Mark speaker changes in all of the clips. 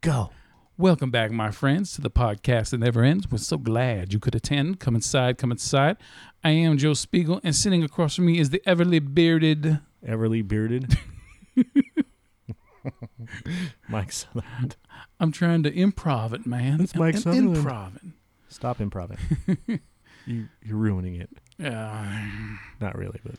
Speaker 1: Go.
Speaker 2: Welcome back, my friends, to the podcast that never ends. We're so glad you could attend. Come inside, come inside. I am Joe Spiegel, and sitting across from me is the everly bearded.
Speaker 1: Everly bearded. Mike Sutherland.
Speaker 2: I'm trying to improv it, man.
Speaker 1: That's Mike
Speaker 2: I'm,
Speaker 1: Sutherland.
Speaker 2: Improving.
Speaker 1: Stop improving. you you're ruining it.
Speaker 2: Uh,
Speaker 1: Not really, but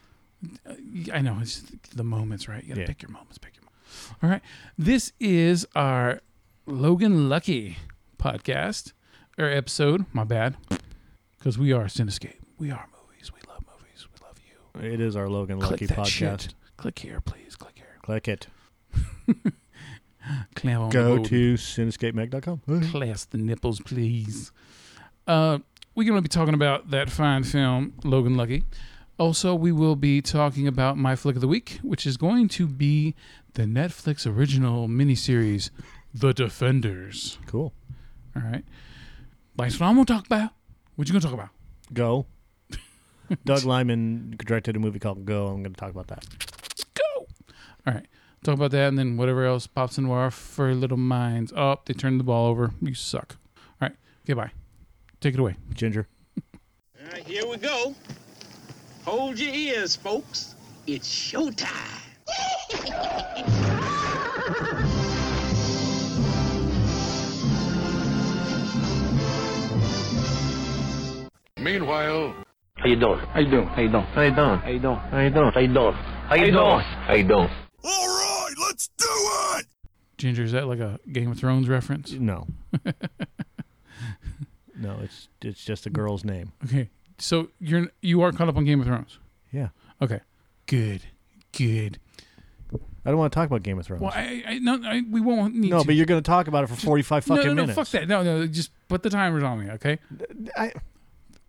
Speaker 2: I know it's the moments, right? You gotta
Speaker 1: Yeah.
Speaker 2: pick your moments. Pick your moments. All right. This is our Logan Lucky podcast or episode. My bad, because we are Cinescape. We are movies. We love movies. We love you.
Speaker 1: it is our Logan Lucky
Speaker 2: Click that
Speaker 1: podcast.
Speaker 2: shit. Click here, please. Click here.
Speaker 1: Click it.
Speaker 2: Clam on
Speaker 1: Go
Speaker 2: the boob.
Speaker 1: to cinescapemag.com.
Speaker 2: Clasp the nipples, please. Uh, we're going to be talking about that fine film, Logan Lucky. Also, we will be talking about my flick of the week, which is going to be the Netflix original miniseries, The Defenders.
Speaker 1: Cool.
Speaker 2: All right. That's what I'm going to talk about. What you going to talk about?
Speaker 1: Go. Doug Lyman directed a movie called Go. I'm going to talk about that.
Speaker 2: Go. All right. Talk about that and then whatever else pops into our furry little minds. Oh, they turned the ball over. You suck. All right. Okay, bye. Take it away.
Speaker 1: Ginger.
Speaker 3: All right, here we go. Hold your ears, folks. It's showtime.
Speaker 4: Meanwhile,
Speaker 5: How you doing? How you doing? How you doing? How you doing? How you doing? How you doing? How you doing? How you doing? How you doing?
Speaker 2: Ginger, is that like a Game of Thrones reference?
Speaker 1: No. no, it's it's just a girl's name.
Speaker 2: Okay, so you're you are caught up on Game of Thrones.
Speaker 1: Yeah.
Speaker 2: Okay, good, good.
Speaker 1: I don't want to talk about Game of Thrones.
Speaker 2: Well, I, I no, I, we won't need
Speaker 1: no,
Speaker 2: to.
Speaker 1: but you're going to talk about it for 45
Speaker 2: no,
Speaker 1: fucking
Speaker 2: no, no,
Speaker 1: minutes.
Speaker 2: fuck that. No, no, just put the timers on me, okay?
Speaker 1: I,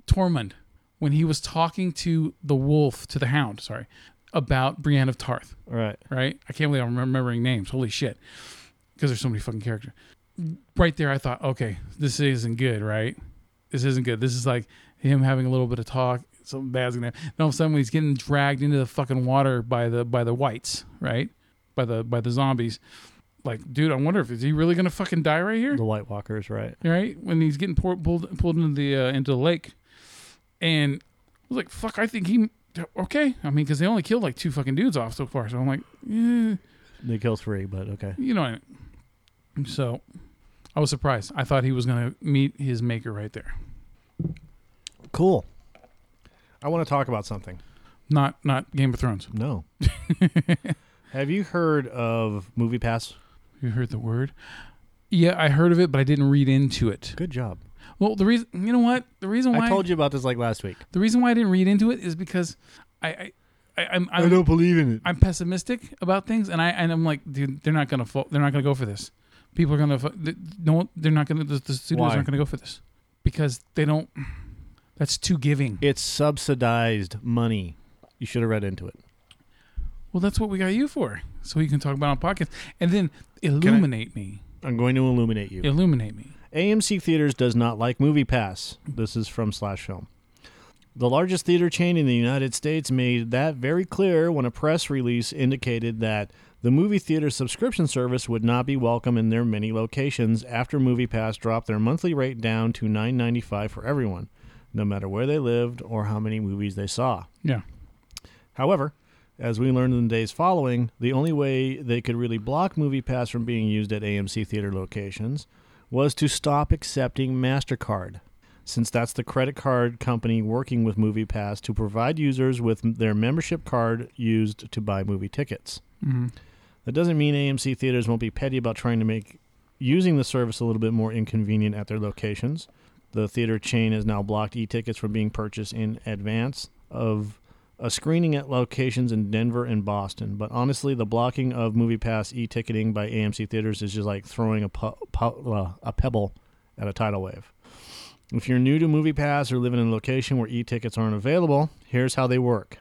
Speaker 2: Tormund, when he was talking to the wolf, to the hound, sorry, about Brienne of Tarth,
Speaker 1: all right.
Speaker 2: right? I can't believe I'm remembering names. Holy shit, because there's so many fucking characters. Right there, I thought, okay, this isn't good, right? This isn't good. This is like him having a little bit of talk. Something bad's gonna. And all of a sudden, he's getting dragged into the fucking water by the by the whites, right? By the by the zombies. Like, dude, I wonder if is he really gonna fucking die right here?
Speaker 1: The White Walkers, right?
Speaker 2: right? When he's getting pour, pulled pulled into the uh, into the lake, and I was like, "Fuck!" I think he okay. I mean, because they only killed like two fucking dudes off so far, so I'm like, eh. yeah,
Speaker 1: They kill three, but okay.
Speaker 2: you know. what I mean. So I was surprised. I thought he was gonna meet his maker right there.
Speaker 1: Cool. I want to talk about something.
Speaker 2: Not not Game of Thrones.
Speaker 1: No. Have you heard of Movie Pass?
Speaker 2: You heard the word. Yeah, I heard of it, but I didn't read into it.
Speaker 1: Good job.
Speaker 2: Well, the reason, you know what, the reason why
Speaker 1: I told you about this like last week.
Speaker 2: the reason why I didn't read into it is because I, I, I I'm, I'm
Speaker 1: believe in it.
Speaker 2: I'm pessimistic about things, and I and I'm like, dude, they're not gonna fo- they're not gonna go for this. People are gonna fo- th- no, they're not gonna the, the studios
Speaker 1: Why?
Speaker 2: aren't gonna go for this because they don't. That's too giving.
Speaker 1: It's subsidized money. You should have read into it.
Speaker 2: Well, that's what we got you for, so you can talk about it on podcast and then illuminate me,
Speaker 1: I'm going to illuminate you.
Speaker 2: illuminate me.
Speaker 1: AMC Theaters does not like Movie Pass. This is from Slash Film. The largest theater chain in the United States made that very clear when a press release indicated that the movie theater subscription service would not be welcome in their many locations after MoviePass dropped their monthly rate down to $9.95 for everyone, no matter where they lived or how many movies they saw.
Speaker 2: Yeah,
Speaker 1: However, as we learned in the days following, the only way they could really block MoviePass from being used at AMC theater locations was to stop accepting MasterCard, since that's the credit card company working with MoviePass to provide users with their membership card used to buy movie tickets. That doesn't mean AMC theaters won't be petty about trying to make using the service a little bit more inconvenient at their locations. The theater chain has now blocked e tickets from being purchased in advance of a screening at locations in Denver and Boston. But honestly, the blocking of MoviePass e ticketing by AMC theaters is just like throwing a, pu- pu- uh, a pebble at a tidal wave. If you're new to MoviePass or live in a location where e tickets aren't available, here's how they work.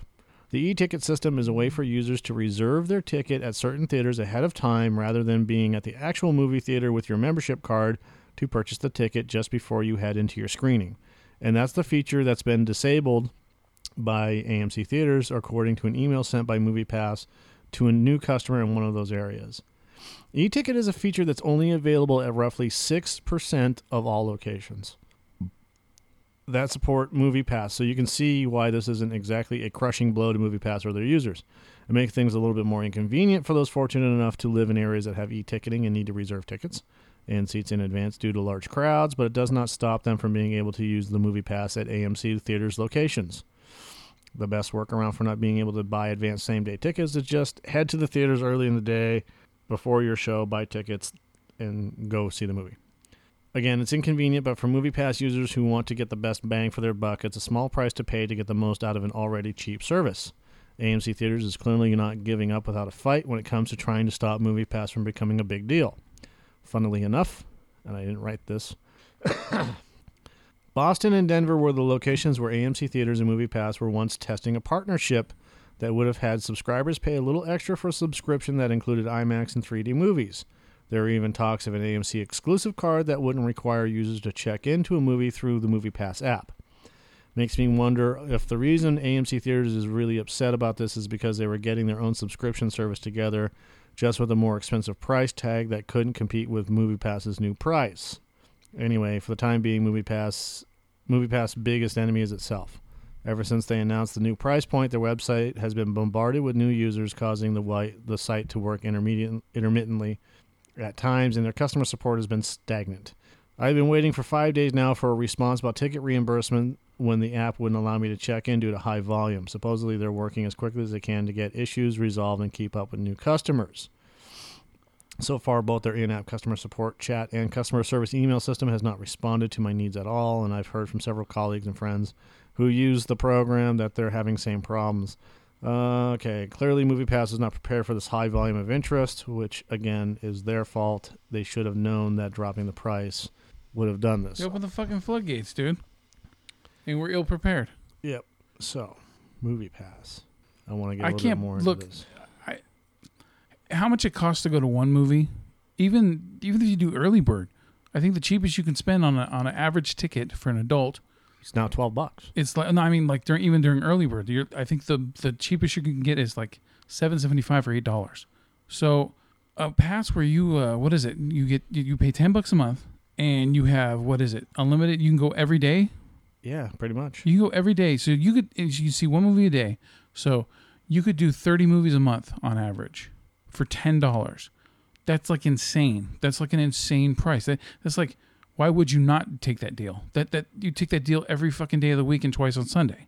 Speaker 1: The e ticket system is a way for users to reserve their ticket at certain theaters ahead of time rather than being at the actual movie theater with your membership card to purchase the ticket just before you head into your screening. And that's the feature that's been disabled by AMC Theaters, according to an email sent by MoviePass to a new customer in one of those areas. E-ticket is a feature that's only available at roughly 6% of all locations that support MoviePass. So you can see why this isn't exactly a crushing blow to MoviePass or their users. It makes things a little bit more inconvenient for those fortunate enough to live in areas that have e-ticketing and need to reserve tickets and seats in advance due to large crowds, but it does not stop them from being able to use the MoviePass at AMC theaters locations. The best workaround for not being able to buy advanced same day tickets is just head to the theaters early in the day before your show, buy tickets, and go see the movie. Again, it's inconvenient, but for MoviePass users who want to get the best bang for their buck, it's a small price to pay to get the most out of an already cheap service. AMC Theaters is clearly not giving up without a fight when it comes to trying to stop MoviePass from becoming a big deal. Funnily enough, and I didn't write this, Boston and Denver were the locations where AMC Theaters and MoviePass were once testing a partnership that would have had subscribers pay a little extra for a subscription that included IMAX and 3D movies. There were even talks of an AMC exclusive card that wouldn't require users to check into a movie through the MoviePass app. Makes me wonder if the reason AMC Theaters is really upset about this is because they were getting their own subscription service together just with a more expensive price tag that couldn't compete with MoviePass's new price. Anyway, for the time being, MoviePass MoviePass' biggest enemy is itself. Ever since they announced the new price point, their website has been bombarded with new users, causing the wi- the site to work intermediate, intermittently at times, and their customer support has been stagnant. I've been waiting for five days now for a response about ticket reimbursement when the app wouldn't allow me to check in due to high volume. Supposedly, they're working as quickly as they can to get issues resolved and keep up with new customers. So far, both their in app customer support chat and customer service email system has not responded to my needs at all, and I've heard from several colleagues and friends who use the program that they're having same problems. Uh, okay, clearly MoviePass was not prepared for this high volume of interest, which again is their fault. They should have known that dropping the price would have done this.
Speaker 2: You open the fucking floodgates, dude. And we're ill prepared.
Speaker 1: Yep. So, MoviePass. I want to get a
Speaker 2: I
Speaker 1: little
Speaker 2: can't-
Speaker 1: bit more into
Speaker 2: look,
Speaker 1: this.
Speaker 2: How much it costs to go to one movie? Even even if you do early bird, I think the cheapest you can spend on a, on an average ticket for an adult
Speaker 1: It's now twelve bucks.
Speaker 2: It's like no, I mean like during even during early bird, you're, I think the the cheapest you can get is like seven seventy five or eight dollars. So a pass where you uh, what is it? You get you, you pay ten bucks a month and you have what is it? Unlimited. You can go every day.
Speaker 1: Yeah, pretty much.
Speaker 2: You can go every day. So you could and you see one movie a day. So you could do thirty movies a month on average for ten dollars. That's like insane. That's like an insane price. That that's like why would you not take that deal? That that you take that deal every fucking day of the week and twice on Sunday.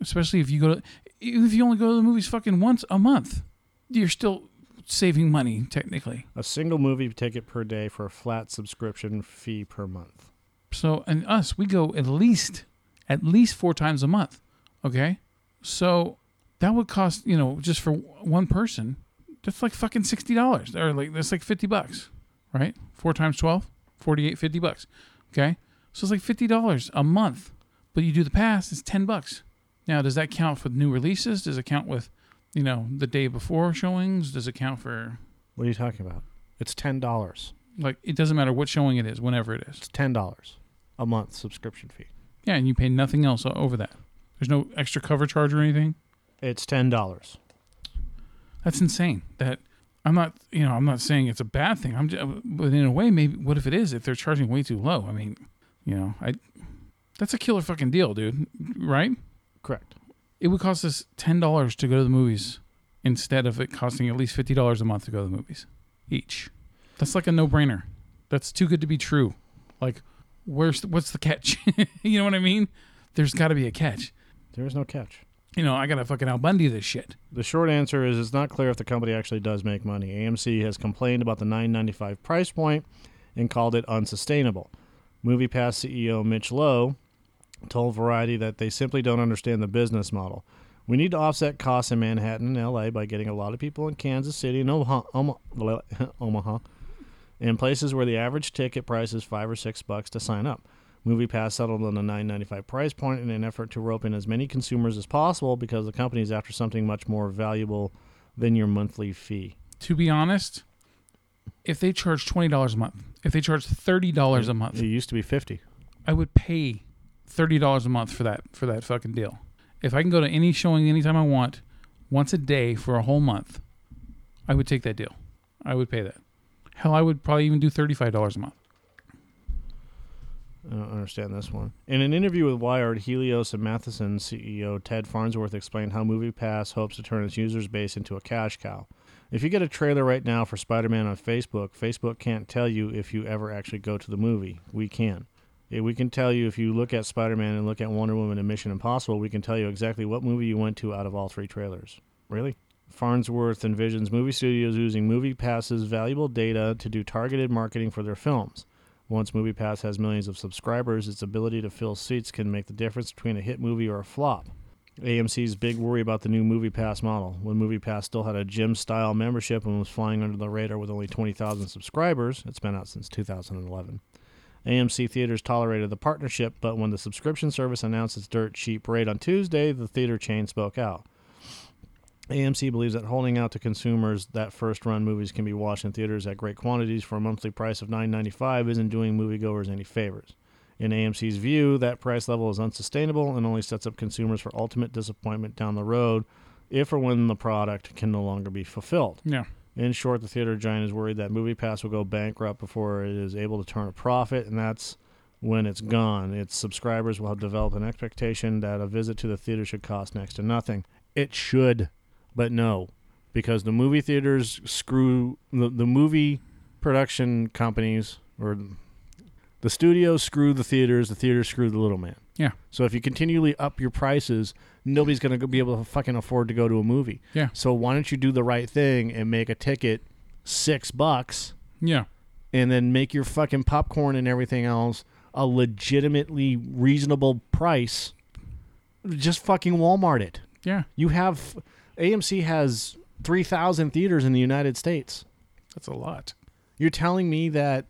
Speaker 2: Especially if you go to even if you only go to the movies fucking once a month, you're still saving money technically.
Speaker 1: A single movie ticket per day for a flat subscription fee per month.
Speaker 2: So and us, we go at least at least four times a month. Okay? So that would cost, you know, just for one person, that's like fucking sixty dollars. Or like that's like fifty bucks. Right? Four times 12, 48, 50 bucks. Okay? So it's like fifty dollars a month. But you do the pass, it's ten bucks. Now, does that count for new releases? Does it count with, you know, the day before showings? Does it count for
Speaker 1: What are you talking about? It's ten dollars.
Speaker 2: like it doesn't matter what showing it is, whenever it is.
Speaker 1: It's ten dollars a month subscription fee.
Speaker 2: Yeah, and you pay nothing else o- over that. There's no extra cover charge or anything.
Speaker 1: It's ten dollars.
Speaker 2: That's insane. That I'm not, you know, I'm not saying it's a bad thing. I'm, just, but in a way, maybe what if it is? If they're charging way too low, I mean, you know, I that's a killer fucking deal, dude. Right?
Speaker 1: Correct.
Speaker 2: It would cost us ten dollars to go to the movies instead of it costing at least fifty dollars a month to go to the movies each. That's like a no-brainer. That's too good to be true. Like, where's what's the catch? you know what I mean? There's got to be a catch.
Speaker 1: There is no catch.
Speaker 2: you know, I gotta fucking Al Bundy this shit.
Speaker 1: The short answer is it's not clear if the company actually does make money. AMC has complained about the 9.95 price point and called it unsustainable. MoviePass CEO E Mitch Lowe told Variety that they simply don't understand the business model. We need to offset costs in Manhattan and LA by getting a lot of people in Kansas City and Omaha, Omaha, Omaha in places where the average ticket price is 5 or 6 bucks to sign up. MoviePass settled on a $9.95 price point in an effort to rope in as many consumers as possible because the company is after something much more valuable than your monthly fee.
Speaker 2: To be honest, if they charge twenty dollars a month, if they charge thirty dollars a
Speaker 1: It
Speaker 2: month,
Speaker 1: used to be 50.
Speaker 2: I would pay thirty dollars a month for that for that fucking deal. If I can go to any showing anytime I want, once a day for a whole month, I would take that deal. I would pay that. Hell, I would probably even do thirty-five dollars a month.
Speaker 1: I don't understand this one. In an interview with Wired, Helios and Matheson CEO Ted Farnsworth explained how MoviePass hopes to turn its user base into a cash cow. If you get a trailer right now for Spider Man on Facebook, Facebook can't tell you if you ever actually go to the movie. We can. Eh, We can tell you if you look at Spider Man and look at Wonder Woman and Mission Impossible, we can tell you exactly what movie you went to out of all three trailers. Really? Farnsworth envisions movie studios using MoviePass's valuable data to do targeted marketing for their films. Once MoviePass has millions of subscribers, its ability to fill seats can make the difference between a hit movie or a flop. AMC's big worry about the new MoviePass model. When MoviePass still had a gym style membership and was flying under the radar with only 20,000 subscribers, it's been out since 2011. AMC theaters tolerated the partnership, but when the subscription service announced its dirt cheap rate on Tuesday, the theater chain spoke out. AMC believes that holding out to consumers that first run movies can be watched in theaters at great quantities for a monthly price of $9.95 isn't doing moviegoers any favors. In AMC's view, that price level is unsustainable and only sets up consumers for ultimate disappointment down the road if or when the product can no longer be fulfilled.
Speaker 2: Yeah.
Speaker 1: In short, the theater giant is worried that MoviePass will go bankrupt before it is able to turn a profit, and that's when it's gone. Its subscribers will have developed an expectation that a visit to the theater should cost next to nothing. It should, but no, because the movie theaters screw the, the movie production companies or the studios screw the theaters, the theaters screw the little man.
Speaker 2: Yeah.
Speaker 1: So if you continually up your prices, nobody's going to be able to fucking afford to go to a movie.
Speaker 2: Yeah.
Speaker 1: So why don't you do the right thing and make a ticket six bucks
Speaker 2: Yeah.
Speaker 1: and then make your fucking popcorn and everything else a legitimately reasonable price? Just fucking Walmart it.
Speaker 2: Yeah.
Speaker 1: You have AMC has 3,000 theaters in the United States.
Speaker 2: That's a lot.
Speaker 1: You're telling me that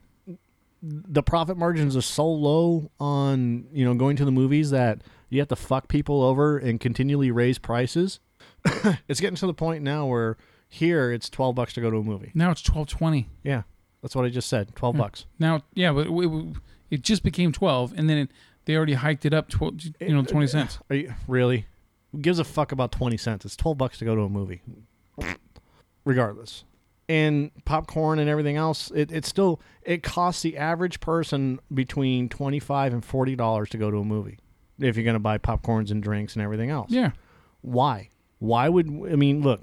Speaker 1: the profit margins are so low on you know going to the movies that you have to fuck people over and continually raise prices. it's getting to the point now where here it's twelve bucks to go to a movie.
Speaker 2: Now it's twelve twenty.
Speaker 1: Yeah, that's what I just said. Twelve bucks.
Speaker 2: Now, yeah, but it, it- it just became twelve, and then it, they already hiked it up twelve. You know, twenty cents.
Speaker 1: Are you really? Who gives a fuck about twenty cents? It's twelve bucks to go to a movie, regardless. And popcorn and everything else, it, it still it costs the average person between twenty five and forty dollars to go to a movie if you're going to buy popcorns and drinks and everything else.
Speaker 2: Yeah.
Speaker 1: Why? Why would I mean? Look,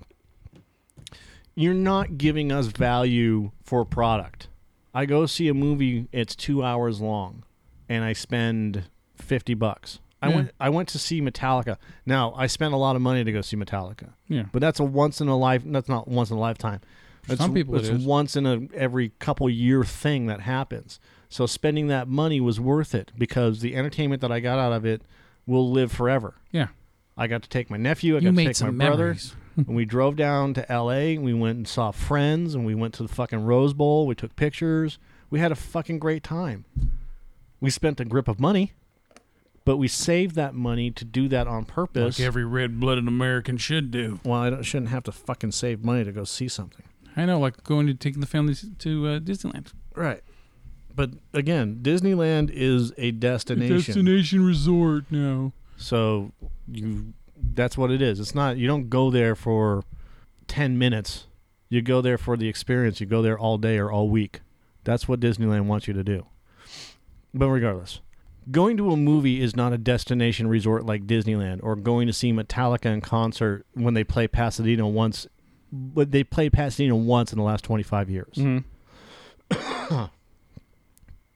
Speaker 1: you're not giving us value for product. I go see a movie; it's two hours long, and I spend fifty bucks. I
Speaker 2: Yeah.
Speaker 1: went. I went to see Metallica. Now I spent a lot of money to go see Metallica,
Speaker 2: Yeah.
Speaker 1: but that's a once in a life. That's not once in a lifetime. It's,
Speaker 2: some people it
Speaker 1: it's
Speaker 2: is.
Speaker 1: once in a every couple year thing that happens. So spending that money was worth it because the entertainment that I got out of it will live forever.
Speaker 2: Yeah.
Speaker 1: I got to take my nephew. I
Speaker 2: You
Speaker 1: got
Speaker 2: made
Speaker 1: to take my
Speaker 2: some
Speaker 1: brother.
Speaker 2: memories.
Speaker 1: and we drove down to L.A. and we went and saw friends and we went to the fucking Rose Bowl. We took pictures. We had a fucking great time. We spent a grip of money, but we saved that money to do that on purpose.
Speaker 2: Like every red-blooded American should do.
Speaker 1: well, I don't, shouldn't have to fucking save money to go see something.
Speaker 2: I know, like going to taking the family to uh, Disneyland.
Speaker 1: Right. But again, Disneyland is a
Speaker 2: Destination resort now.
Speaker 1: So you that's what it is. It's not you don't go there for 10 minutes. You go there for the experience. You go there all day or all week. That's what Disneyland wants you to do. But regardless, going to a movie is not a destination resort like Disneyland or going to see Metallica in concert when they play Pasadena once but they played Pasadena once in the last 25 years.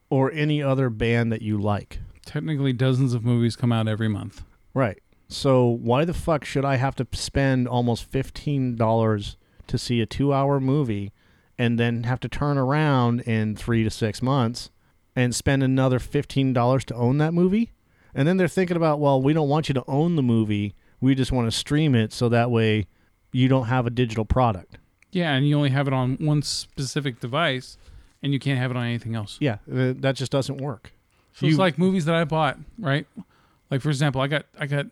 Speaker 1: or any other band that you like.
Speaker 2: Technically, dozens of movies come out every month.
Speaker 1: Right. So why the fuck should I have to spend almost fifteen dollars to see a two-hour movie, and then have to turn around in three to six months and spend another fifteen dollars to own that movie? And then they're thinking about, well, we don't want you to own the movie. We just want to stream it so that way you don't have a digital product.
Speaker 2: Yeah, and you only have it on one specific device, and you can't have it on anything else.
Speaker 1: Yeah, th- that just doesn't work.
Speaker 2: So it's
Speaker 1: You-
Speaker 2: like movies that I bought, right? Like for example, I got I got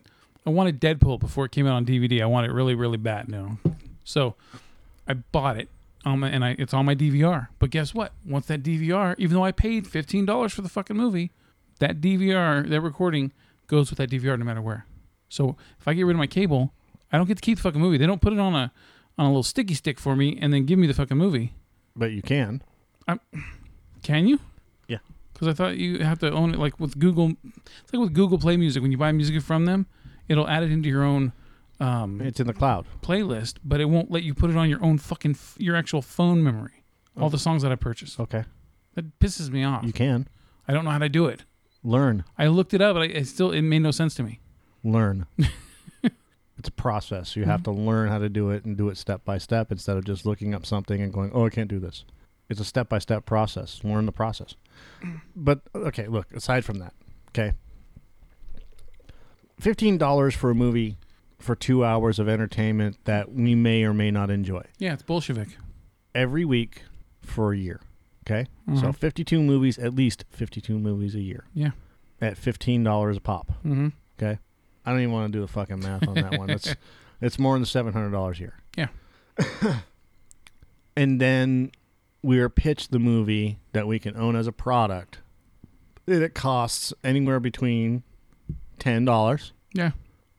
Speaker 2: I wanted Deadpool before it came out on DVD. I wanted it really really bad now, so I bought it. Um, and I, it's on my DVR. But guess what? Once that DVR, even though I paid fifteen dollars for the fucking movie, that DVR, that recording goes with that DVR no matter where. So if I get rid of my cable, I don't get to keep the fucking movie. They don't put it on a on a little sticky stick for me and then give me the fucking movie.
Speaker 1: but you can.
Speaker 2: Can you?
Speaker 1: Yeah.
Speaker 2: Because I thought you have to own it, like with Google. It's like with Google Play Music. When you buy music from them, it'll add it into your own um,
Speaker 1: It's in the cloud.
Speaker 2: playlist, but it won't let you put it on your own fucking f- your actual phone memory. All the songs that I purchased.
Speaker 1: Okay.
Speaker 2: That pisses me off.
Speaker 1: Oh. You can
Speaker 2: I don't know how to do it.
Speaker 1: learn,
Speaker 2: I looked it up, but I, it still it made no sense to me.
Speaker 1: learn. it's a process. You have to learn how to do it and do it step by step instead of just looking up something and going, "Oh, I can't do this." It's a step by step process. Learn the process. But okay, look. Aside from that, okay. Fifteen dollars for a movie for two hours of entertainment that we may or may not enjoy.
Speaker 2: Yeah, it's Bolshevik.
Speaker 1: every week for a year. Okay, so
Speaker 2: Mhm.
Speaker 1: fifty-two movies, at least fifty-two movies a year
Speaker 2: Yeah.
Speaker 1: at fifteen dollars a pop.
Speaker 2: Mm-hmm.
Speaker 1: Okay, I don't even want to do the fucking math on that one. It's it's more than seven hundred dollars a year.
Speaker 2: Yeah.
Speaker 1: and then we are pitched the movie that we can own as a product, and it costs anywhere between ten dollars
Speaker 2: Yeah.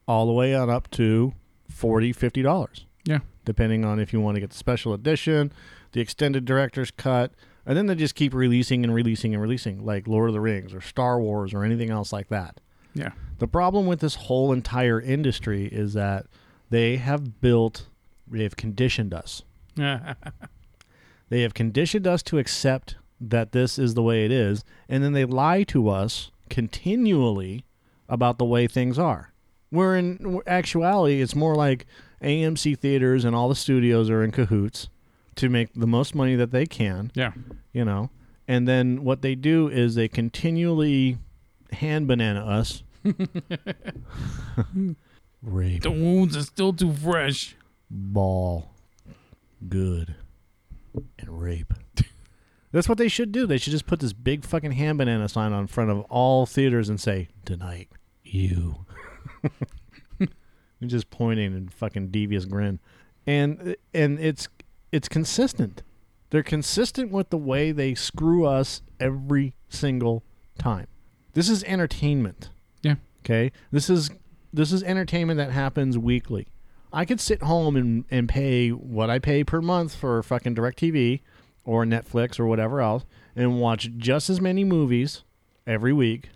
Speaker 1: all the way on up to 40 50 dollars
Speaker 2: Yeah.
Speaker 1: depending on if you want to get the special edition the extended director's cut and then they just keep releasing and releasing and releasing like lord of the rings or star wars or anything else like that
Speaker 2: Yeah.
Speaker 1: the problem with this whole entire industry is that they have built they've conditioned us
Speaker 2: Yeah.
Speaker 1: they have conditioned us to accept that this is the way it is, and then they lie to us continually about the way things are. Where in actuality, it's more like AMC theaters and all the studios are in cahoots to make the most money that they can,
Speaker 2: Yeah.
Speaker 1: you know. And then what they do is they continually hand banana us. Rape
Speaker 2: The wounds are still too fresh.
Speaker 1: ball good and rape. That's what they should do. They should just put this big fucking hand banana sign on front of all theaters and say, Tonight, you. And just pointing and fucking devious grin. And and it's it's consistent. They're consistent with the way they screw us every single time. This is entertainment.
Speaker 2: Yeah.
Speaker 1: Okay? This is this is entertainment that happens weekly. I could sit home and, and pay what I pay per month for fucking DirecTV or Netflix or whatever else and watch just as many movies every week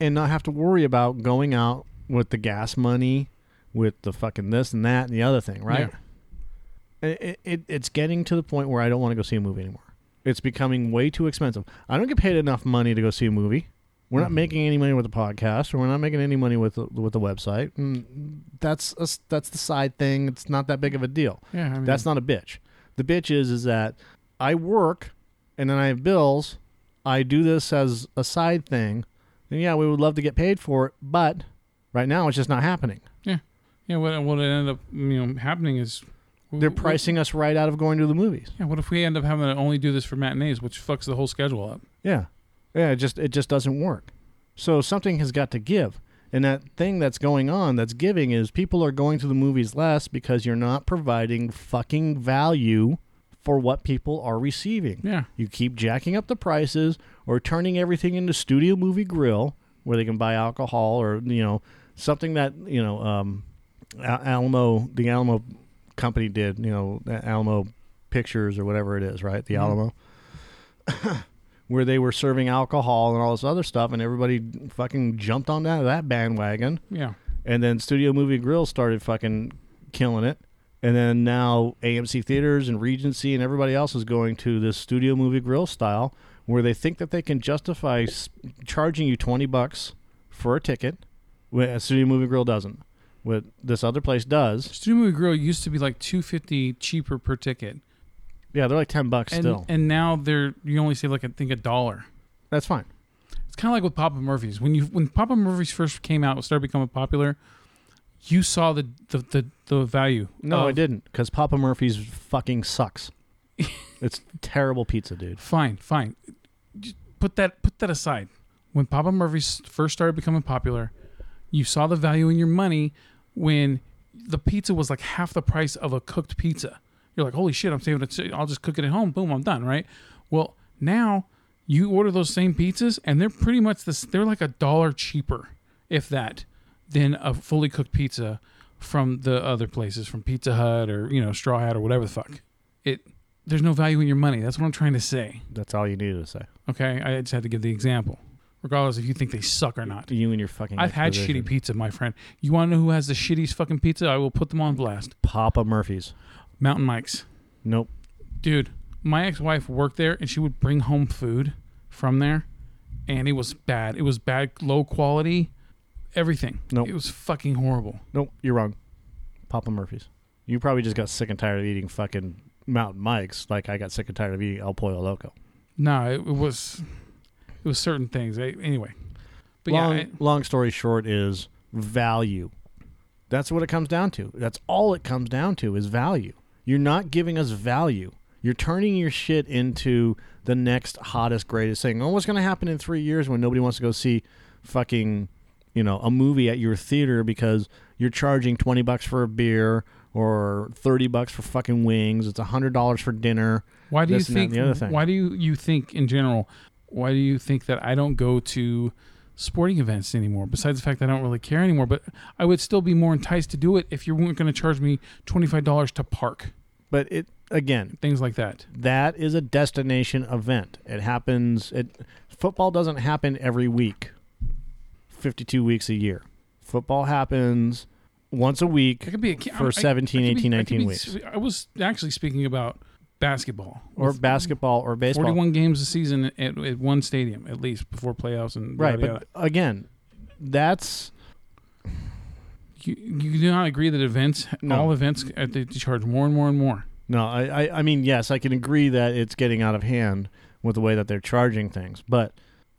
Speaker 1: and not have to worry about going out with the gas money, with the fucking this and that and the other thing, right? It- It, it, it's getting to the point where I don't want to go see a movie anymore. It's becoming way too expensive. I don't get paid enough money to go see a movie. We're
Speaker 2: Mm-hmm.
Speaker 1: not making any money with the podcast, or we're not making any money with the, with the website. Mm, that's a s that's the side thing. It's not that big of a deal.
Speaker 2: Yeah. I mean,
Speaker 1: That's not a bitch. The bitch is is that I work and then I have bills. I do this as a side thing. And yeah, we would love to get paid for it, but right now it's just not happening.
Speaker 2: Yeah. Yeah. What what ended up you know happening is
Speaker 1: They're pricing us right out of going to the movies.
Speaker 2: Yeah. What if we end up having to only do this for matinees, which fucks the whole schedule up?
Speaker 1: Yeah. Yeah, it just it just doesn't work. So something has got to give. And that thing that's going on that's giving is people are going to the movies less because you're not providing fucking value for what people are receiving.
Speaker 2: Yeah.
Speaker 1: You keep jacking up the prices or turning everything into studio movie grill where they can buy alcohol or you know something that you know um, Al- Alamo the Alamo company did you know Al- Alamo Pictures or whatever it is right the Alamo where they were serving alcohol and all this other stuff and everybody fucking jumped on that that bandwagon
Speaker 2: Yeah.
Speaker 1: and then Studio Movie Grill started fucking killing it. And then now AMC Theaters and Regency and everybody else is going to this Studio Movie Grill style where they think that they can justify s- charging you 20 bucks for a ticket. Where Studio Movie Grill doesn't. What this other place does.
Speaker 2: Studio Movie Grill used to be like two fifty cheaper per ticket,
Speaker 1: Yeah, they're like 10 bucks
Speaker 2: and
Speaker 1: still.
Speaker 2: and now they're you only save like I think a dollar.
Speaker 1: That's fine.
Speaker 2: It's kind of like with Papa Murphy's. When you when Papa Murphy's first came out, started becoming popular, you saw the the the, the value.
Speaker 1: No,
Speaker 2: of-
Speaker 1: I didn't because Papa Murphy's fucking sucks. it's terrible pizza, dude.
Speaker 2: Fine, fine. Just Put that put that aside. When Papa Murphy's first started becoming popular, you saw the value in your money when the pizza was like half the price of a cooked pizza. You're like, holy shit, I'm saving it. I'll just cook it at home. Boom, I'm done. Right. Well, now you order those same pizzas, and they're pretty much this. They're like a dollar cheaper, if that, than a fully cooked pizza from the other places, from Pizza Hut or you know Straw Hat or whatever the fuck. It there's no value in your money. That's what I'm trying to say.
Speaker 1: That's all you needed to say.
Speaker 2: Okay, I just had to give the example, regardless if you think they suck or not.
Speaker 1: You and your fucking.
Speaker 2: I've had
Speaker 1: exposition.
Speaker 2: shitty pizza, my friend. You want to know who has the shittiest fucking pizza? I will put them on blast.
Speaker 1: Papa Murphy's.
Speaker 2: Mountain Mike's.
Speaker 1: Nope.
Speaker 2: Dude, my ex wife worked there and she would bring home food from there and it was bad. It was bad, low quality, everything.
Speaker 1: Nope.
Speaker 2: It was fucking horrible.
Speaker 1: Nope. You're wrong. Papa Murphy's. You probably just got sick and tired of eating fucking Mountain Mike's, like I got sick and tired of eating El Pollo Loco.
Speaker 2: No, it, it was it was certain things. I, anyway. But
Speaker 1: long,
Speaker 2: yeah, I-
Speaker 1: long story short is value. That's what it comes down to. That's all it comes down to is value. You're not giving us value. You're turning your shit into the next hottest, greatest thing. Oh, what's going to happen in three years when nobody wants to go see fucking, you know, a movie at your theater because you're charging 20 bucks for a beer or 30 bucks for fucking wings. It's $100 for dinner.
Speaker 2: Why do you
Speaker 1: this and that
Speaker 2: think?
Speaker 1: and the other thing.
Speaker 2: Why do you, you think in general? Why do you think that I don't go to sporting events anymore? Besides the fact that I don't really care anymore, but I would still be more enticed to do it if you weren't going to charge me twenty five dollars to park,
Speaker 1: But it, again,
Speaker 2: things like that.
Speaker 1: that is a destination event. It happens. It football doesn't happen every week, fifty-two weeks a year. Football happens once a
Speaker 2: I
Speaker 1: week
Speaker 2: could be a, ki-
Speaker 1: for
Speaker 2: I-
Speaker 1: 17,
Speaker 2: I could be-
Speaker 1: 18,
Speaker 2: I could
Speaker 1: 19
Speaker 2: be-
Speaker 1: weeks,
Speaker 2: I was actually speaking about basketball
Speaker 1: or basketball or baseball.
Speaker 2: forty one games a season at, at one stadium at least before playoffs and
Speaker 1: right,
Speaker 2: yada, yada.
Speaker 1: but again, that's
Speaker 2: You, you do not agree that events,
Speaker 1: No.
Speaker 2: all events, uh, they charge more and more and more.
Speaker 1: No, I, I, I mean, yes, I can agree that it's getting out of hand with the way that they're charging things, but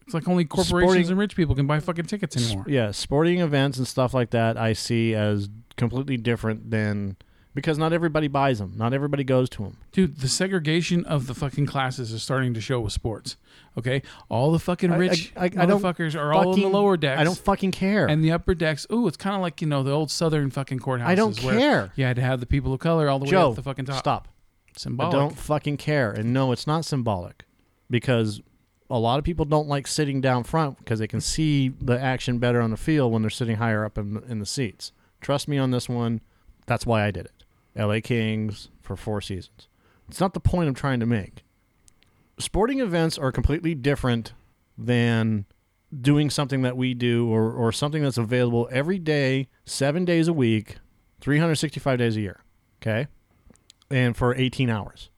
Speaker 2: It's like only corporations
Speaker 1: Sporting-
Speaker 2: and rich people can buy fucking tickets
Speaker 1: S-
Speaker 2: anymore.
Speaker 1: Yeah, sporting events and stuff like that I see as completely different than because not everybody buys them. Not everybody goes to them.
Speaker 2: Dude, the segregation of the fucking classes is starting to show with sports. Okay? All the fucking
Speaker 1: I-
Speaker 2: rich
Speaker 1: I- I- I don't
Speaker 2: motherfuckers are all in the
Speaker 1: fucking-
Speaker 2: lower decks.
Speaker 1: I don't fucking care.
Speaker 2: and the upper decks, ooh, it's kind of like, you know, the old southern fucking courthouse.
Speaker 1: I don't care.
Speaker 2: You had to have the people of color all the way
Speaker 1: Joe,
Speaker 2: up the fucking top.
Speaker 1: stop.
Speaker 2: Symbolic.
Speaker 1: I don't fucking care. And no, it's not symbolic because a lot of people don't like sitting down front because they can see the action better on the field when they're sitting higher up in, in the seats. Trust me on this one. That's why I did it. LA Kings for four seasons. It's not the point I'm trying to make. Sporting events are completely different than doing something that we do or, or something that's available every day, seven days a week, 365 days a year. Okay? and for 18 hours.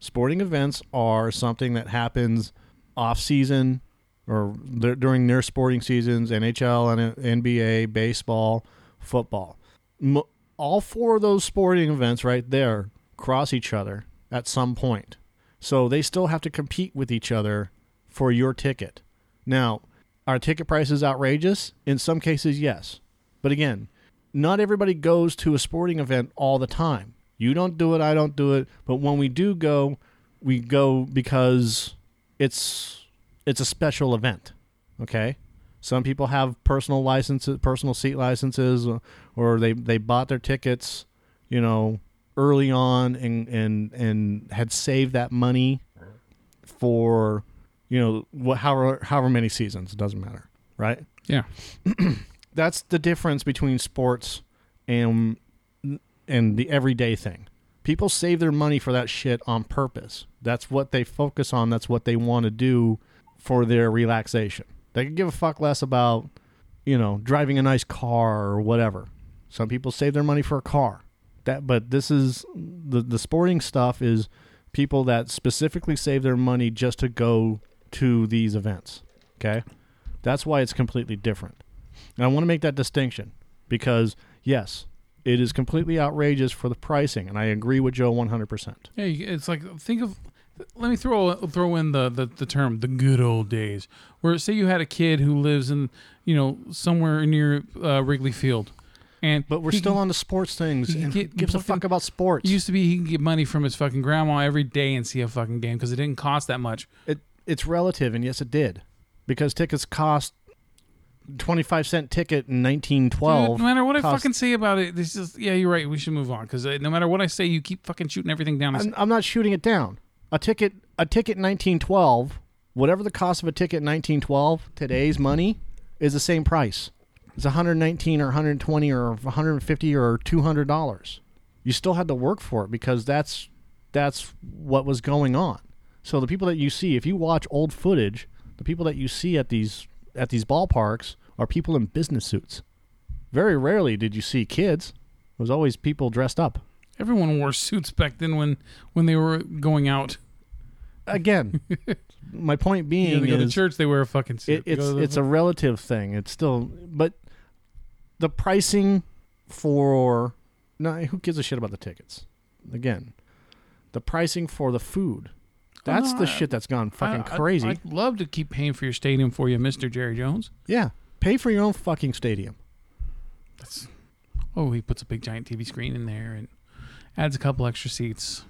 Speaker 1: Sporting events are something that happens off season or dur- during their sporting seasons NHL, N- NBA, baseball, football. M- all four of those sporting events right there cross each other at some point. So they still have to compete with each other for your ticket. Now, are ticket prices outrageous? In some cases, yes. But again, not everybody goes to a sporting event all the time. You don't do it, I don't do it, but when we do go, we go because it's it's a special event, okay? Some people have personal licenses, personal seat licenses or they they bought their tickets, you know, early on and and and had saved that money for you know, wha- however however many seasons, it doesn't matter, right?
Speaker 2: Yeah.
Speaker 1: that's the difference between sports and and the everyday thing. People save their money for that shit on purpose. That's what they focus on. That's what they want to do for their relaxation. They could give a fuck less about, you know, driving a nice car or whatever. Some people save their money for a car. That but this is the the sporting stuff is people that specifically save their money just to go to these events. Okay? That's why it's completely different. And I want to make that distinction because, yes, it is completely outrageous for the pricing, and I agree with Joe 100%.
Speaker 2: Yeah, you- it's like think of. Let me throw throw in the, the the term the good old days, where say you had a kid who lives in you know somewhere near uh, Wrigley Field, and
Speaker 1: But we're
Speaker 2: he
Speaker 1: still
Speaker 2: can-
Speaker 1: on the sports things,
Speaker 2: you
Speaker 1: and
Speaker 2: get
Speaker 1: who gives a
Speaker 2: fucking-
Speaker 1: fuck about sports?
Speaker 2: It used to be he can get money from his fucking grandma every day and see a fucking game because it didn't cost that much.
Speaker 1: it, it's relative, and yes, it did, because tickets cost 25 cent ticket in
Speaker 2: Dude,
Speaker 1: 1912.
Speaker 2: no matter what I
Speaker 1: cost-
Speaker 2: fucking say about it, this is yeah, you're right. We should move on because no matter what I say, you keep fucking shooting everything down.
Speaker 1: I'm, I'm not shooting it down. A ticket, a ticket in 1912, whatever the cost of a ticket in 1912, today's money is the same price. It's 119 or 120 or 150 or 200 dollars. You still had to work for it because that's that's what was going on. So the people that you see, if you watch old footage, the people that you see at these at these ballparks are people in business suits. Very rarely did you see kids. It was always people dressed up.
Speaker 2: Everyone wore suits back then when when they were going out.
Speaker 1: Again, my point
Speaker 2: You know,
Speaker 1: being
Speaker 2: they go to
Speaker 1: is
Speaker 2: church, they wear a fucking
Speaker 1: it,
Speaker 2: suit. They go
Speaker 1: it's
Speaker 2: to the-
Speaker 1: it's a relative thing. It's still, but the pricing for no, who gives a shit about the tickets? Again, the pricing for the food. That's
Speaker 2: no,
Speaker 1: the
Speaker 2: I-
Speaker 1: shit that's gone fucking
Speaker 2: I- I-
Speaker 1: crazy.
Speaker 2: I'd love to keep paying for your stadium for you, Mister Jerry Jones.
Speaker 1: yeah, pay for your own fucking stadium.
Speaker 2: That's oh, he puts a big giant TV screen in there and adds a couple extra seats.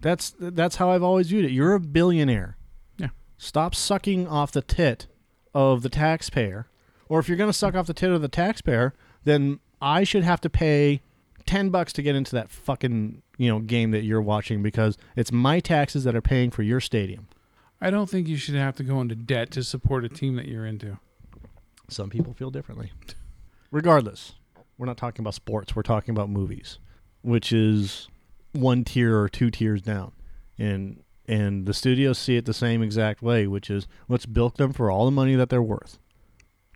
Speaker 1: That's that's how I've always viewed it. You're a billionaire.
Speaker 2: Yeah.
Speaker 1: Stop sucking off the tit of the taxpayer. Or if you're going to suck off the tit of the taxpayer, then I should have to pay 10 bucks to get into that fucking, you know, game that you're watching because it's my taxes that are paying for your stadium.
Speaker 2: I don't think you should have to go into debt to support a team that you're into.
Speaker 1: Some people feel differently. Regardless, we're not talking about sports, we're talking about movies, which is one tier or two tiers down. And and the studios see it the same exact way, which is let's bilk them for all the money that they're worth.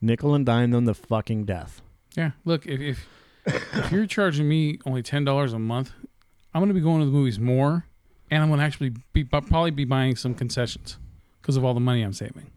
Speaker 1: Nickel and dime them to fucking death.
Speaker 2: Yeah, look, if if, if you're charging me only ten dollars a month, I'm going to be going to the movies more, and I'm going to actually be bu- probably be buying some concessions because of all the money I'm saving.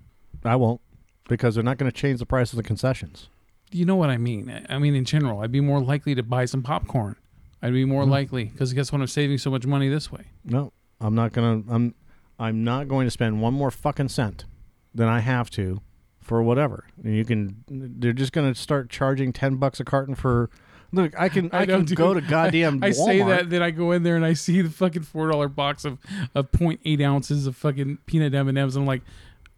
Speaker 1: I won't because they're not going to change the price of the concessions.
Speaker 2: You know what I mean? I- I mean, in general, I'd be more likely to buy some popcorn. I'd be
Speaker 1: Hmm.
Speaker 2: more likely because guess what? I'm saving so much money this way.
Speaker 1: No, I'm not going to I'm I'm not going to spend one more fucking cent than I have to for whatever. And you can they're just going to start charging 10 bucks a carton for Look, I can I,
Speaker 2: know,
Speaker 1: can
Speaker 2: dude.
Speaker 1: go to goddamn
Speaker 2: I, I
Speaker 1: Walmart.
Speaker 2: say that, then I go in there and I see the fucking four dollar box of of 0.8 ounces of fucking peanut M and M's. I'm like,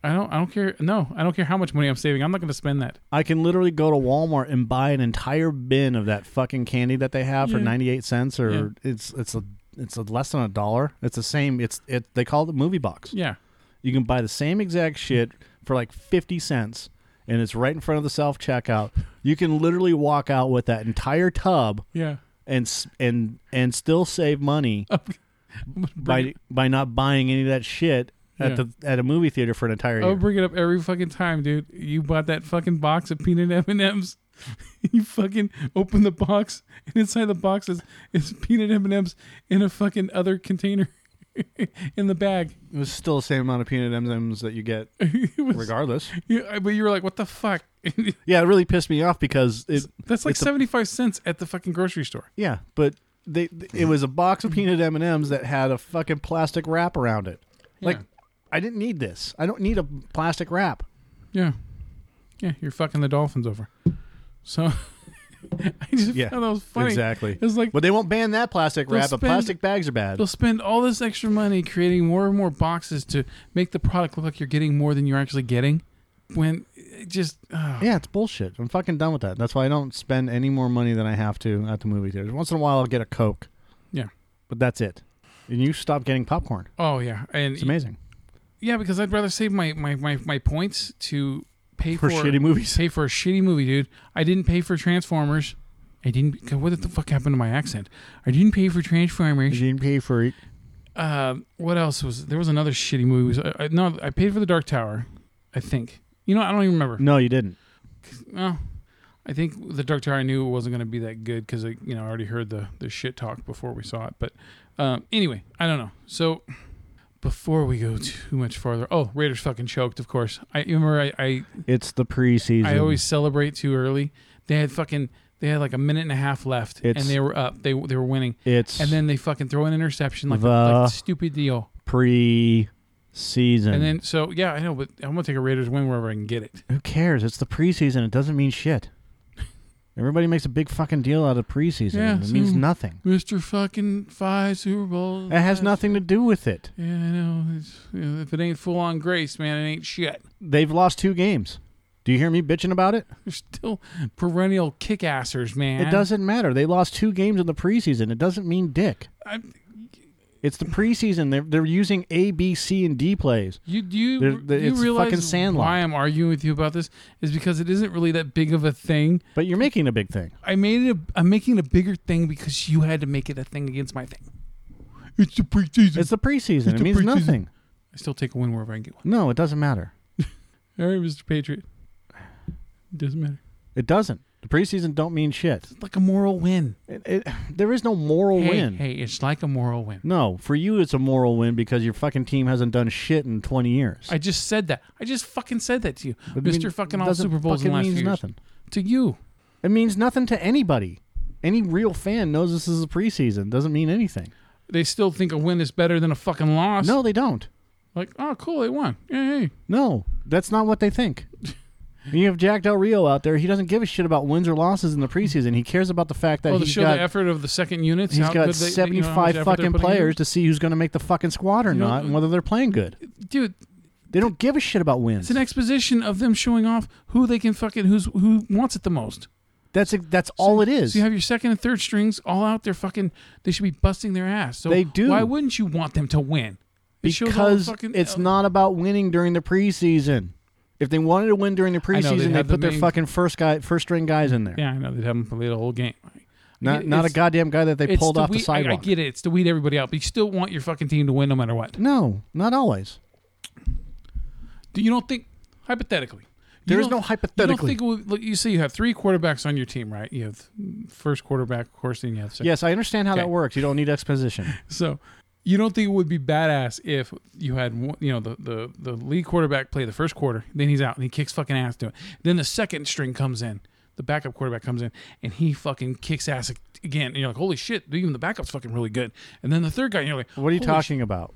Speaker 2: I don't, I don't care. No, I don't care how much money I'm saving. I'm not going to spend that.
Speaker 1: I can literally go to Walmart and buy an entire bin of that fucking candy that they have for
Speaker 2: Yeah.
Speaker 1: 98 cents or
Speaker 2: Yeah.
Speaker 1: it's it's a it's a less than a dollar. It's the same it's it they call it the movie box.
Speaker 2: Yeah,
Speaker 1: You can buy the same exact shit for like 50 cents and it's right in front of the self checkout. You can literally walk out with that entire tub
Speaker 2: yeah.
Speaker 1: and s- and and still save money by by not buying any of that shit at
Speaker 2: Yeah.
Speaker 1: the at a movie theater for an entire
Speaker 2: I
Speaker 1: year.
Speaker 2: would bring it up every fucking time, dude. You bought that fucking box of peanut M and M's. You fucking open the box, and inside the box is, is peanut M and M's in a fucking other container in the bag.
Speaker 1: It was still the same amount of peanut M&Ms that you get
Speaker 2: It was-
Speaker 1: regardless.
Speaker 2: you- I- but you were like, "What the fuck?"
Speaker 1: Yeah, it really pissed me off because it.
Speaker 2: That's like
Speaker 1: it's a-
Speaker 2: seventy five cents at the fucking grocery store.
Speaker 1: yeah, but they it was a box of peanut M and M's that had a fucking plastic wrap around it. Like,
Speaker 2: Yeah.
Speaker 1: I didn't need this. I don't need a plastic wrap.
Speaker 2: Yeah, yeah, you're fucking the dolphins over. So I just
Speaker 1: Yeah,
Speaker 2: found that was funny.
Speaker 1: exactly.
Speaker 2: It's like
Speaker 1: But they won't ban that plastic
Speaker 2: They'll
Speaker 1: wrap. But
Speaker 2: spend-
Speaker 1: plastic bags are bad.
Speaker 2: They'll spend all this extra money creating more and more boxes to make the product look like you're getting more than you're actually getting. When it just ah.
Speaker 1: Yeah, it's bullshit. I'm fucking done with that. That's why I don't spend any more money than I have to at the movie theaters. Once in a while, I'll get a Coke,
Speaker 2: yeah.
Speaker 1: but that's it. And you stop getting popcorn.
Speaker 2: Oh yeah, and
Speaker 1: It's amazing.
Speaker 2: yeah, because I'd rather save my my, my, my points to pay for,
Speaker 1: For shitty movies.
Speaker 2: Pay for a shitty movie, dude. I didn't pay for Transformers. I didn't. God, What the fuck happened to my accent? I didn't pay for Transformers.
Speaker 1: You didn't pay for it.
Speaker 2: uh, what else was there? Was another shitty movie? Was- I, I, no, I paid for the Dark Tower. I think. You know, I don't even remember.
Speaker 1: No, you didn't.
Speaker 2: Well, I think the Dark Tower I knew it wasn't going to be that good because I, you know, I already heard the the shit talk before we saw it. But um, anyway, I don't know. So before we go too much farther, oh, Raiders fucking choked. Of course, I you remember I I,
Speaker 1: It's the preseason.
Speaker 2: I always celebrate too early. They had fucking they had like a minute and a half left,
Speaker 1: It's-
Speaker 2: and they were up. They they were winning,
Speaker 1: It's
Speaker 2: and then they fucking throw an interception like,
Speaker 1: The-
Speaker 2: a, like a stupid deal.
Speaker 1: pre-season.
Speaker 2: And then so yeah, I know, but I'm gonna take a Raiders win wherever I can get it.
Speaker 1: who cares? It's the preseason. It doesn't mean shit. Everybody makes a big fucking deal out of preseason.
Speaker 2: Yeah, hmm.
Speaker 1: it means
Speaker 2: so-
Speaker 1: nothing.
Speaker 2: Mister fucking five Super Bowl.
Speaker 1: It has nothing to do with it.
Speaker 2: Yeah, I know. It's, you know, if it ain't full on grace, man, it ain't shit.
Speaker 1: They've lost two games. Do you hear me bitching about it?
Speaker 2: They're still perennial kickassers, man.
Speaker 1: It doesn't matter. They lost two games in the preseason. It doesn't mean dick.
Speaker 2: I,
Speaker 1: It's the preseason. They're they're using A, B, C, and D plays.
Speaker 2: you do you,
Speaker 1: They're- they're-
Speaker 2: you
Speaker 1: it's
Speaker 2: realize
Speaker 1: fucking Sandlot.
Speaker 2: why I'm arguing with you about this is because it isn't really that big of a thing.
Speaker 1: But you're making a big thing.
Speaker 2: I made it. A, I'm making it a bigger thing because you had to make it a thing against my thing. It's the preseason.
Speaker 1: It's the preseason.
Speaker 2: It's
Speaker 1: It
Speaker 2: the
Speaker 1: means
Speaker 2: preseason.
Speaker 1: nothing.
Speaker 2: I still take a win wherever I can get one.
Speaker 1: No, it doesn't matter.
Speaker 2: All right, Mr. Patriot. Doesn't matter.
Speaker 1: It doesn't. The preseason don't mean shit.
Speaker 2: It's like a moral win.
Speaker 1: It, it, there is no moral
Speaker 2: hey,
Speaker 1: win.
Speaker 2: Hey, it's like a moral win.
Speaker 1: No, for you it's a moral win because your fucking team hasn't done shit in 20 years.
Speaker 2: I just said that. I just fucking said that to you,
Speaker 1: But I mean,
Speaker 2: Mister Fucking All
Speaker 1: doesn't
Speaker 2: Super Bowls
Speaker 1: fucking
Speaker 2: in the last
Speaker 1: means
Speaker 2: few years.
Speaker 1: nothing.
Speaker 2: To you,
Speaker 1: It means nothing to anybody. Any real fan knows this is a preseason. Doesn't mean anything.
Speaker 2: they still think a win is better than a fucking loss.
Speaker 1: No, they don't.
Speaker 2: like oh, cool, they won. Yeah, hey,
Speaker 1: No, that's not what they think. you have Jack Del Rio out there. He doesn't give a shit about wins or losses in the preseason. He cares about the fact that
Speaker 2: well, to
Speaker 1: he's
Speaker 2: show
Speaker 1: got
Speaker 2: the effort of the second unit.
Speaker 1: he's
Speaker 2: how
Speaker 1: got
Speaker 2: good they- you know, how much
Speaker 1: 75
Speaker 2: effort they're
Speaker 1: fucking
Speaker 2: putting in.
Speaker 1: players to see who's going to make the fucking squad or
Speaker 2: know,
Speaker 1: not, and whether they're playing good.
Speaker 2: dude.
Speaker 1: They don't give a shit about wins.
Speaker 2: It's an exposition of them showing off who they can fucking who's who wants it the most.
Speaker 1: That's that's all it is.
Speaker 2: So you have your second and third strings all out there fucking. They should be busting their ass. So
Speaker 1: They do.
Speaker 2: Why wouldn't you want them to win? It shows all the
Speaker 1: because
Speaker 2: fucking- oh.
Speaker 1: it's not about winning during the preseason. If they wanted to win during the
Speaker 2: know, they'd
Speaker 1: preseason, they
Speaker 2: have the
Speaker 1: put their
Speaker 2: main-
Speaker 1: fucking first guy, first string guys in there.
Speaker 2: Yeah, I know they'd have them play the whole game.
Speaker 1: Not
Speaker 2: It-
Speaker 1: not a
Speaker 2: it's-
Speaker 1: goddamn guy that they
Speaker 2: it's
Speaker 1: pulled
Speaker 2: to
Speaker 1: off the
Speaker 2: weed- I-
Speaker 1: sidewalk.
Speaker 2: I, get it. It's to weed everybody out, but you still want your fucking team to win no matter what.
Speaker 1: No, not always.
Speaker 2: Do you don't think hypothetically?
Speaker 1: There
Speaker 2: you
Speaker 1: is
Speaker 2: don't-
Speaker 1: no hypothetically.
Speaker 2: You don't think it would- look, you say you have three quarterbacks on your team, right? You have first quarterback, of course, then you have second.
Speaker 1: Yes, I understand how
Speaker 2: Okay.
Speaker 1: that works. You don't need exposition.
Speaker 2: So you don't think it would be badass if you had one, you know the, the the lead quarterback play the first quarter, then he's out and he kicks fucking ass to it. Then the second string comes in, the backup quarterback comes in and he fucking kicks ass ag- again. And you're like, holy shit, even the backup's fucking really good. And then the third guy, and you're like,
Speaker 1: What are you
Speaker 2: holy
Speaker 1: talking about?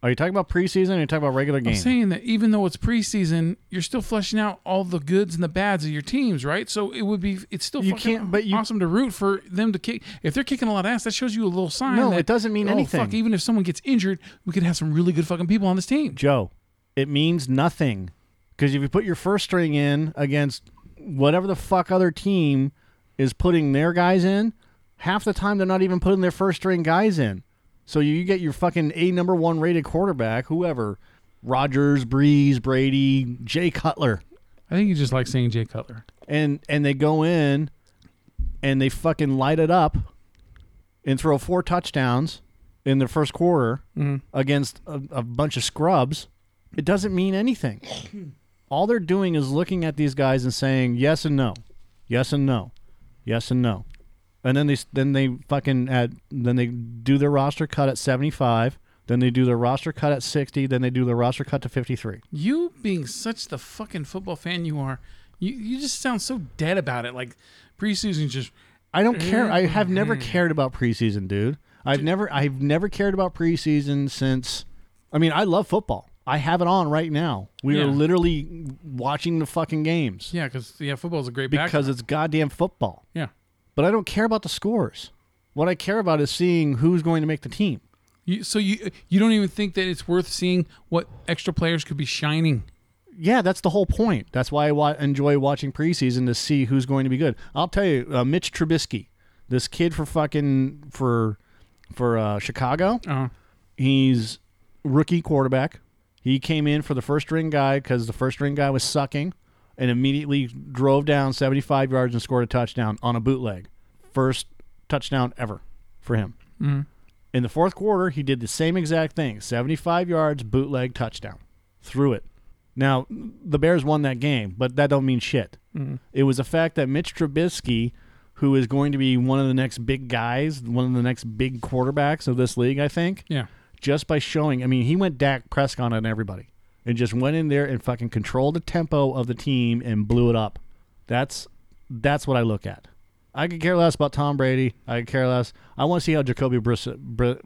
Speaker 1: Are you talking about preseason? Or are you talking about regular
Speaker 2: I'm
Speaker 1: games?
Speaker 2: saying that even though it's preseason, you're still fleshing out all the goods and the bads of your teams, right? So it would be it's still
Speaker 1: You
Speaker 2: fucking
Speaker 1: can't- but you-
Speaker 2: awesome to root for them to kick. If they're kicking a lot of ass, that shows you a little sign.
Speaker 1: No,
Speaker 2: that,
Speaker 1: it doesn't mean
Speaker 2: oh,
Speaker 1: anything.
Speaker 2: Fuck, even if someone gets injured, we could have some really good fucking people on this team.
Speaker 1: Joe, it means nothing because if you put your first string in against whatever the fuck other team is putting their guys in, half the time they're not even putting their first string guys in. So you get your fucking a number one rated quarterback, whoever, Rogers, Breeze, Brady, Jay Cutler.
Speaker 2: I think you just like saying Jay Cutler.
Speaker 1: and and they go in and they fucking light it up and throw four touchdowns in the first quarter against a, a bunch of scrubs it doesn't mean anything all they're doing is looking at these guys and saying yes and no yes and no yes and no and then they s- then they fucking at then they do their roster cut at 75 then they do their roster cut at 60 then they do their roster cut to 53
Speaker 2: You being such the fucking football fan you are, you, you just sound so dead about it. Like preseason's just
Speaker 1: I don't care. I have never cared about preseason, dude. I've never I've never cared about preseason since I mean, I love football. I have it on right now. We are
Speaker 2: Yeah.
Speaker 1: literally watching the fucking games
Speaker 2: yeah, because yeah, football's a great
Speaker 1: because it's goddamn football.
Speaker 2: yeah,
Speaker 1: But I don't care about the scores. What I care about is seeing who's going to make the team.
Speaker 2: You, so you you don't even think that it's worth seeing what extra players could be shining.
Speaker 1: Yeah, that's the whole point. That's why I wa- enjoy watching preseason to see who's going to be good. I'll tell you, uh, Mitch Trubisky, this kid for fucking for for uh, Chicago.
Speaker 2: Uh,
Speaker 1: He's rookie quarterback. He came in for the first string guy because the first string guy was sucking, and immediately drove down 75 yards and scored a touchdown on a bootleg. First touchdown ever for him. In the fourth quarter, he did the same exact thing: 75 yards, bootleg, touchdown, threw it. Now the Bears won that game, but that don't mean shit. It was the fact that Mitch Trubisky, who is going to be one of the next big guys, one of the next big quarterbacks of this league, I think
Speaker 2: yeah,
Speaker 1: just by showing. I mean, he went Dak Prescott on everybody and just went in there and fucking controlled the tempo of the team and blew it up. That's that's what I look at. I could care less about Tom Brady. I could care less. I want to see how Jacoby Bris- Bri-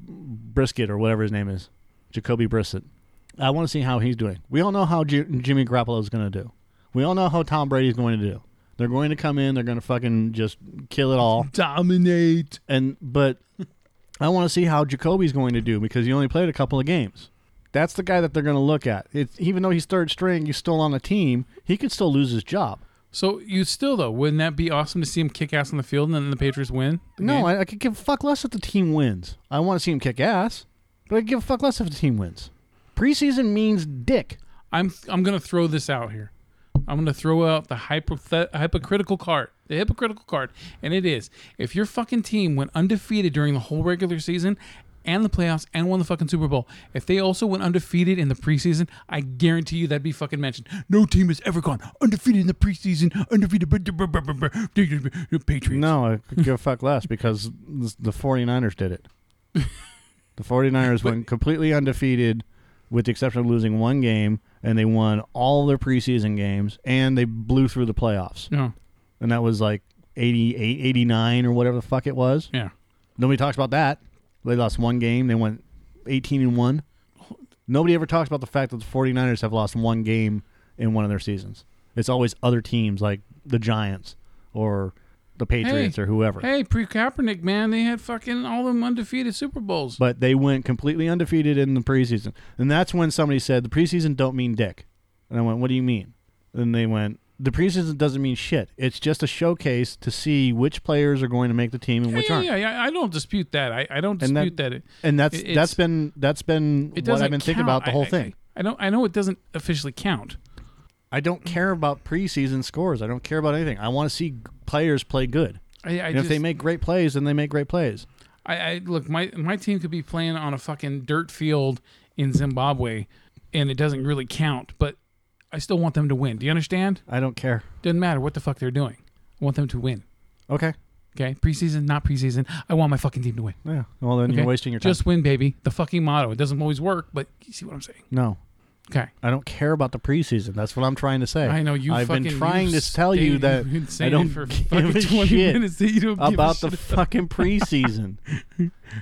Speaker 1: Brisket or whatever his name is, Jacoby Brissett. I want to see how he's doing. We all know how J- Jimmy Garoppolo is going to do. We all know how Tom Brady's going to do. They're going to come in. They're going to fucking just kill it all
Speaker 2: dominate.
Speaker 1: and but I want to see how Jacoby's going to do because he only played a couple of games. That's the guy that they're going to look at. It's, even though he's third string, he's still on the team. He could still lose his job.
Speaker 2: So you still though, wouldn't that be awesome to see him kick ass on the field and then the Patriots win? the
Speaker 1: No,
Speaker 2: game?
Speaker 1: I, I could give a fuck less if the team wins. I want to see him kick ass, but I could give a fuck less if the team wins. Preseason means dick.
Speaker 2: I'm I'm gonna throw this out here. I'm gonna throw out the hypothet- hypocritical card, the hypocritical card, and it is if your fucking team went undefeated during the whole regular season and the playoffs and won the fucking Super Bowl. If they also went undefeated in the preseason, I guarantee you that'd be fucking mentioned. No team has ever gone undefeated in the preseason. Undefeated. br- br- br- br- br- Patriots.
Speaker 1: No, I could give a fuck less because the 49ers did it. The 49ers went completely undefeated with the exception of losing one game, and they won all their preseason games, and they blew through the playoffs.
Speaker 2: No.
Speaker 1: And that was like 88, 89 or whatever the fuck it was.
Speaker 2: Yeah.
Speaker 1: Nobody talks about that. They lost one game. They went 18 and 1. Nobody ever talks about the fact that the 49ers have lost one game in one of their seasons. It's always other teams like the Giants or the Patriots or whoever.
Speaker 2: Hey, pre Kaepernick, man, they had fucking all them undefeated Super Bowls.
Speaker 1: But they went completely undefeated in the preseason. And that's when somebody said, the preseason don't mean dick. And I went, what do you mean? And they went, the preseason doesn't mean shit. It's just a showcase to see which players are going to make the team and which
Speaker 2: yeah,
Speaker 1: aren't.
Speaker 2: yeah, yeah, I don't dispute that. I, I don't
Speaker 1: And that-
Speaker 2: dispute that. It,
Speaker 1: And that's
Speaker 2: It-
Speaker 1: that's
Speaker 2: it's-
Speaker 1: been that's been
Speaker 2: it
Speaker 1: what I've
Speaker 2: doesn't
Speaker 1: been thinking
Speaker 2: count.
Speaker 1: about the
Speaker 2: I-
Speaker 1: whole
Speaker 2: I-
Speaker 1: thing.
Speaker 2: I, don't. I know it doesn't officially count.
Speaker 1: I don't care about preseason scores. I don't care about anything. I want to see g- players play good.
Speaker 2: I, I
Speaker 1: and
Speaker 2: just,
Speaker 1: if they make great plays, then they make great plays.
Speaker 2: I, I look my my team could be playing on a fucking dirt field in Zimbabwe, and it doesn't really count. But I still want them to win. Do you understand?
Speaker 1: I don't care.
Speaker 2: Doesn't matter what the fuck they're doing. I want them to win.
Speaker 1: Okay.
Speaker 2: Okay, preseason, not preseason. I want my fucking team to win.
Speaker 1: Yeah. Well, then
Speaker 2: Okay?
Speaker 1: you're wasting your time.
Speaker 2: Just win, baby. The fucking motto. It doesn't always work, but you see what I'm saying.
Speaker 1: no.
Speaker 2: Okay.
Speaker 1: I don't care about the preseason. That's what I'm trying to say.
Speaker 2: I know you.
Speaker 1: I've
Speaker 2: fucking,
Speaker 1: been trying
Speaker 2: you
Speaker 1: to tell you
Speaker 2: stayed-
Speaker 1: that
Speaker 2: you've been
Speaker 1: I
Speaker 2: saying
Speaker 1: don't
Speaker 2: for
Speaker 1: give
Speaker 2: fucking
Speaker 1: a
Speaker 2: 20
Speaker 1: shit
Speaker 2: minutes that you don't give a
Speaker 1: about the
Speaker 2: shit
Speaker 1: fucking preseason.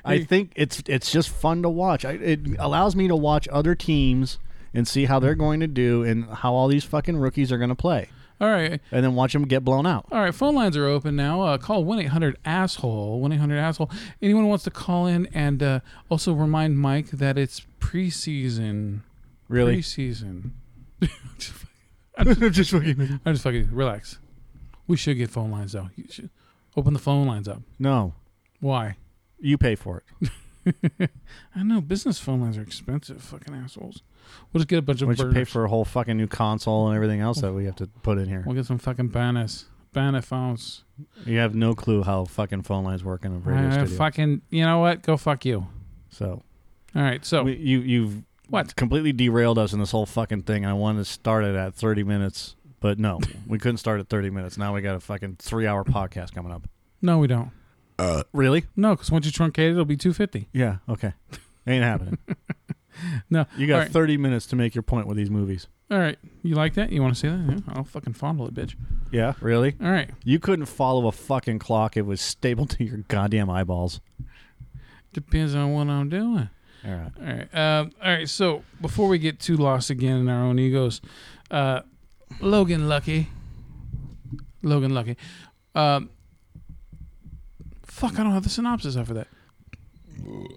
Speaker 1: I think it's it's just fun to watch. I, it allows me to watch other teams and see how they're going to do and how all these fucking rookies are going to play,
Speaker 2: All right.
Speaker 1: and then watch them get blown out.
Speaker 2: All right, phone lines are open now. Uh, call 1 800 asshole. 1 800 asshole. Anyone wants to call in and uh, also remind Mike that it's preseason.
Speaker 1: Really,
Speaker 2: Preseason.
Speaker 1: just fucking
Speaker 2: I'm just fucking relax. We should get phone lines though. You should open the phone lines up.
Speaker 1: no.
Speaker 2: Why?
Speaker 1: You pay for it.
Speaker 2: I know business phone lines are expensive. Fucking assholes. We'll just get a bunch of
Speaker 1: Why don't you pay
Speaker 2: burners.
Speaker 1: for a whole fucking new console and everything else that we have to put in here?
Speaker 2: We'll get some fucking banners. Banner phones.
Speaker 1: You have no clue how fucking phone lines work in a radio
Speaker 2: Uh,
Speaker 1: studio.
Speaker 2: fucking. You know what? Go fuck you.
Speaker 1: So
Speaker 2: All right. So
Speaker 1: we, you you've
Speaker 2: what?
Speaker 1: completely derailed us in this whole fucking thing. I wanted to start it at 30 minutes, but no, we couldn't start at 30 minutes. Now we got a fucking three hour podcast coming up.
Speaker 2: No, we don't.
Speaker 1: Really?
Speaker 2: No, because once you truncate it, it'll be two fifty.
Speaker 1: Yeah. Okay. Ain't happening.
Speaker 2: No.
Speaker 1: You got
Speaker 2: All right.
Speaker 1: 30 minutes to make your point with these movies.
Speaker 2: All right. You like that? You want to see that? Yeah, I'll fucking fondle it, bitch.
Speaker 1: Yeah. Really?
Speaker 2: All right.
Speaker 1: You couldn't follow a fucking clock. It was stapled to your goddamn eyeballs.
Speaker 2: Depends on what I'm doing.
Speaker 1: All right.
Speaker 2: All right. Um, all right. So before we get too lost again in our own egos, uh, Logan Lucky. Logan Lucky. Um, fuck, I don't have the synopsis after that.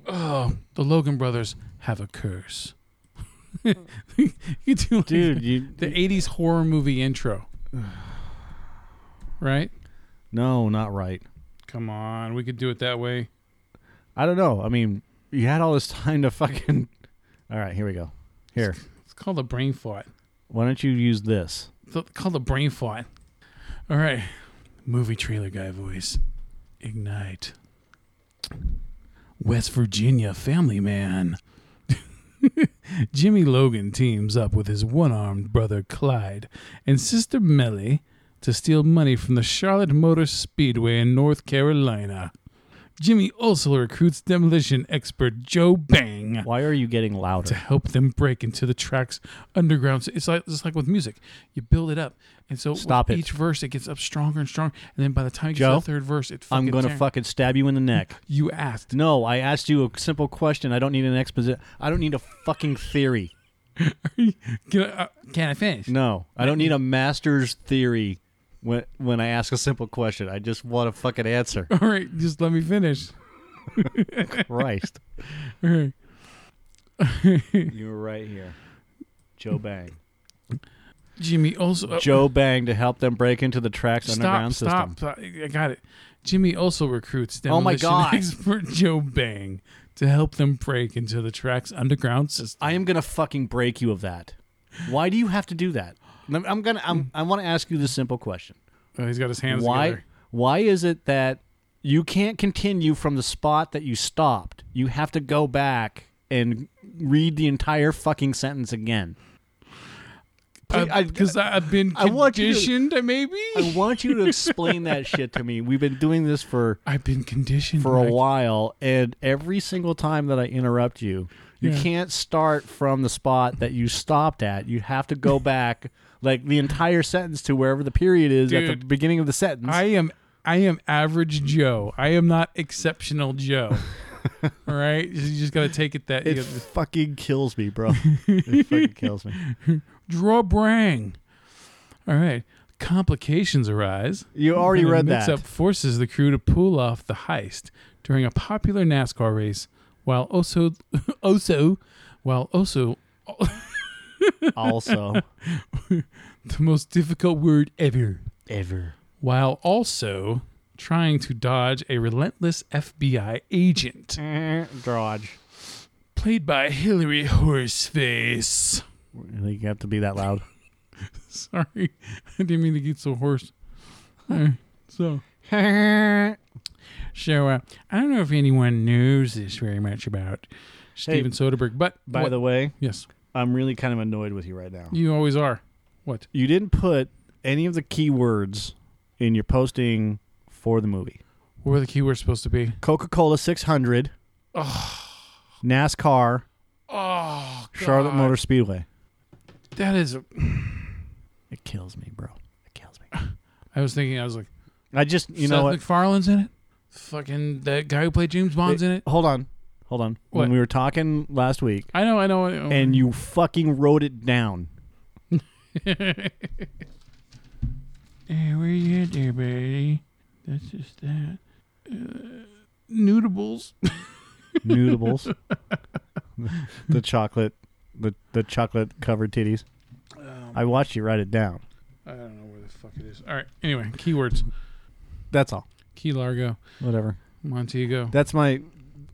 Speaker 2: Oh, the Logan brothers have a curse. you do like
Speaker 1: Dude, you.
Speaker 2: the '80s horror movie intro, right?
Speaker 1: no, not right.
Speaker 2: Come on, we could do it that way.
Speaker 1: I don't know. I mean, you had all this time to fucking. All right, here we go. Here,
Speaker 2: It's called a brain fart.
Speaker 1: why don't you use this?
Speaker 2: It's called a brain fart. All right, movie trailer guy voice. Ignite. West Virginia family man. Jimmy Logan teams up with his one armed brother Clyde and sister Melly to steal money from the Charlotte Motor Speedway in North Carolina. Jimmy also recruits demolition expert Joe Bang
Speaker 1: Why are you getting
Speaker 2: to
Speaker 1: louder?
Speaker 2: help them break into the tracks underground. So it's like it's like with music, you build it up, and so with
Speaker 1: Stop it.
Speaker 2: each verse it gets up stronger and stronger, and then by the time you get
Speaker 1: Joe,
Speaker 2: to the third verse, it fucking
Speaker 1: I'm going to
Speaker 2: tear-
Speaker 1: fucking stab you in the neck.
Speaker 2: You asked.
Speaker 1: No, I asked you a simple question. I don't need an exposition. I don't need a fucking theory.
Speaker 2: Can I, uh, can I finish?
Speaker 1: No, I don't need a master's theory when when I ask a simple question. I just want a fucking answer.
Speaker 2: All right, just let me finish.
Speaker 1: Christ,
Speaker 2: All right.
Speaker 1: you were right here.
Speaker 2: Hmm.
Speaker 1: Joe Bang.
Speaker 2: Jimmy also uh,
Speaker 1: Joe Bang to help them break into the tracks
Speaker 2: stop
Speaker 1: underground
Speaker 2: stop.
Speaker 1: system.
Speaker 2: stop. I got it. Jimmy also recruits
Speaker 1: Oh my
Speaker 2: demolition
Speaker 1: God.
Speaker 2: expert Joe Bang to help them break into the tracks underground system.
Speaker 1: I am gonna fucking break you of that. Why do you have to do that? I'm I'm gonna. I'm, I want to ask you the simple question.
Speaker 2: Oh, he's got his hands
Speaker 1: why
Speaker 2: together.
Speaker 1: why is it that You can't continue from the spot that you stopped. You have to go back and read the entire fucking sentence again. Please, I-
Speaker 2: Because Uh, I've been
Speaker 1: I want you to-
Speaker 2: conditioned, maybe.
Speaker 1: I want you to explain that shit to me. We've been doing this for
Speaker 2: I've been conditioned
Speaker 1: for a
Speaker 2: Mike.
Speaker 1: while, and every single time that I interrupt you, you
Speaker 2: Yeah.
Speaker 1: can't start from the spot that you stopped at. You have to go back like the entire sentence to wherever the period is at the
Speaker 2: Dude,
Speaker 1: beginning of the sentence.
Speaker 2: I am I am average Joe. I am not exceptional Joe. All right, you just gotta take it that
Speaker 1: it
Speaker 2: you gotta-
Speaker 1: fucking kills me, bro. it fucking kills me.
Speaker 2: draw brang. All right, complications arise.
Speaker 1: You already
Speaker 2: when a
Speaker 1: read that.
Speaker 2: mix-up forces the crew to pull off the heist during a popular NASCAR race, while also also while also
Speaker 1: Also,
Speaker 2: the most difficult word ever.
Speaker 1: ever.
Speaker 2: while also trying to dodge a relentless FBI agent
Speaker 1: Dodge.
Speaker 2: played by Hillary Horseface.
Speaker 1: I think you have to be that loud.
Speaker 2: Sorry, I didn't mean to get so hoarse. Alright, so, so uh, I don't know if anyone knows this very much about Steven Soderbergh, but
Speaker 1: By the way,
Speaker 2: yes,
Speaker 1: I'm really kind of annoyed with you right now.
Speaker 2: you always are. What?
Speaker 1: You didn't put any of the keywords in your posting for the movie.
Speaker 2: What were the keywords supposed to be?
Speaker 1: Coca Cola 600, NASCAR,
Speaker 2: Oh, God.
Speaker 1: Charlotte Motor Speedway.
Speaker 2: That is.
Speaker 1: It kills me, bro. It kills me.
Speaker 2: I was thinking. I was like,
Speaker 1: I just, you
Speaker 2: Seth
Speaker 1: know what?
Speaker 2: MacFarlane's in it. Fucking that guy who played James Bond's in it.
Speaker 1: Hold on. Hold on. When
Speaker 2: What?
Speaker 1: we were talking last week,
Speaker 2: I know, I know. I know.
Speaker 1: and you fucking wrote it down.
Speaker 2: hey, where you at there, buddy? That's just that. Uh, noodles.
Speaker 1: Noodles. the chocolate, the, the chocolate covered titties. I watched you write it down.
Speaker 2: I don't know where the fuck it is. All right. Anyway, keywords:
Speaker 1: That's all.
Speaker 2: Key Largo,
Speaker 1: Whatever.
Speaker 2: Montego.
Speaker 1: That's my,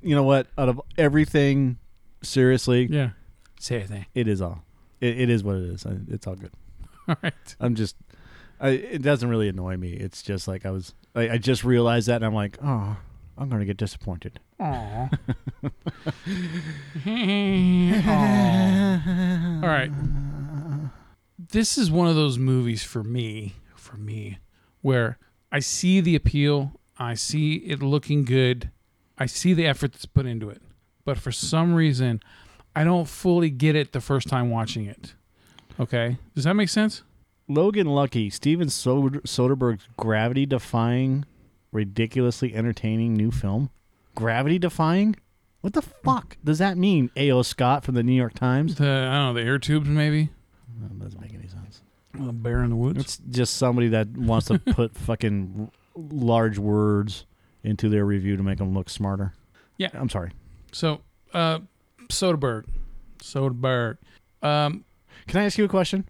Speaker 1: you know what? Out of everything, seriously,
Speaker 2: yeah. Say a thing.
Speaker 1: it is all. It, it is what it is. I, it's all good.
Speaker 2: All right.
Speaker 1: I'm just, I, it doesn't really annoy me. It's just like I was, I, I just realized that and I'm like, oh, I'm going to get disappointed.
Speaker 2: Aw. Aw. All right. This is one of those movies for me, for me, where I see the appeal, I see it looking good, I see the effort that's put into it. But for some reason, I don't fully get it the first time watching it. Okay? Does that make sense?
Speaker 1: Logan Lucky, Steven Soder- Soderbergh's gravity defying, ridiculously entertaining new film. Gravity defying? What the fuck does that mean? A.O. Scott from the New York Times?
Speaker 2: The I don't know, the air tubes maybe?
Speaker 1: That doesn't make any sense.
Speaker 2: A bear in the woods.
Speaker 1: It's just somebody that wants to put fucking r- large words into their review to make them look smarter.
Speaker 2: Yeah.
Speaker 1: I'm sorry.
Speaker 2: So, uh Soderbergh. Soderbergh. Um
Speaker 1: Can I ask you a question?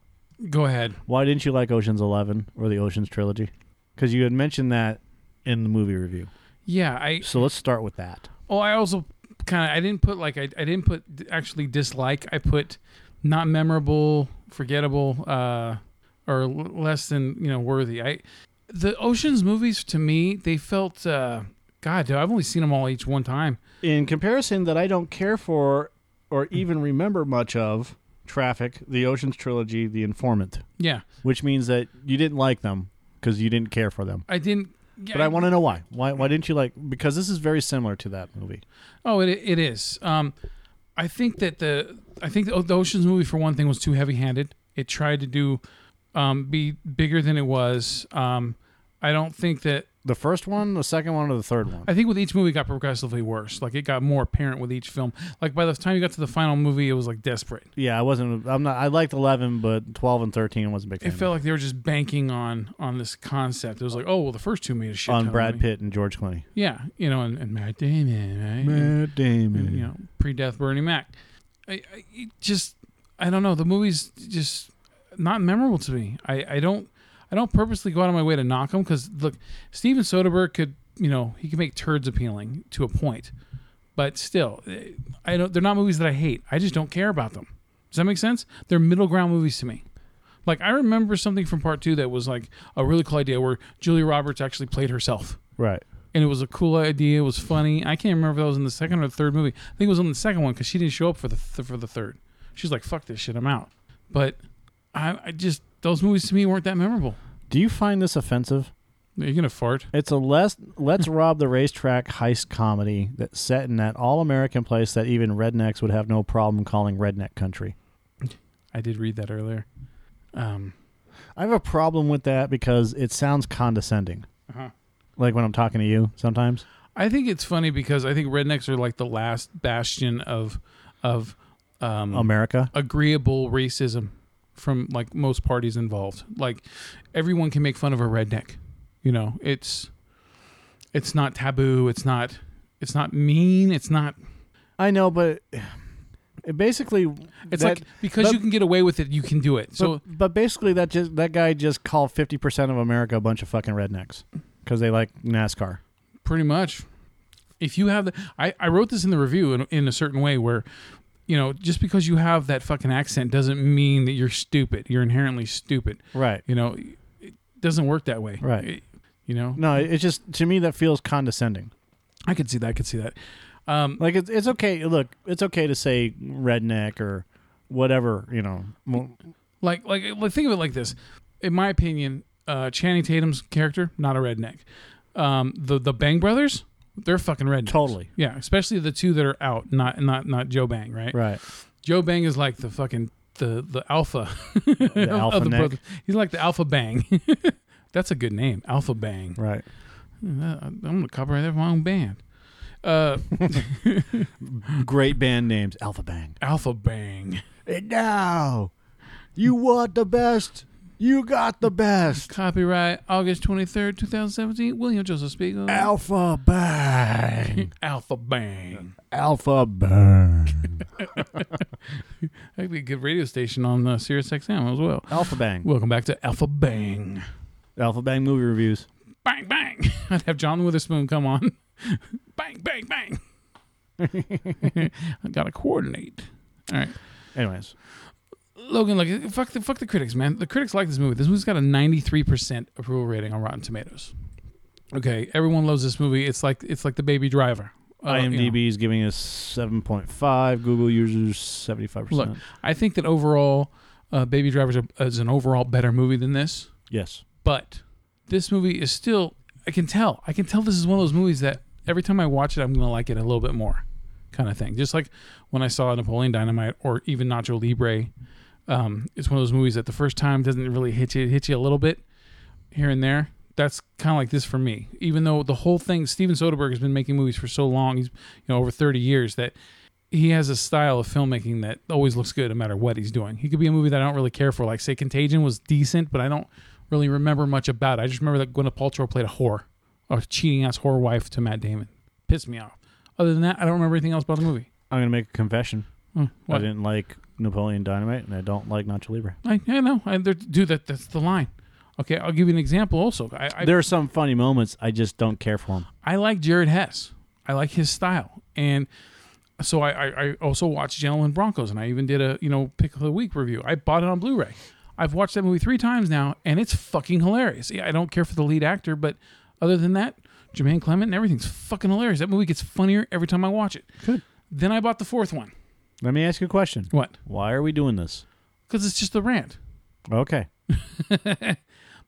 Speaker 2: go ahead.
Speaker 1: Why didn't you like Ocean's Eleven or the Ocean's trilogy? Because you had mentioned that in the movie review.
Speaker 2: Yeah, I
Speaker 1: So let's start with that.
Speaker 2: Oh, I also kind of I didn't put like I, I didn't put d- actually dislike. I put not memorable, forgettable, uh, or l- less than you know worthy. I the oceans movies to me they felt uh, God, dude, I've only seen them all each one time.
Speaker 1: In comparison, that I don't care for or even remember much of Traffic, the Ocean's trilogy, The Informant,
Speaker 2: Yeah,
Speaker 1: which means that you didn't like them because you didn't care for them.
Speaker 2: I didn't. Yeah,
Speaker 1: But I want to know why. Why why didn't you like because this is very similar to that movie.
Speaker 2: Oh, it it is. Um, I think that the I think the, the Ocean's movie for one thing was too heavy-handed. It tried to do um, be bigger than it was. Um, I don't think that
Speaker 1: The first one, the second one, or the third one?
Speaker 2: I think with each movie it got progressively worse. Like it got more apparent with each film. Like by the time you got to the final movie, it was like desperate.
Speaker 1: Yeah, I wasn't. I'm not. I liked eleven, but twelve and thirteen I wasn't a big.
Speaker 2: It
Speaker 1: fan
Speaker 2: felt like they were just banking on on this concept. It was like, oh well, the first two made a shit
Speaker 1: of.
Speaker 2: ton
Speaker 1: on
Speaker 2: of
Speaker 1: Brad
Speaker 2: money.
Speaker 1: Pitt and George Clooney.
Speaker 2: Yeah, you know, and, and Matt Damon, right? And-
Speaker 1: Damon.
Speaker 2: you know, pre-death Bernie Mac. I, I it just I don't know. The movie's just not memorable to me. I, I don't I don't purposely go out of my way to knock him because look, Steven Soderbergh could you know he could make turds appealing to a point, but still, eh, I don't. They're not movies that I hate. I just don't care about them. Does that make sense? They're middle ground movies to me. Like I remember something from part two that was like a really cool idea where Julia Roberts actually played herself
Speaker 1: Right.
Speaker 2: and it was a cool idea. It was funny. I can't remember if that was in the second or the third movie. I think it was in the second one because she didn't show up for the th- for the third. She's like, "Fuck this shit, I'm out." But I, I just those movies to me weren't that memorable.
Speaker 1: Do you find this offensive?
Speaker 2: Are you gonna fart?
Speaker 1: It's a less let's rob the racetrack heist comedy that's set in that all American place that even rednecks would have no problem calling redneck country.
Speaker 2: I did read that earlier. Um,
Speaker 1: I have a problem with that because it sounds condescending.
Speaker 2: Uh-huh.
Speaker 1: Like when I'm talking to you sometimes.
Speaker 2: I think it's funny because I think rednecks are like the last bastion of of um,
Speaker 1: America.
Speaker 2: agreeable racism from like most parties involved. Like everyone can make fun of a redneck. You know, it's it's not taboo. It's not it's not mean. It's not.
Speaker 1: I know, but it basically
Speaker 2: It's
Speaker 1: that-
Speaker 2: like because
Speaker 1: but-
Speaker 2: you can get away with it, you can do it. So
Speaker 1: but, but basically that just that guy just called 50% of America a bunch of fucking rednecks cuz they like NASCAR.
Speaker 2: pretty much, if you have the, I I wrote this in the review in, in a certain way where. You know, just because you have that fucking accent doesn't mean that you're stupid. You're inherently stupid.
Speaker 1: Right.
Speaker 2: You know, it doesn't work that way.
Speaker 1: Right.
Speaker 2: It- you know,
Speaker 1: No, it- it's just to me that feels condescending.
Speaker 2: I could see that. I could see that. Um,
Speaker 1: Like it's it's okay. Look, it's okay to say redneck or whatever, you know. Mo-
Speaker 2: Like, like, like, think of it like this. In my opinion, uh, Channing Tatum's character not a redneck. Um, the the Bang brothers, they're fucking rednecks.
Speaker 1: Totally.
Speaker 2: Yeah, especially the two that are out, not not not Joe Bang, right?
Speaker 1: Right.
Speaker 2: Joe Bang is like the fucking the the alpha.
Speaker 1: The
Speaker 2: of
Speaker 1: alpha
Speaker 2: the
Speaker 1: neck.
Speaker 2: brothers. He's like the alpha Bang. That's a good name, Alpha Bang.
Speaker 1: Right.
Speaker 2: Uh, I'm gonna copyright that for my own band. Uh,
Speaker 1: Great band names, Alpha Bang.
Speaker 2: alpha Bang.
Speaker 1: And now, you want the best. You got the best.
Speaker 2: Copyright August twenty third, two thousand seventeen. William Joseph Spiegel.
Speaker 1: Alpha Bang.
Speaker 2: alpha Bang.
Speaker 1: Alpha Bang.
Speaker 2: That'd be a good radio station on uh, Sirius XM as well.
Speaker 1: Alpha Bang.
Speaker 2: Welcome back to Alpha Bang.
Speaker 1: Alpha Bang movie reviews.
Speaker 2: Bang, bang. I'd have John Witherspoon come on. bang, bang, bang. I got to coordinate. All right.
Speaker 1: Anyways,
Speaker 2: Logan, look, fuck the, fuck the critics, man. The critics like this movie. This movie's got a 93% approval rating on Rotten Tomatoes. Okay, everyone loves this movie. It's like it's like the baby driver. Uh, you know.
Speaker 1: IMDb is giving us 7.5. Google users 75%.
Speaker 2: Look, I think that overall, uh, Baby Driver is a- is an overall better movie than this.
Speaker 1: Yes.
Speaker 2: but this movie is still i can tell i can tell this is one of those movies that every time i watch it i'm gonna like it a little bit more kind of thing just like when i saw napoleon dynamite or even nacho libre um, it's one of those movies that the first time doesn't really hit you it hits you a little bit here and there that's kind of like this for me even though the whole thing steven soderbergh has been making movies for so long he's you know over 30 years that he has a style of filmmaking that always looks good no matter what he's doing. He could be a movie that I don't really care for. Like, say, Contagion was decent, but I don't really remember much about it. I just remember that Gwyneth Paltrow played a whore, a cheating ass whore wife to Matt Damon. Pissed me off. Other than that, I don't remember anything else about the movie.
Speaker 1: I'm going to make a confession.
Speaker 2: Hmm,
Speaker 1: I
Speaker 2: What?
Speaker 1: didn't like Napoleon Dynamite, and I don't like Nacho Libre.
Speaker 2: I, I know. I, there- dude, that, that's the line. Okay, I'll give you an example also. I, I,
Speaker 1: there are some funny moments. I just don't care for them.
Speaker 2: I like Jared Hess. I like his style, and so I, I, I also watched Gentleman Broncos, and I even did a you know pick of the week review. I bought it on Blu-ray. I've watched that movie three times now, and it's fucking hilarious. Yeah, I don't care for the lead actor, but other than that, Jermaine Clement and everything's fucking hilarious. That movie gets funnier every time I watch it.
Speaker 1: Good.
Speaker 2: Then I bought the fourth one.
Speaker 1: Let me ask you a question.
Speaker 2: What?
Speaker 1: Why are we doing this?
Speaker 2: Because it's just a rant.
Speaker 1: Okay.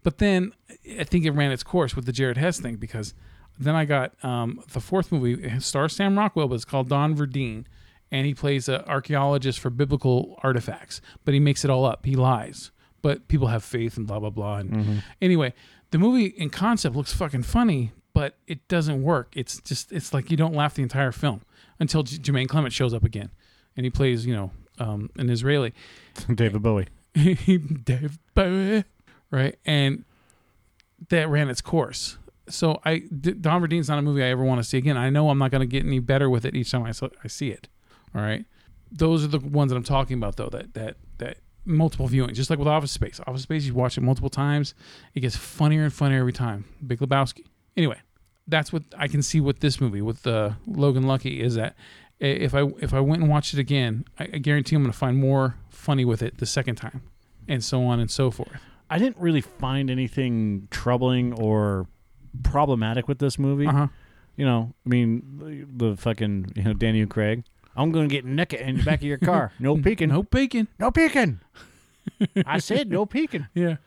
Speaker 2: But then I think it ran its course with the Jared Hess thing because then I got um, the fourth movie it stars Sam Rockwell, but it's called Don Verdeen, and he plays an archaeologist for biblical artifacts, but he makes it all up. He lies, but people have faith and blah blah blah. And anyway, the movie in concept looks fucking funny, but it doesn't work. It's just it's like you don't laugh the entire film until J- Jermaine Clement shows up again, and he plays you know um, an Israeli.
Speaker 1: David Bowie.
Speaker 2: Dave Bowie, right? And that ran its course. So I D- Don Verdean's not a movie I ever want to see again. I know I'm not going to get any better with it each time I, so, I see it. All right, those are the ones that I'm talking about though. That that that multiple viewing, just like with Office Space. Office Space, you watch it multiple times, it gets funnier and funnier every time. Big Lebowski. Anyway, that's what I can see with this movie with uh, Logan Lucky is that i- if I if I went and watched it again, I, I guarantee I'm going to find more funny with it the second time, and so on and so forth.
Speaker 1: I didn't really find anything troubling or problematic with this movie.
Speaker 2: Uh huh.
Speaker 1: You know, I mean, the, the fucking you know Daniel Craig. I'm gonna get naked in the back of your car. No peeking.
Speaker 2: No bacon.
Speaker 1: No peeking. I said no peeking.
Speaker 2: Yeah,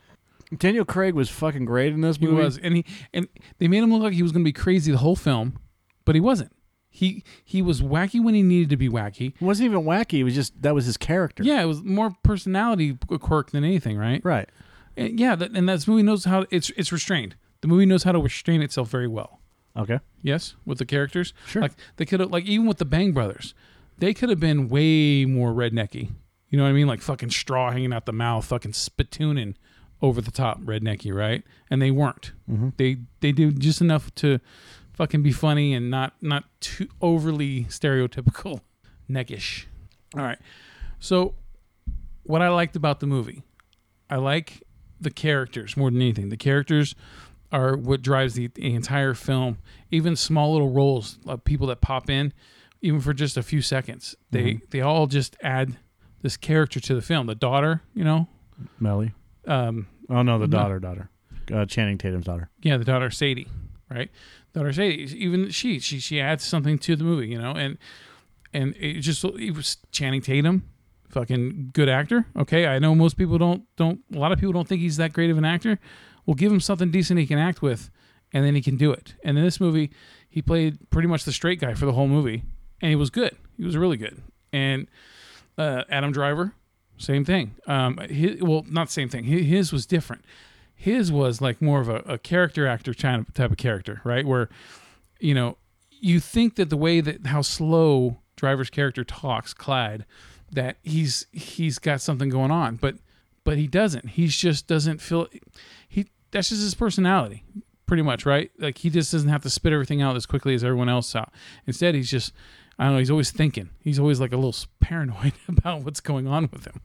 Speaker 1: Daniel Craig was fucking great in this
Speaker 2: he
Speaker 1: movie.
Speaker 2: was, and he and they made him look like he was going to be crazy the whole film, but he wasn't. He he was wacky when he needed to be wacky.
Speaker 1: It wasn't even wacky. It was just that was his character.
Speaker 2: Yeah, it was more personality quirk than anything, right?
Speaker 1: Right.
Speaker 2: And yeah, that, and that movie knows how it's it's restrained. The movie knows how to restrain itself very well.
Speaker 1: Okay.
Speaker 2: Yes, with the characters.
Speaker 1: Sure.
Speaker 2: Like they could have, like even with the Bang Brothers, they could have been way more rednecky. You know what I mean? Like fucking straw hanging out the mouth, fucking spittooning over the top rednecky, right? And they weren't. They they did just enough to fucking be funny and not not too overly stereotypical neckish. All right. So what I liked about the movie, I like the characters more than anything. The characters are what drives the, the entire film. Even small little roles, like people that pop in, even for just a few seconds, they they all just add this character to the film. The daughter, you know,
Speaker 1: Melly.
Speaker 2: um,
Speaker 1: Oh no, the daughter, daughter. Uh, Channing Tatum's daughter.
Speaker 2: yeah, the daughter Sadie, right? Daughter Sadie. Even she, she, she adds something to the movie, you know, and and it just it was Channing Tatum, fucking good actor. Okay, I know most people don't don't a lot of people don't think he's that great of an actor. Well, give him something decent he can act with, and then he can do it. And in this movie, he played pretty much the straight guy for the whole movie, and he was good. He was really good. And uh, Adam Driver, same thing. Um, his, well, not same thing. Hi- His was different. His was like more of a, a character actor kind of- type of character, right? Where, you know, you think that the way that how slow Driver's character talks, Clyde, that he's he's got something going on, but but he doesn't. He just doesn't feel he. That's just his personality, pretty much, right? Like he just doesn't have to spit everything out as quickly as everyone else out. Instead, he's just I don't know. He's always thinking. He's always like a little s- paranoid about what's going on with him,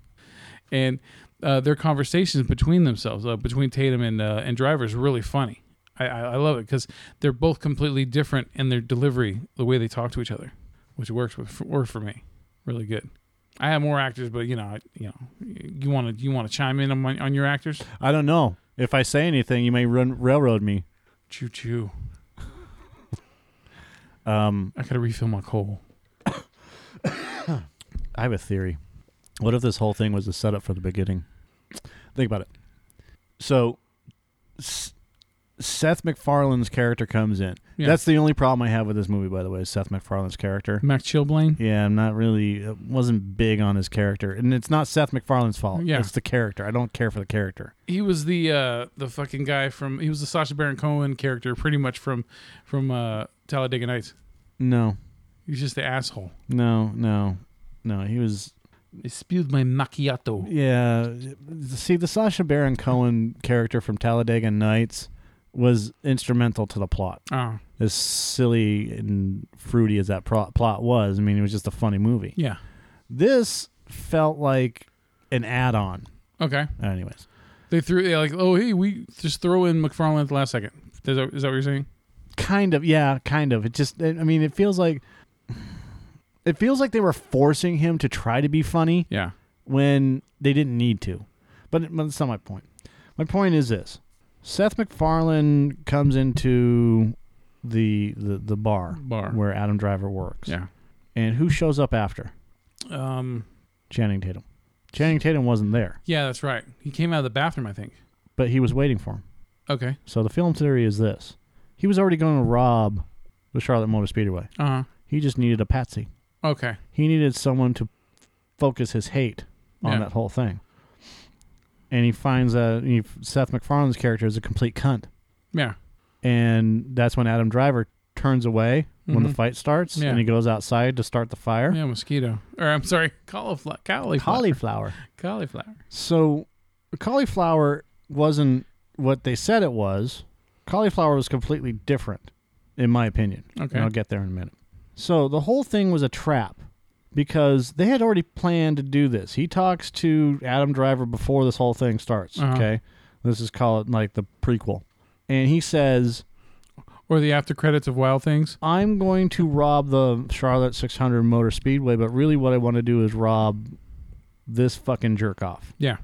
Speaker 2: and uh, their conversations between themselves, uh, between Tatum and uh, and Driver, is really funny. I, I, I love it because they're both completely different in their delivery, the way they talk to each other, which works with for, worked for me, really good. I have more actors, but you know, I, you know, you want to you want to chime in on, my, on your actors?
Speaker 1: I don't know. If I say anything, you may run railroad me.
Speaker 2: Choo choo.
Speaker 1: Um,
Speaker 2: I gotta refill my coal.
Speaker 1: I have a theory. What if this whole thing was a setup for the beginning? Think about it. So, S- Seth MacFarlane's character comes in.
Speaker 2: Yeah.
Speaker 1: That's the only problem I have with this movie, by the way. Is Seth MacFarlane's character.
Speaker 2: Mac Chilblain.
Speaker 1: Yeah, I'm not really uh, wasn't big on his character, and it's not Seth MacFarlane's fault.
Speaker 2: Yeah.
Speaker 1: it's the character. I don't care for the character.
Speaker 2: he was the uh the fucking guy from he was the Sasha Baron Cohen character pretty much from from uh Talladega Nights.
Speaker 1: No,
Speaker 2: He was just the asshole.
Speaker 1: no, no, no. He was
Speaker 2: They spewed my macchiato.
Speaker 1: Yeah. See, the Sasha Baron Cohen character from Talladega Nights was instrumental to the plot.
Speaker 2: Oh,
Speaker 1: As silly and fruity as that pro- plot was, I mean, it was just a funny movie.
Speaker 2: yeah.
Speaker 1: This felt like an add on.
Speaker 2: Okay.
Speaker 1: Anyways,
Speaker 2: They threw they like, oh hey, we just throw in McFarlane at the last second. Is that, is that what you're saying?
Speaker 1: kind of. Yeah, kind of. It just, I mean, it feels like. It feels like they were forcing him to try to be funny.
Speaker 2: Yeah.
Speaker 1: when they didn't need to. But, but that's not my point. My point is this: Seth MacFarlane comes into the the, the bar,
Speaker 2: Bar.
Speaker 1: where Adam Driver works,
Speaker 2: Yeah.
Speaker 1: and who shows up after
Speaker 2: Um.
Speaker 1: Channing Tatum? Channing Tatum wasn't there,
Speaker 2: Yeah, that's right. He came out of the bathroom, I think.
Speaker 1: but he was waiting for him.
Speaker 2: Okay.
Speaker 1: So the film theory is this: he was already going to rob the Charlotte Motor Speedway.
Speaker 2: Uh
Speaker 1: He just needed a patsy.
Speaker 2: huh. Okay.
Speaker 1: He needed someone to focus his hate on
Speaker 2: Yeah.
Speaker 1: that whole thing. And he finds that he, Seth MacFarlane's character is a complete cunt.
Speaker 2: Yeah.
Speaker 1: and that's when Adam Driver turns away when the
Speaker 2: Mhm.
Speaker 1: fight starts,
Speaker 2: Yeah.
Speaker 1: and he goes outside to start the fire.
Speaker 2: Yeah. Mosquito. Or I'm sorry, cauliflower. Cauliflower.
Speaker 1: Cauliflower.
Speaker 2: cauliflower.
Speaker 1: So, cauliflower wasn't what they said it was. Cauliflower was completely different, in my opinion.
Speaker 2: Okay.
Speaker 1: And I'll get there in a minute. So the whole thing was a trap because they had already planned to do this. He talks to Adam Driver before this whole thing starts.
Speaker 2: Uh-huh.
Speaker 1: Okay. This is called like the prequel. And he says,
Speaker 2: Or the after credits of Wild Things.
Speaker 1: I'm going to rob the Charlotte 600 Motor Speedway, but really what I want to do is rob this fucking jerk off
Speaker 2: Yeah.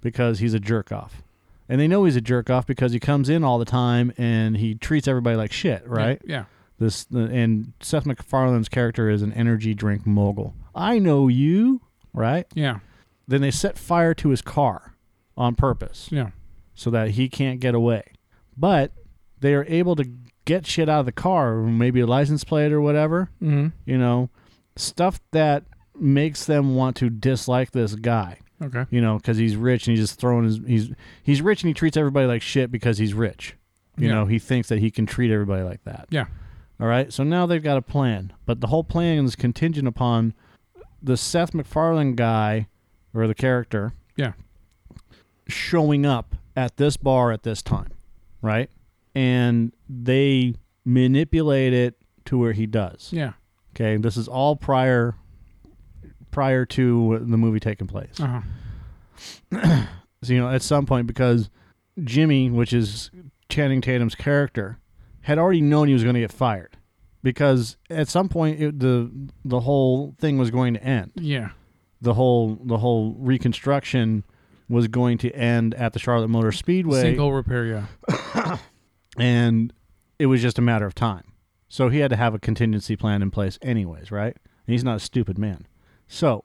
Speaker 1: because he's a jerk off. and they know he's a jerk off because he comes in all the time and he treats everybody like shit, right?
Speaker 2: Yeah.
Speaker 1: This the, and Seth MacFarlane's character is an energy drink mogul. I know you, right?
Speaker 2: Yeah.
Speaker 1: Then they set fire to his car on purpose
Speaker 2: Yeah.
Speaker 1: so that he can't get away. But they are able to get shit out of the car, maybe a license plate or whatever,
Speaker 2: Mm-hmm.
Speaker 1: you know, stuff that makes them want to dislike this guy,
Speaker 2: Okay.
Speaker 1: you know, because he's rich and he's just throwing his he's he's rich and he treats everybody like shit because he's rich. You
Speaker 2: Yeah.
Speaker 1: know, he thinks that he can treat everybody like that.
Speaker 2: Yeah.
Speaker 1: All right. So now they've got a plan, but the whole plan is contingent upon the Seth MacFarlane guy or the character
Speaker 2: Yeah.
Speaker 1: showing up at this bar at this time, right? And they manipulate it to where he does.
Speaker 2: Yeah.
Speaker 1: Okay, this is all prior prior to the movie taking place.
Speaker 2: Uh huh.
Speaker 1: So, you know, at some point because Jimmy, which is Channing Tatum's character, had already known he was going to get fired because at some point it, the the whole thing was going to end.
Speaker 2: Yeah.
Speaker 1: The whole the whole reconstruction was going to end at the Charlotte Motor Speedway
Speaker 2: Sinkhole repair. Yeah.
Speaker 1: and it was just a matter of time. So he had to have a contingency plan in place, anyways, right? And he's not a stupid man. So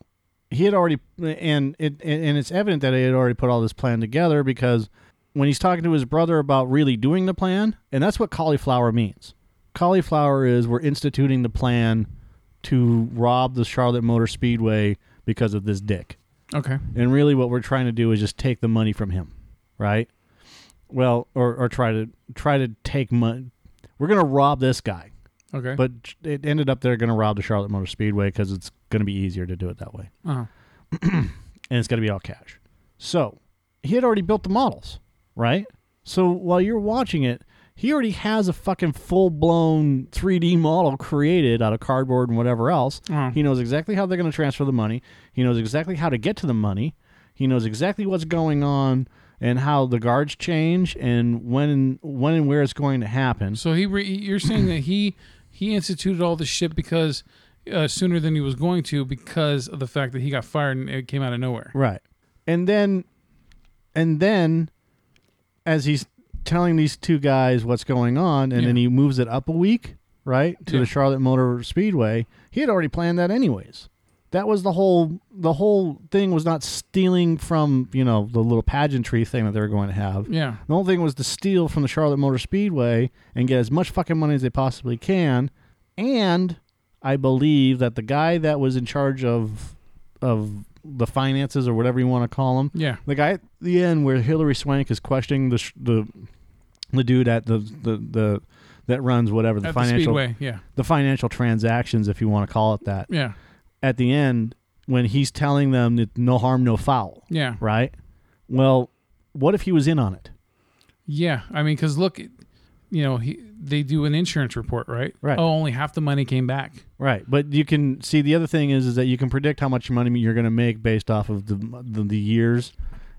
Speaker 1: he had already, and it and it's evident that he had already put all this plan together because when he's talking to his brother about really doing the plan, and that's what cauliflower means. Cauliflower is we're instituting the plan to rob the Charlotte Motor Speedway because of this dick.
Speaker 2: Okay.
Speaker 1: And really, what we're trying to do is just take the money from him, right? Well, or, or try to try to take money. We're gonna rob this guy,
Speaker 2: Okay.
Speaker 1: but it ended up they're gonna rob the Charlotte Motor Speedway because it's gonna be easier to do it that way,
Speaker 2: uh-huh.
Speaker 1: and it's gonna be all cash. So he had already built the models, right? So while you're watching it, he already has a fucking full blown 3D model created out of cardboard and whatever else.
Speaker 2: Uh-huh.
Speaker 1: He knows exactly how they're going to transfer the money. He knows exactly how to get to the money. He knows exactly what's going on and how the guards change and when and when and where it's going to happen.
Speaker 2: So he, re- you're saying that he he instituted all this shit because uh, sooner than he was going to because of the fact that he got fired and it came out of nowhere.
Speaker 1: Right. And then and then as he's telling these two guys what's going on and then
Speaker 2: Yeah.
Speaker 1: he moves it up a week, right? To
Speaker 2: Yeah.
Speaker 1: the Charlotte Motor Speedway. He had already planned that anyways. That was the whole the whole thing was not stealing from, you know, the little pageantry thing that they were going to have.
Speaker 2: Yeah.
Speaker 1: The whole thing was to steal from the Charlotte Motor Speedway and get as much fucking money as they possibly can. And I believe that the guy that was in charge of of the finances or whatever you want to call him,
Speaker 2: Yeah.
Speaker 1: the guy at the end where Hillary Swank is questioning the sh- the the dude at the the, the that runs whatever the
Speaker 2: At the
Speaker 1: financial
Speaker 2: speedway. Yeah.
Speaker 1: the financial transactions if you want to call it that.
Speaker 2: Yeah.
Speaker 1: At the end when he's telling them that no harm no foul,
Speaker 2: Yeah.
Speaker 1: right? Well, what if he was in on it?
Speaker 2: Yeah. I mean, because look, it- you know, he they do an insurance report, right?
Speaker 1: Right.
Speaker 2: Oh, only half the money came back.
Speaker 1: Right, but you can see the other thing is is that you can predict how much money you're going to make based off of the the, the years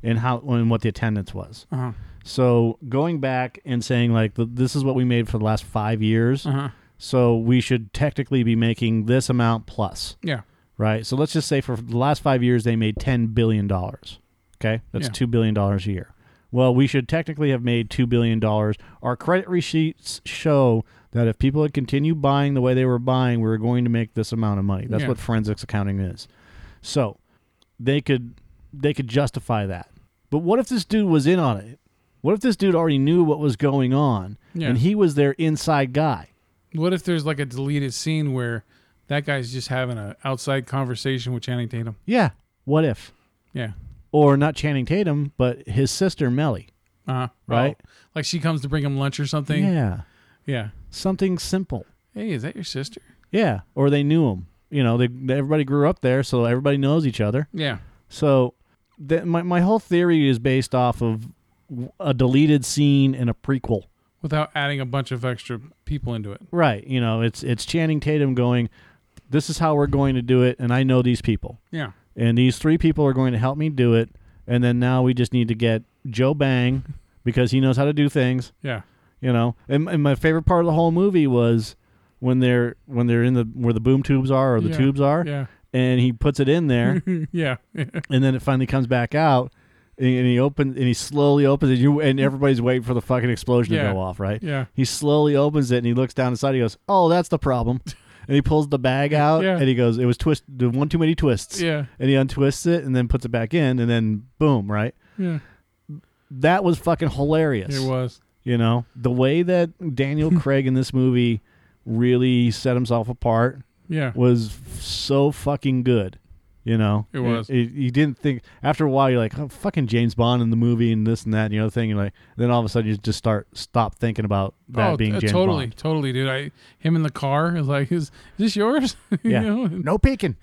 Speaker 1: and how and what the attendance was.
Speaker 2: Uh huh.
Speaker 1: So going back and saying like th this is what we made for the last five years,
Speaker 2: Uh huh.
Speaker 1: so we should technically be making this amount plus,
Speaker 2: Yeah.
Speaker 1: right? So let's just say for the last five years they made ten billion dollars. Okay, that's
Speaker 2: Yeah.
Speaker 1: two billion dollars a year. Well, we should technically have made two billion dollars. Our credit receipts show that if people had continued buying the way they were buying, we were going to make this amount of money. That's
Speaker 2: Yeah.
Speaker 1: what forensics accounting is. So they could they could justify that. But what if this dude was in on it? What if this dude already knew what was going on
Speaker 2: Yeah.
Speaker 1: and he was their inside guy?
Speaker 2: What if there's like a deleted scene where that guy's just having an outside conversation with Channing Tatum?
Speaker 1: Yeah. What if?
Speaker 2: Yeah.
Speaker 1: Or not Channing Tatum, but his sister Melly.
Speaker 2: Uh huh.
Speaker 1: Right.
Speaker 2: like she comes to bring him lunch or something.
Speaker 1: Yeah.
Speaker 2: Yeah.
Speaker 1: Something simple.
Speaker 2: Hey, is that your sister?
Speaker 1: Yeah, or they knew him. You know, they everybody grew up there, so everybody knows each other.
Speaker 2: Yeah.
Speaker 1: So, that my my whole theory is based off of w- a deleted scene and a prequel.
Speaker 2: Without adding a bunch of extra people into it.
Speaker 1: Right. You know, it's it's Channing Tatum going, "This is how we're going to do it," and I know these people,
Speaker 2: Yeah.
Speaker 1: and these three people are going to help me do it. And then now we just need to get Joe Bang because he knows how to do things.
Speaker 2: Yeah.
Speaker 1: you know and, and my favorite part of the whole movie was when they're when they're in the where the boom tubes are or the
Speaker 2: Yeah,
Speaker 1: tubes are
Speaker 2: yeah.
Speaker 1: and he puts it in there
Speaker 2: yeah.
Speaker 1: and then it finally comes back out and and he opens and he slowly opens it. You and everybody's waiting for the fucking explosion
Speaker 2: Yeah.
Speaker 1: to go off, right?
Speaker 2: Yeah.
Speaker 1: He slowly opens it and he looks down inside. He goes, "Oh, that's the problem." And he pulls the bag out
Speaker 2: Yeah.
Speaker 1: and he goes, "It was twist the one too many twists."
Speaker 2: Yeah.
Speaker 1: And he untwists it and then puts it back in and then boom, right?
Speaker 2: Yeah.
Speaker 1: That was fucking hilarious.
Speaker 2: It was.
Speaker 1: You know the way that Daniel Craig in this movie really set himself apart
Speaker 2: Yeah.
Speaker 1: was f- so fucking good. You know,
Speaker 2: It was.
Speaker 1: You- you didn't think after a while you're like, oh, fucking James Bond in the movie and this and that and the other thing. And like, then all of a sudden you just start stop thinking about that
Speaker 2: oh,
Speaker 1: being
Speaker 2: t-
Speaker 1: James
Speaker 2: totally,
Speaker 1: Bond.
Speaker 2: totally, dude. I him in the car is like, is, is this yours? you
Speaker 1: Yeah,
Speaker 2: know, and
Speaker 1: no peeking.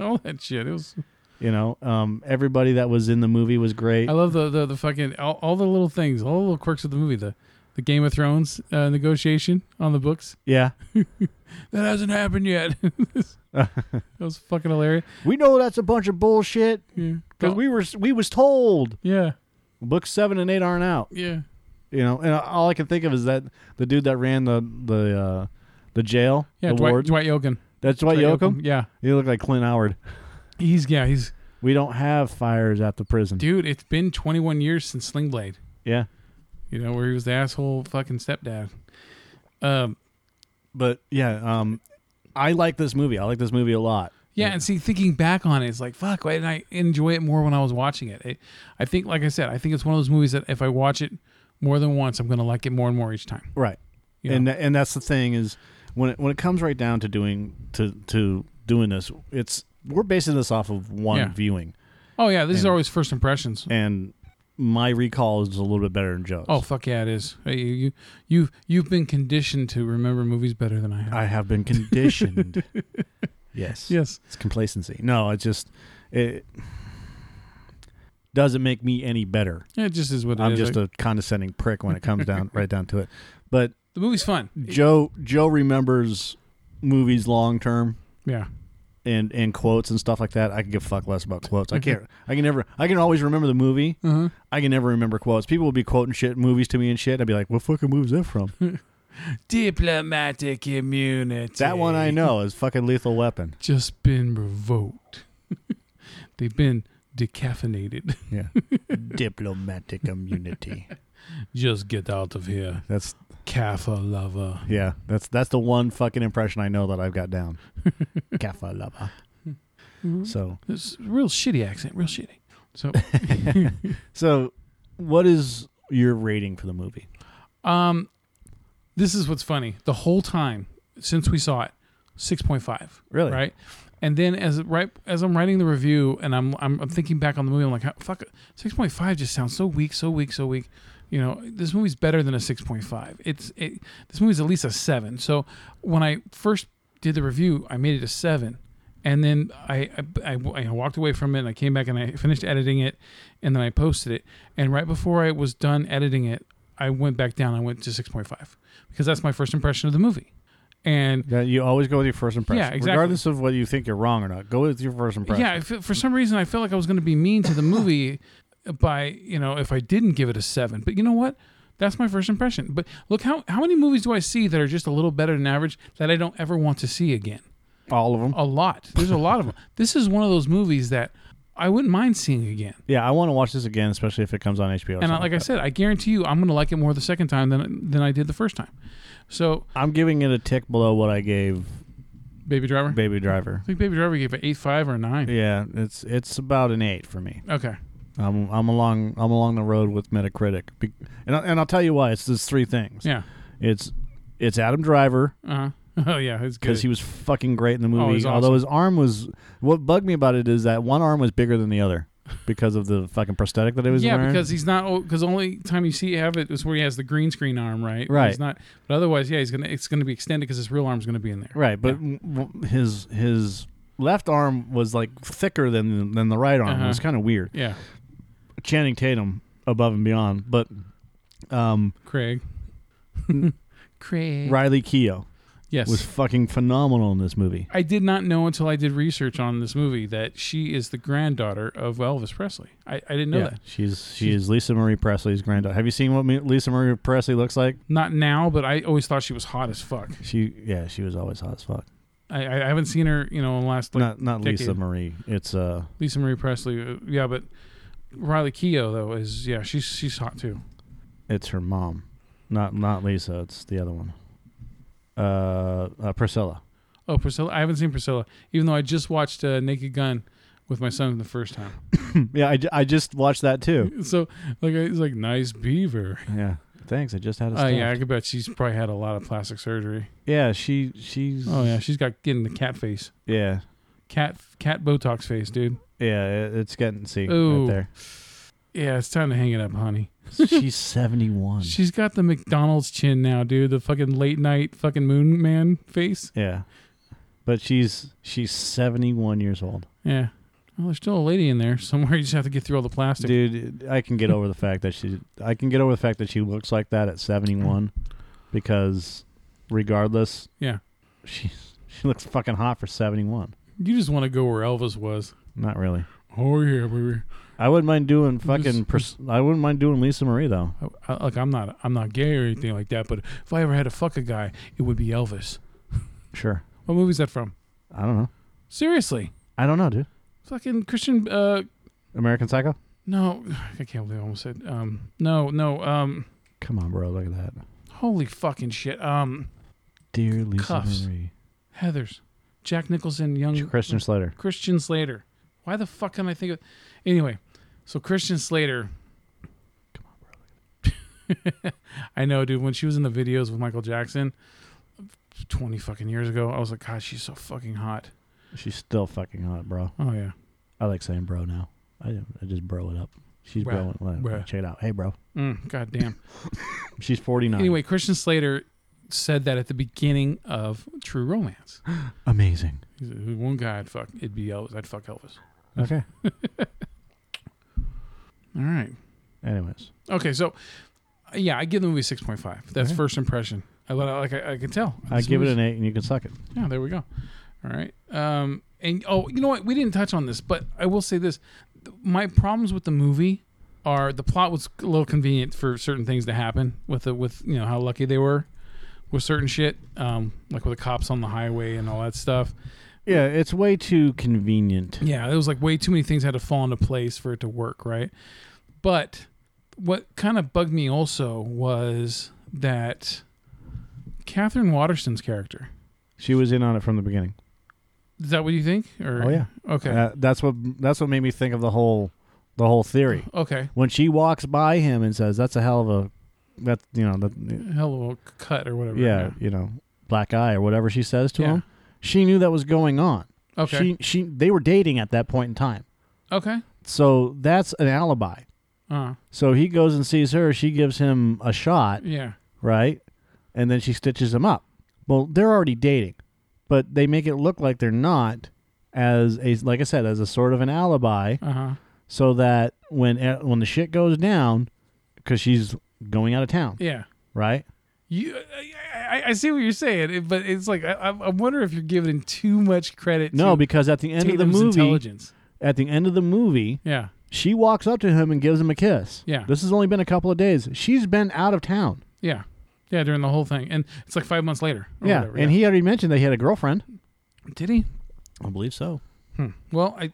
Speaker 2: all that shit. It was.
Speaker 1: You know, um, everybody that was in the movie was great.
Speaker 2: I love the the, the fucking all, all the little things, all the little quirks of the movie. The the Game of Thrones uh, negotiation on the books
Speaker 1: yeah,
Speaker 2: that hasn't happened yet. that was fucking hilarious.
Speaker 1: we know that's a bunch of bullshit
Speaker 2: Yeah,
Speaker 1: because we were we was told
Speaker 2: yeah,
Speaker 1: books seven and eight aren't out.
Speaker 2: yeah,
Speaker 1: You know, and all I can think of is that the dude that ran the the uh, the jail,
Speaker 2: yeah.
Speaker 1: the
Speaker 2: Dwight,
Speaker 1: ward.
Speaker 2: Dwight Yoakam.
Speaker 1: that's Dwight Yoakam.
Speaker 2: Yeah,
Speaker 1: He looked like Clint Howard.
Speaker 2: he's yeah he's
Speaker 1: We don't have fires at the prison.
Speaker 2: dude. It's been 21 years since Sling Blade.
Speaker 1: yeah.
Speaker 2: You know where he was the asshole fucking stepdad. Um,
Speaker 1: But yeah, um I like this movie. I like this movie a lot.
Speaker 2: Yeah, and see, thinking back on it, it's like, fuck, why didn't I enjoy it more when I was watching it? it? I think, like I said, I think it's one of those movies that if I watch it more than once, I'm going to like it more and more each time.
Speaker 1: Right.
Speaker 2: Yeah.
Speaker 1: And tha- and that's the thing is when it, when it comes right down to doing to to doing this, it's we're basing this off of one
Speaker 2: Yeah.
Speaker 1: viewing
Speaker 2: Oh, yeah, this is always first impressions.
Speaker 1: and my recall is a little bit better than Joe's.
Speaker 2: Oh, fuck yeah, it is. Hey, you, you, you've, you've been conditioned to remember movies better than I have.
Speaker 1: I have been conditioned. yes.
Speaker 2: yes.
Speaker 1: It's complacency. No, it's just it doesn't make me any better.
Speaker 2: Yeah, it just is what it
Speaker 1: I'm
Speaker 2: is.
Speaker 1: just a condescending prick when it comes down right down to it. But
Speaker 2: the movie's fun.
Speaker 1: Joe Joe remembers movies long term
Speaker 2: Yeah.
Speaker 1: and and quotes and stuff like that. I can give a fuck less about quotes. I can't. I can never. I can always remember the movie. I can never remember quotes. People will be quoting shit movies to me and shit. I'd be like, "What fucking movie is that from?"
Speaker 2: Diplomatic immunity.
Speaker 1: that one I know is fucking Lethal Weapon.
Speaker 2: Just been revoked. They've been decaffeinated.
Speaker 1: Yeah, diplomatic immunity.
Speaker 2: just get out of here.
Speaker 1: That's
Speaker 2: Kaffa lover.
Speaker 1: yeah. That's that's the one fucking impression I know that I've got down. Kaffa lava.
Speaker 2: Mm-hmm.
Speaker 1: So
Speaker 2: It's a real shitty accent, real shitty. So,
Speaker 1: so, what is your rating for the movie?
Speaker 2: um, this is what's funny. The whole time since we saw it, six point five.
Speaker 1: Really?
Speaker 2: Right. And then as right as I'm writing the review and I'm I'm, I'm thinking back on the movie, I'm like, "How- fuck, six point five just sounds so weak, so weak, so weak. You know, this movie's better than a six point five. It's it. This movie's at least a seven. So when I first did the review, I made it a seven. and then I, I, I, I walked away from it and I came back and I finished editing it and then I posted it and right before I was done editing it I went back down I went to 6.5 because that's my first impression of the movie and
Speaker 1: Yeah, you always go with your first impression,
Speaker 2: Yeah, exactly.
Speaker 1: regardless of whether you think you're wrong or not. Go with your first impression.
Speaker 2: yeah I fe- for some reason I felt like I was going to be mean to the movie by you know if I didn't give it a 7 but you know what that's my first impression but look how how many movies do I see that are just a little better than average that I don't ever want to see again
Speaker 1: all of them.
Speaker 2: a lot there's a lot of them this is one of those movies that I wouldn't mind seeing again
Speaker 1: Yeah, I want to watch this again, especially if it comes on HBO. or
Speaker 2: And I,
Speaker 1: something
Speaker 2: like I
Speaker 1: that.
Speaker 2: said, I guarantee you, I'm going to like it more the second time than than I did the first time. So,
Speaker 1: I'm giving it a tick below what I gave
Speaker 2: Baby Driver,
Speaker 1: Baby Driver.
Speaker 2: I think Baby Driver gave it eight five or a nine.
Speaker 1: Yeah, it's it's about an eight for me.
Speaker 2: Okay,
Speaker 1: I'm I'm along I'm along the road with Metacritic, Be- and I, and I'll tell you why. It's these three things.
Speaker 2: yeah,
Speaker 1: it's it's Adam Driver
Speaker 2: uh huh. Oh yeah, it's good.
Speaker 1: because he was fucking great in the movie.
Speaker 2: he's
Speaker 1: Although
Speaker 2: awesome.
Speaker 1: his arm was what bugged me about it is that one arm was bigger than the other because of the fucking prosthetic that he was
Speaker 2: yeah,
Speaker 1: wearing.
Speaker 2: because he's not because only time you see have it is where he has the green screen arm, right?
Speaker 1: Right.
Speaker 2: He's not, but otherwise, yeah, he's gonna it's gonna be extended because his real arm's gonna be in there.
Speaker 1: Right, but w w- his his left arm was like thicker than than the right arm. It was
Speaker 2: Uh-huh.
Speaker 1: kind of weird.
Speaker 2: Yeah,
Speaker 1: Channing Tatum above and beyond, but
Speaker 2: Mm-hmm.
Speaker 1: um,
Speaker 2: Craig. Craig.
Speaker 1: Riley Keough
Speaker 2: Yes.
Speaker 1: was fucking phenomenal in this movie.
Speaker 2: I did not know until I did research on this movie that she is the granddaughter of Elvis Presley. I, I didn't know that.
Speaker 1: she's she is Lisa Marie Presley's granddaughter. Have you seen what me- Lisa Marie Presley looks like?
Speaker 2: Not now, but I always thought she was hot as fuck.
Speaker 1: She yeah, she was always hot as fuck.
Speaker 2: I, I haven't seen her, you know, in the last like
Speaker 1: not not Lisa
Speaker 2: decade.
Speaker 1: Marie. It's uh
Speaker 2: Lisa Marie Presley. uh, Yeah, but Riley Keough though is yeah she's she's hot too.
Speaker 1: It's her mom, not not Lisa. It's the other one. Uh, uh Priscilla.
Speaker 2: Oh Priscilla, I haven't seen Priscilla even though I just watched uh, Naked Gun with my son the first time.
Speaker 1: Yeah, I, ju- I just watched that too.
Speaker 2: So like it's like nice beaver.
Speaker 1: Yeah. Thanks. I just had a.
Speaker 2: Oh
Speaker 1: stuffed.
Speaker 2: yeah, I could bet she's probably had a lot of plastic surgery.
Speaker 1: Yeah, she she's
Speaker 2: Oh yeah, she's got getting the cat face,
Speaker 1: yeah.
Speaker 2: cat cat Botox face, dude.
Speaker 1: Yeah, it- it's getting see
Speaker 2: Ooh.
Speaker 1: right there.
Speaker 2: Yeah, it's time to hang it up, honey.
Speaker 1: She's 71.
Speaker 2: She's got the McDonald's chin now, dude. The fucking late night fucking Moon Man face.
Speaker 1: yeah. But she's she's 71 years old.
Speaker 2: Yeah. Well, there's still a lady in there somewhere. You just have to get through all the plastic.
Speaker 1: Dude, I can get over the fact that she I can get over the fact that she looks like that at 71 because regardless,
Speaker 2: Yeah.
Speaker 1: she she looks fucking hot for 71.
Speaker 2: You just want to go where Elvis was.
Speaker 1: Not really.
Speaker 2: Oh yeah, baby.
Speaker 1: I wouldn't mind doing fucking
Speaker 2: Just-
Speaker 1: pers- I wouldn't mind doing Lisa Marie though.
Speaker 2: I, I, like uh, I'm not I'm not gay or anything like that. But if I ever had to fuck a guy, it would be Elvis.
Speaker 1: Sure.
Speaker 2: What movie is that from?
Speaker 1: I don't know.
Speaker 2: Seriously,
Speaker 1: I don't know, dude.
Speaker 2: fucking Christian. Uh,
Speaker 1: American Psycho?
Speaker 2: no, I can't believe I almost said. Um, no, no. Um,
Speaker 1: Come on, bro. Look at that.
Speaker 2: holy fucking shit. Um,
Speaker 1: Dear Lisa
Speaker 2: Cuffs.
Speaker 1: Marie.
Speaker 2: Heather's, Jack Nicholson, young
Speaker 1: Christian Slater.
Speaker 2: Christian Slater. Why the fuck can I think of? Anyway, so Christian Slater.
Speaker 1: Come on, bro.
Speaker 2: I know, dude. When she was in the videos with Michael Jackson, twenty fucking years ago, I was like, God, she's so fucking hot.
Speaker 1: She's still fucking hot, bro.
Speaker 2: Oh yeah.
Speaker 1: I like saying bro now. I, I just bro it up. She's
Speaker 2: Bruh.
Speaker 1: bro. Like,
Speaker 2: Bruh.
Speaker 1: Check it out. Hey, bro.
Speaker 2: Mm, God damn.
Speaker 1: She's 49.
Speaker 2: Anyway, Christian Slater said that at the beginning of True Romance.
Speaker 1: Amazing.
Speaker 2: He said, "Who one guy I'd fuck, it'd be Elvis. I'd fuck Elvis.
Speaker 1: Okay.
Speaker 2: All right.
Speaker 1: Anyways.
Speaker 2: Okay, so yeah, I give the movie six point five. That's
Speaker 1: Okay.
Speaker 2: first impression. I let- like I, I can tell.
Speaker 1: I
Speaker 2: This
Speaker 1: give it
Speaker 2: movie's-
Speaker 1: an 8 and you can suck it.
Speaker 2: Yeah, there we go. All right. Um, and oh, you know what? We didn't touch on this, but I will say this: Th- my problems with the movie are the plot was a little convenient for certain things to happen with the, with you know how lucky they were with certain shit, um, like with the cops on the highway and all that stuff.
Speaker 1: Yeah, it's way too convenient.
Speaker 2: Yeah, it was like way too many things had to fall into place for it to work, right? But what kind of bugged me also was that Catherine Waterston's character.
Speaker 1: She was in on it from the beginning.
Speaker 2: Is that what you think? Or
Speaker 1: Oh, yeah.
Speaker 2: okay,
Speaker 1: Uh, that's what that's what made me think of the whole the whole theory.
Speaker 2: okay.
Speaker 1: When she walks by him and says, "That's a hell of a that you know, that
Speaker 2: hell of a cut or whatever.
Speaker 1: yeah, you know, black eye or whatever she says to
Speaker 2: Yeah.
Speaker 1: him." She knew that was going on. She
Speaker 2: Okay.
Speaker 1: she they were dating at that point in time.
Speaker 2: okay.
Speaker 1: So that's an alibi.
Speaker 2: Uh,
Speaker 1: So he goes and sees her. She gives him a shot,
Speaker 2: yeah.
Speaker 1: right? And then she stitches him up. Well, they're already dating, but they make it look like they're not as a like I said as a sort of an alibi,
Speaker 2: Uh huh.
Speaker 1: so that when eh, when the shit goes down, because she's going out of town,
Speaker 2: Yeah.
Speaker 1: right?
Speaker 2: You, I, I, I see what you're saying, it- but it's like I, I I wonder if you're giving too much credit.
Speaker 1: No,
Speaker 2: to
Speaker 1: because at the end of the
Speaker 2: Tatum's
Speaker 1: movie,
Speaker 2: intelligence.
Speaker 1: at the end of the movie,
Speaker 2: Yeah.
Speaker 1: she walks up to him and gives him a kiss.
Speaker 2: Yeah.
Speaker 1: this has only been a couple of days. She's been out of town.
Speaker 2: Yeah. Yeah. During the whole thing, and it's like five months later. or
Speaker 1: yeah,
Speaker 2: whatever,
Speaker 1: and he already mentioned that he had a girlfriend.
Speaker 2: did he.
Speaker 1: I believe so.
Speaker 2: Well, I,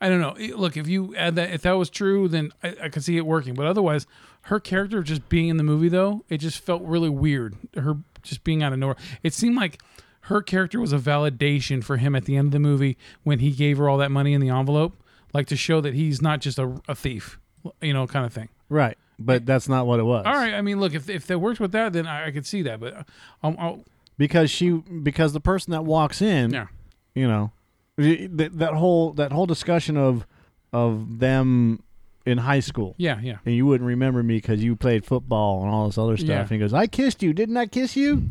Speaker 2: I don't know. It- Look, if you add that, if that was true, then I, I could see it working. But otherwise, her character just being in the movie, though, it just felt really weird. Her just being out of nowhere. It seemed like her character was a validation for him at the end of the movie when he gave her all that money in the envelope, like to show that he's not just a, a thief, you know, kind of thing.
Speaker 1: Right, but that's not what it was.
Speaker 2: All right. I mean, look, if if that worked with that, then I, I could see that. But uh, I'll, I'll
Speaker 1: because she because the person that walks in,
Speaker 2: yeah,
Speaker 1: you know, that, that whole that whole discussion of of them in high school.
Speaker 2: yeah, yeah.
Speaker 1: And you wouldn't remember me because you played football and all this other stuff.
Speaker 2: Yeah.
Speaker 1: And he goes, "I kissed you, didn't I kiss you?"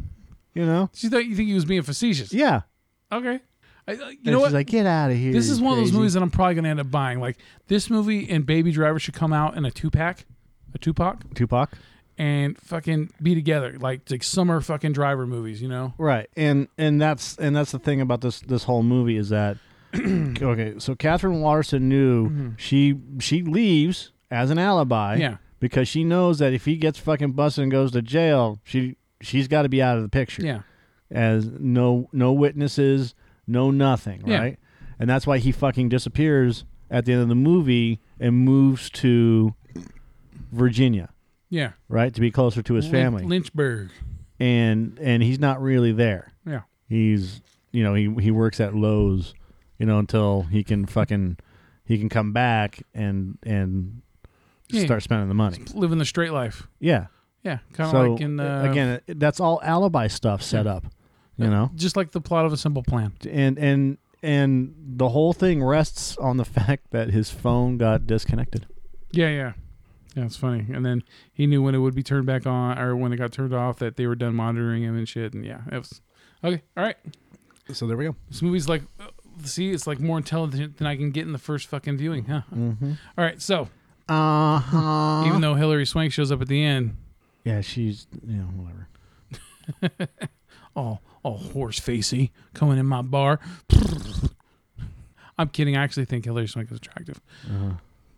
Speaker 1: You know?
Speaker 2: She thought you think he was being facetious.
Speaker 1: Yeah.
Speaker 2: Okay. I, I- you
Speaker 1: and
Speaker 2: know
Speaker 1: she's
Speaker 2: what?
Speaker 1: like, "Get out of here."
Speaker 2: This
Speaker 1: you
Speaker 2: is one of those
Speaker 1: crazy."
Speaker 2: movies that I'm probably gonna end up buying. Like this movie and Baby Driver should come out in a two pack, a two pack,
Speaker 1: Tupac.
Speaker 2: and fucking be together. Like like summer fucking driver movies, you know?
Speaker 1: Right, and and that's and that's the thing about this this whole movie is that okay, so Catherine Waterston knew she she leaves as an alibi,
Speaker 2: Yeah.
Speaker 1: because she knows that if he gets fucking busted and goes to jail, she she's got to be out of the picture,
Speaker 2: Yeah,
Speaker 1: as no no witnesses, no nothing,
Speaker 2: Yeah.
Speaker 1: right, and that's why he fucking disappears at the end of the movie and moves to Virginia,
Speaker 2: Yeah.
Speaker 1: right, to be closer to his
Speaker 2: Lyn-
Speaker 1: family.
Speaker 2: Lynchburg.
Speaker 1: and and he's not really there.
Speaker 2: Yeah.
Speaker 1: He's you know he he works at Lowe's, you know until he can fucking he can come back and and
Speaker 2: Yeah.
Speaker 1: start spending the money.
Speaker 2: Living the straight life.
Speaker 1: Yeah.
Speaker 2: Yeah. Kind of
Speaker 1: So
Speaker 2: like in uh,
Speaker 1: again, it- that's all alibi stuff set up, you know.
Speaker 2: just like the plot of a simple plan.
Speaker 1: And and and the whole thing rests on the fact that his phone got disconnected.
Speaker 2: Yeah, yeah. Yeah, it's funny. And then he knew when it would be turned back on or when it got turned off that they were done monitoring him and shit. And yeah, it was okay. All right.
Speaker 1: So there we go.
Speaker 2: This movie's like, uh, see, it's like more intelligent than I can get in the first fucking viewing, huh? All right. So
Speaker 1: Uh huh.
Speaker 2: even though Hillary Swank shows up at the end,
Speaker 1: Yeah, she's you know whatever.
Speaker 2: all, all Oh, horse facey coming in my bar. I'm kidding. I actually think Hillary Swank is attractive,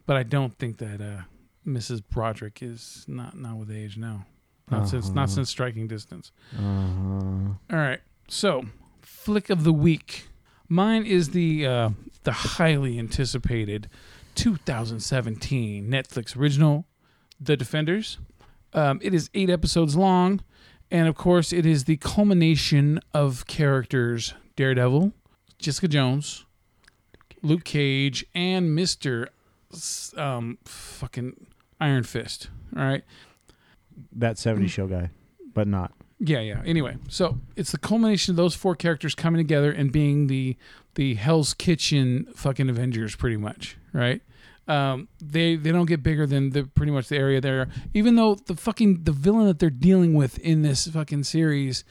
Speaker 2: but I don't think that uh, Mrs. Broderick is not not with age now. Not since not since striking distance.
Speaker 1: Uh,
Speaker 2: All right. So, flick of the week. Mine is the uh, the highly anticipated 2017 Netflix original, The Defenders. Um, it is eight episodes long, and of course, it is the culmination of characters Daredevil, Jessica Jones, Luke Cage, and Mister S- um, fucking Iron Fist. All right.
Speaker 1: that
Speaker 2: Mm.
Speaker 1: seventy show guy, but not.
Speaker 2: Yeah, yeah. Anyway, so it's the culmination of those four characters coming together and being the the Hell's Kitchen fucking Avengers, pretty much, right? Um, they they don't get bigger than the pretty much the area they're. Even though the fucking the villain that they're dealing with in this fucking series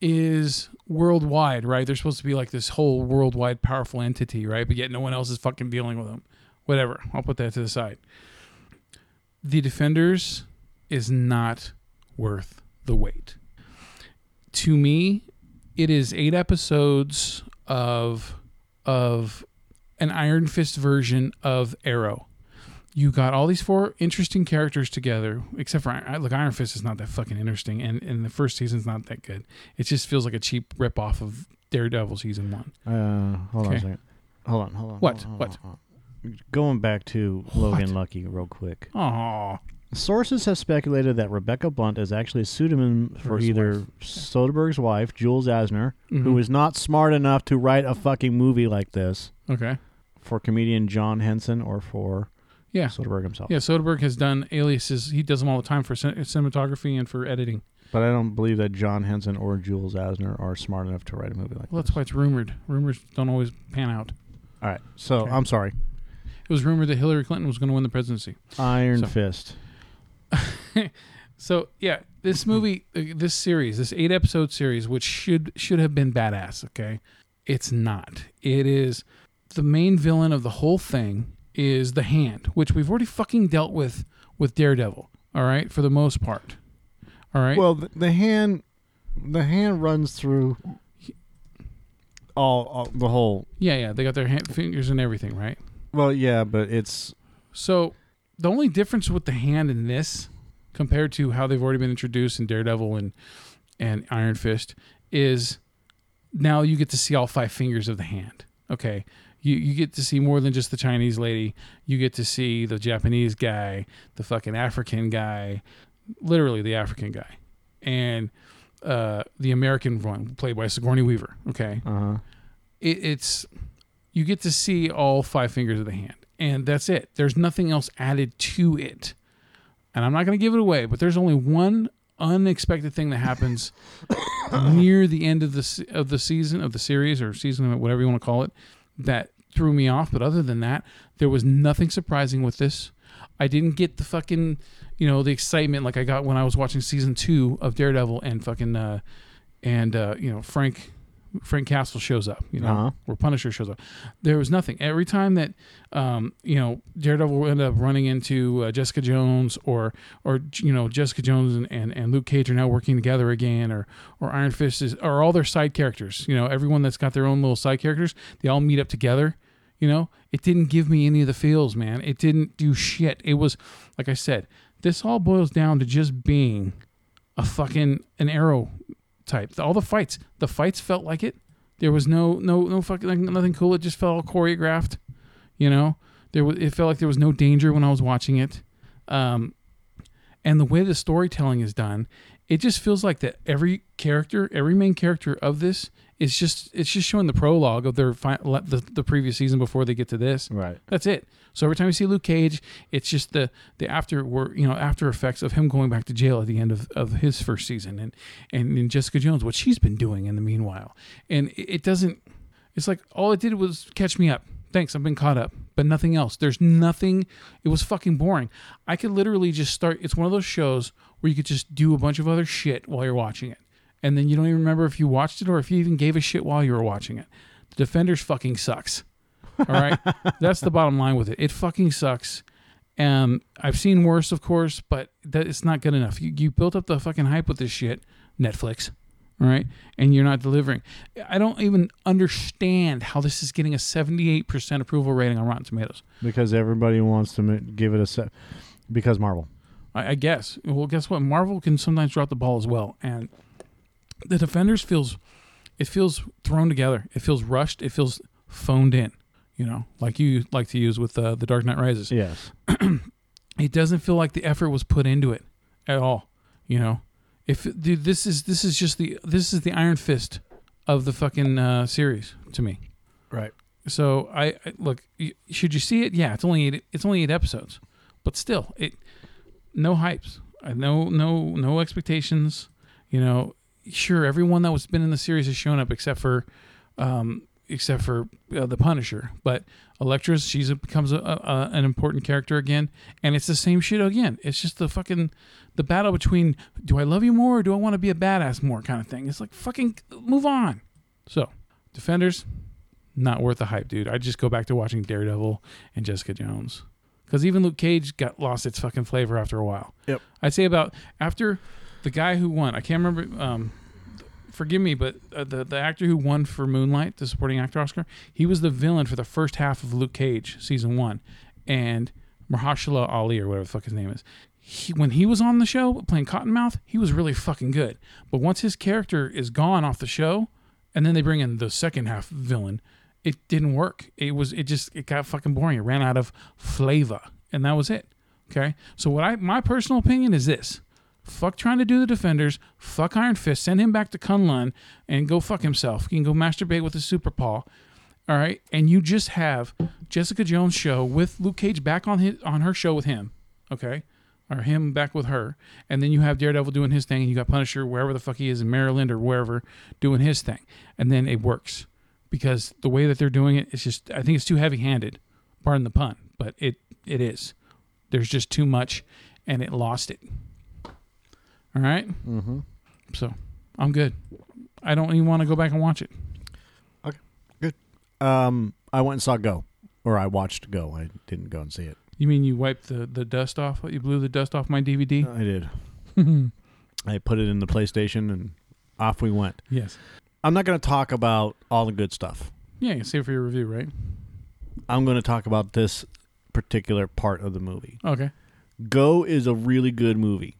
Speaker 2: is worldwide, right? They're supposed to be like this whole worldwide powerful entity, right? But yet no one else is fucking dealing with them. Whatever. I'll put that to the side. The Defenders is not worth the wait to me, it is eight episodes of of an Iron Fist version of Arrow. You got all these four interesting characters together, except for I- look, Iron Fist is not that fucking interesting, and and the first season's not that good. It just feels like a cheap rip off of Daredevil season one.
Speaker 1: Uh, hold on
Speaker 2: Okay.
Speaker 1: a second. Hold on, hold on.
Speaker 2: What?
Speaker 1: hold on,
Speaker 2: What?
Speaker 1: hold on. Going back to Logan Lucky real quick.
Speaker 2: Oh,
Speaker 1: Sources have speculated that Rebecca Blunt is actually a pseudonym for
Speaker 2: his
Speaker 1: either
Speaker 2: wife. Mm-hmm.
Speaker 1: Soderbergh's wife, Jules Asner, who is not smart enough to write a fucking movie like this
Speaker 2: okay,
Speaker 1: for comedian John Henson or for
Speaker 2: yeah,
Speaker 1: Soderbergh himself.
Speaker 2: yeah. Soderbergh has done aliases. He does them all the time for cin- cinematography and for editing.
Speaker 1: But I don't believe that John Henson or Jules Asner are smart enough to write a movie like
Speaker 2: Well, that's why it's rumored. Rumors don't always pan out.
Speaker 1: that. All right. So I'm sorry.
Speaker 2: It was rumored that Hillary Clinton was going to win the presidency.
Speaker 1: Iron
Speaker 2: So-
Speaker 1: Fist.
Speaker 2: So yeah, this movie, uh, this series, this eight episode series, which should should have been badass. Okay, it's not. It is the main villain of the whole thing is the Hand, which we've already fucking dealt with with Daredevil. All right, for the most part. All right.
Speaker 1: Well, the, the hand, the hand runs through all, all the whole.
Speaker 2: yeah, yeah, they got their hand, fingers and everything, right?
Speaker 1: Well, yeah, but it's
Speaker 2: So the only difference with the hand in this compared to how they've already been introduced in Daredevil and and Iron Fist is now you get to see all five fingers of the hand. Okay. You you get to see more than just the Chinese lady. You get to see the Japanese guy, the fucking African guy, literally the African guy. And uh, the American one played by Sigourney Weaver. Okay
Speaker 1: uh,
Speaker 2: it, it's you get to see all five fingers of the hand and that's it there's nothing else added to it and i'm not going to give it away but there's only one unexpected thing that happens near the end of the se- of the season of the series or season whatever you want to call it that threw me off but other than that there was nothing surprising with this i didn't get the fucking you know the excitement like i got when i was watching season 2 of daredevil and fucking uh and uh you know frank frank castle shows up you know
Speaker 1: Uh-huh.
Speaker 2: or punisher shows up there was nothing every time that um you know daredevil would end up running into uh, jessica jones or or you know jessica jones and, and and luke cage are now working together again or or iron fist is or all their side characters you know everyone that's got their own little side characters they all meet up together you know, it didn't give me any of the feels, man. It didn't do shit. It was, like I said, this all boils down to just being a fucking an arrow type. All the fights, the fights felt like it. There was no no no fucking like, nothing cool. It just felt all choreographed. You know, There was it felt like there was no danger when I was watching it, um, and the way the storytelling is done, it just feels like that every character, every main character of this is just it's just showing the prologue of their fi- le- the, the previous season before they get to this.
Speaker 1: Right.
Speaker 2: That's it. So every time you see Luke Cage, it's just the the after wor- you know after effects of him going back to jail at the end of, of his first season, and, and and Jessica Jones, what she's been doing in the meanwhile, and it, it doesn't. It's like all it did was catch me up. Thanks, I've been caught up, but nothing else. There's nothing. It was fucking boring. I could literally just start. It's one of those shows where you could just do a bunch of other shit while you're watching it, and then you don't even remember if you watched it or if you even gave a shit while you were watching it. The Defenders fucking sucks. All right. That's the bottom line with it. It fucking sucks. Um, I've seen worse, of course, but that it's not good enough. You you built up the fucking hype with this shit, Netflix. All right. And you're not delivering. I don't even understand how this is getting a 78% approval rating on Rotten Tomatoes.
Speaker 1: Because everybody wants to ma- give it a set. Because Marvel.
Speaker 2: I, I guess. Well, guess what? Marvel can sometimes drop the ball as well, and the Defenders feels it feels thrown together. It feels rushed. It feels phoned in. You know, like you like to use with uh, the Dark Knight Rises.
Speaker 1: Yes.
Speaker 2: It doesn't feel like the effort was put into it at all. You know, if dude, this is this is just the this is the Iron Fist of the fucking uh, series to me.
Speaker 1: Right.
Speaker 2: So I, I look. y- Should you see it? Yeah, it's only eight, it's only eight episodes, but still, it no hypes, Uh, no no no expectations. You know, sure, everyone that was been in the series has shown up except for, um, except for uh, the Punisher. But Elektra, she's a, becomes a, a, an important character again, and it's the same shit again. It's just the fucking the battle between do I love you more or do I want to be a badass more kind of thing. It's like fucking move on. So Defenders, not worth the hype, dude. I just go back to watching Daredevil and Jessica Jones. Because even Luke Cage got lost its fucking flavor after a while.
Speaker 1: Yep.
Speaker 2: I'd say about after the guy who won, I can't remember. Um, forgive me, but uh, the the actor who won for Moonlight, the supporting actor Oscar, he was the villain for the first half of Luke Cage season one, and Mahershala Ali or whatever the fuck his name is. He, when he was on the show playing Cottonmouth, he was really fucking good. But once his character is gone off the show, and then they bring in the second half villain, it didn't work. It was it just it got fucking boring. It ran out of flavor, and that was it. Okay, so what I my personal opinion is this: fuck trying to do the defenders, fuck Iron Fist, send him back to Kunlun and go fuck himself. He can go masturbate with his super paw. All right, and you just have Jessica Jones show with Luke Cage back on his on her show with him. Okay, or him back with her, and then you have Daredevil doing his thing, and you got Punisher wherever the fuck he is in Maryland or wherever doing his thing, and then it works because the way that they're doing it, it's just I think it's too heavy-handed, pardon the pun, but it it is. There's just too much, and it lost it. All right. Mm-hmm. So I'm good. I don't even want to go back and watch it.
Speaker 1: Um, I went and saw Go, or I watched Go. I didn't go and see it.
Speaker 2: You mean you wiped the, the dust off? You blew the dust off my DVD?
Speaker 1: I did. I put it in the PlayStation, and off we went.
Speaker 2: yes.
Speaker 1: I'm not going to talk about all the good stuff.
Speaker 2: Yeah, you save it for your review, right?
Speaker 1: I'm going to talk about this particular part of the movie.
Speaker 2: Okay.
Speaker 1: Go is a really good movie.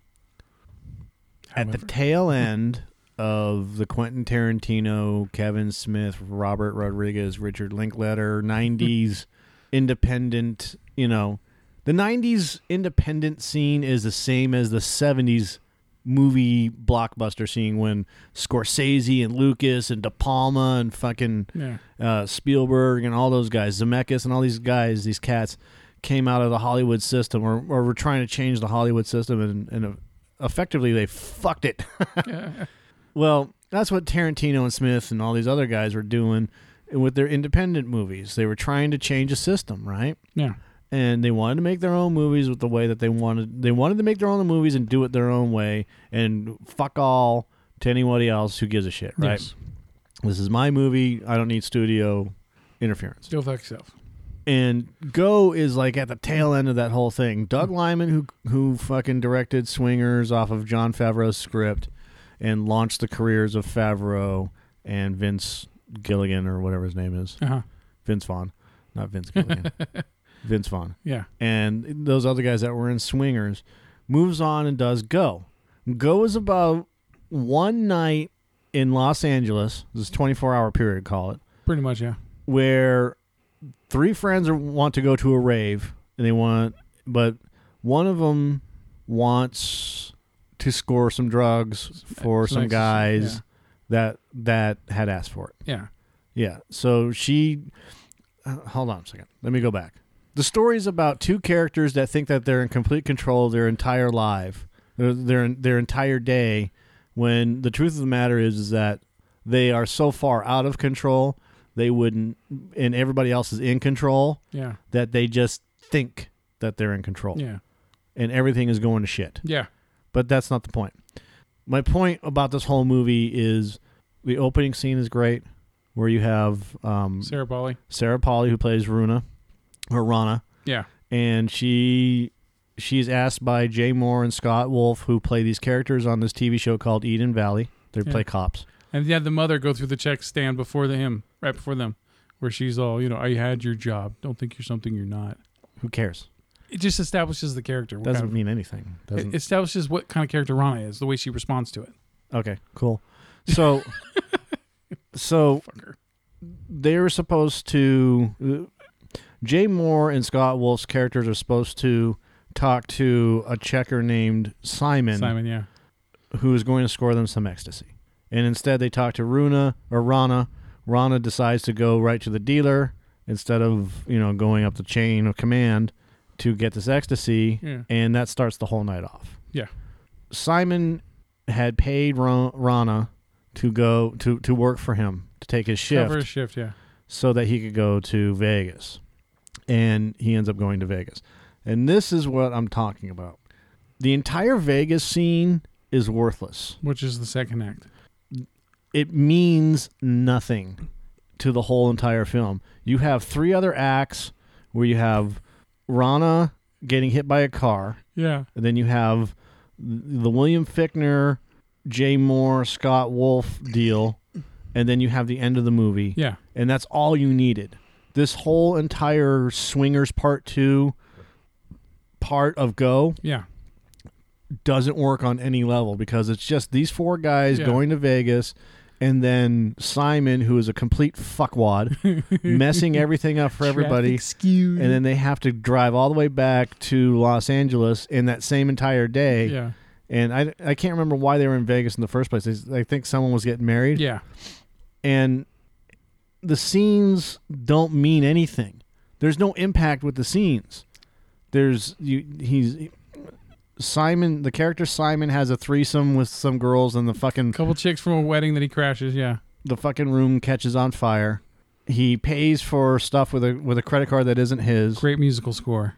Speaker 1: At
Speaker 2: However.
Speaker 1: the tail end of the Quentin Tarantino, Kevin Smith, Robert Rodriguez, Richard Linkletter 90s independent, you know, the 90s independent scene is the same as the 70s movie blockbuster scene when Scorsese and Lucas and De Palma and fucking
Speaker 2: Yeah.
Speaker 1: uh, Spielberg and all those guys, Zemeckis and all these guys, these cats came out of the Hollywood system or, or were trying to change the Hollywood system and, and uh, effectively they fucked it.
Speaker 2: Yeah.
Speaker 1: well, that's what Tarantino and Smith and all these other guys were doing with their independent movies. They were trying to change a system, right?
Speaker 2: Yeah.
Speaker 1: and they wanted to make their own movies with the way that they wanted they wanted to make their own movies and do it their own way and fuck all to anybody else who gives a shit right
Speaker 2: Yes.
Speaker 1: this is my movie i don't need studio interference
Speaker 2: Still fuck yourself.
Speaker 1: and go is like at the tail end of that whole thing doug lyman who who fucking directed swingers off of john favreau's script and launched the careers of favreau and vince gilligan or whatever his name is
Speaker 2: Uh huh.
Speaker 1: vince vaughn not vince gilligan vince vaughn
Speaker 2: Yeah.
Speaker 1: and those other guys that were in swingers moves on and does go go is about one night in los angeles this 24 hour period call it
Speaker 2: Pretty much. Yeah.
Speaker 1: where three friends are, want to go to a rave and they want but one of them wants to score some drugs for
Speaker 2: some
Speaker 1: some
Speaker 2: ecstasy,
Speaker 1: guys
Speaker 2: yeah.
Speaker 1: that that had asked for it
Speaker 2: Yeah.
Speaker 1: yeah so she uh, hold on a second let me go back the story is about two characters that think that they're in complete control of their entire life their their, their entire day when the truth of the matter is, is that they are so far out of control they wouldn't and everybody else is in control
Speaker 2: Yeah.
Speaker 1: that they just think that they're in control
Speaker 2: Yeah.
Speaker 1: and everything is going to shit.
Speaker 2: Yeah.
Speaker 1: But that's not the point. My point about this whole movie is the opening scene is great, where you have um,
Speaker 2: Sarah Polly.
Speaker 1: Sarah Polly who plays Runa or Rana,
Speaker 2: Yeah.
Speaker 1: and she she's asked by Jay Moore and Scott Wolf who play these characters on this TV show called Eden Valley. They
Speaker 2: Yeah.
Speaker 1: play cops.
Speaker 2: And they had the mother go through the check stand before the him, right before them, where she's all, you know, I had your job. Don't think you're something you're not.
Speaker 1: Who cares?
Speaker 2: It just establishes the character. What
Speaker 1: Doesn't
Speaker 2: kind
Speaker 1: mean anything.
Speaker 2: of,
Speaker 1: Doesn't
Speaker 2: it establishes what kind of character Rana is, the way she responds to it.
Speaker 1: Okay, cool. So, so they were supposed to. Jay Moore and Scott Wolf's characters are supposed to talk to a checker named Simon,
Speaker 2: Simon, yeah.
Speaker 1: who is going to score them some ecstasy. And instead, they talk to Runa or Rana. Rana decides to go right to the dealer instead of you know going up the chain of command to get this ecstasy,
Speaker 2: Yeah.
Speaker 1: and that starts the whole night off.
Speaker 2: Yeah.
Speaker 1: Simon had paid Ron- Rana to go to, to work for him to take his shift
Speaker 2: Cover a shift, yeah.
Speaker 1: so that he could go to Vegas. And he ends up going to Vegas. And this is what I'm talking about. The entire Vegas scene is worthless.
Speaker 2: Which is the second act.
Speaker 1: It means nothing to the whole entire film. You have three other acts where you have Rana getting hit by a car.
Speaker 2: Yeah.
Speaker 1: And then you have the William Fickner, Jay Moore, Scott Wolf deal. And then you have the end of the movie.
Speaker 2: Yeah.
Speaker 1: And that's all you needed. This whole entire Swingers Part 2 part of Go
Speaker 2: Yeah.
Speaker 1: doesn't work on any level because it's just these four guys
Speaker 2: Yeah.
Speaker 1: going to Vegas and then Simon, who is a complete fuckwad, messing everything up for everybody
Speaker 2: skewed.
Speaker 1: and then they have to drive all the way back to Los Angeles in that same entire day.
Speaker 2: yeah.
Speaker 1: And I, I can't remember why they were in Vegas in the first place. They- I think someone was getting married.
Speaker 2: Yeah.
Speaker 1: And the scenes don't mean anything. There's no impact with the scenes. There's you he's Simon the character Simon has a threesome with some girls and the fucking
Speaker 2: Couple chicks from a wedding that he crashes, yeah.
Speaker 1: the fucking room catches on fire. He pays for stuff with a with a credit card that isn't his.
Speaker 2: Great musical score.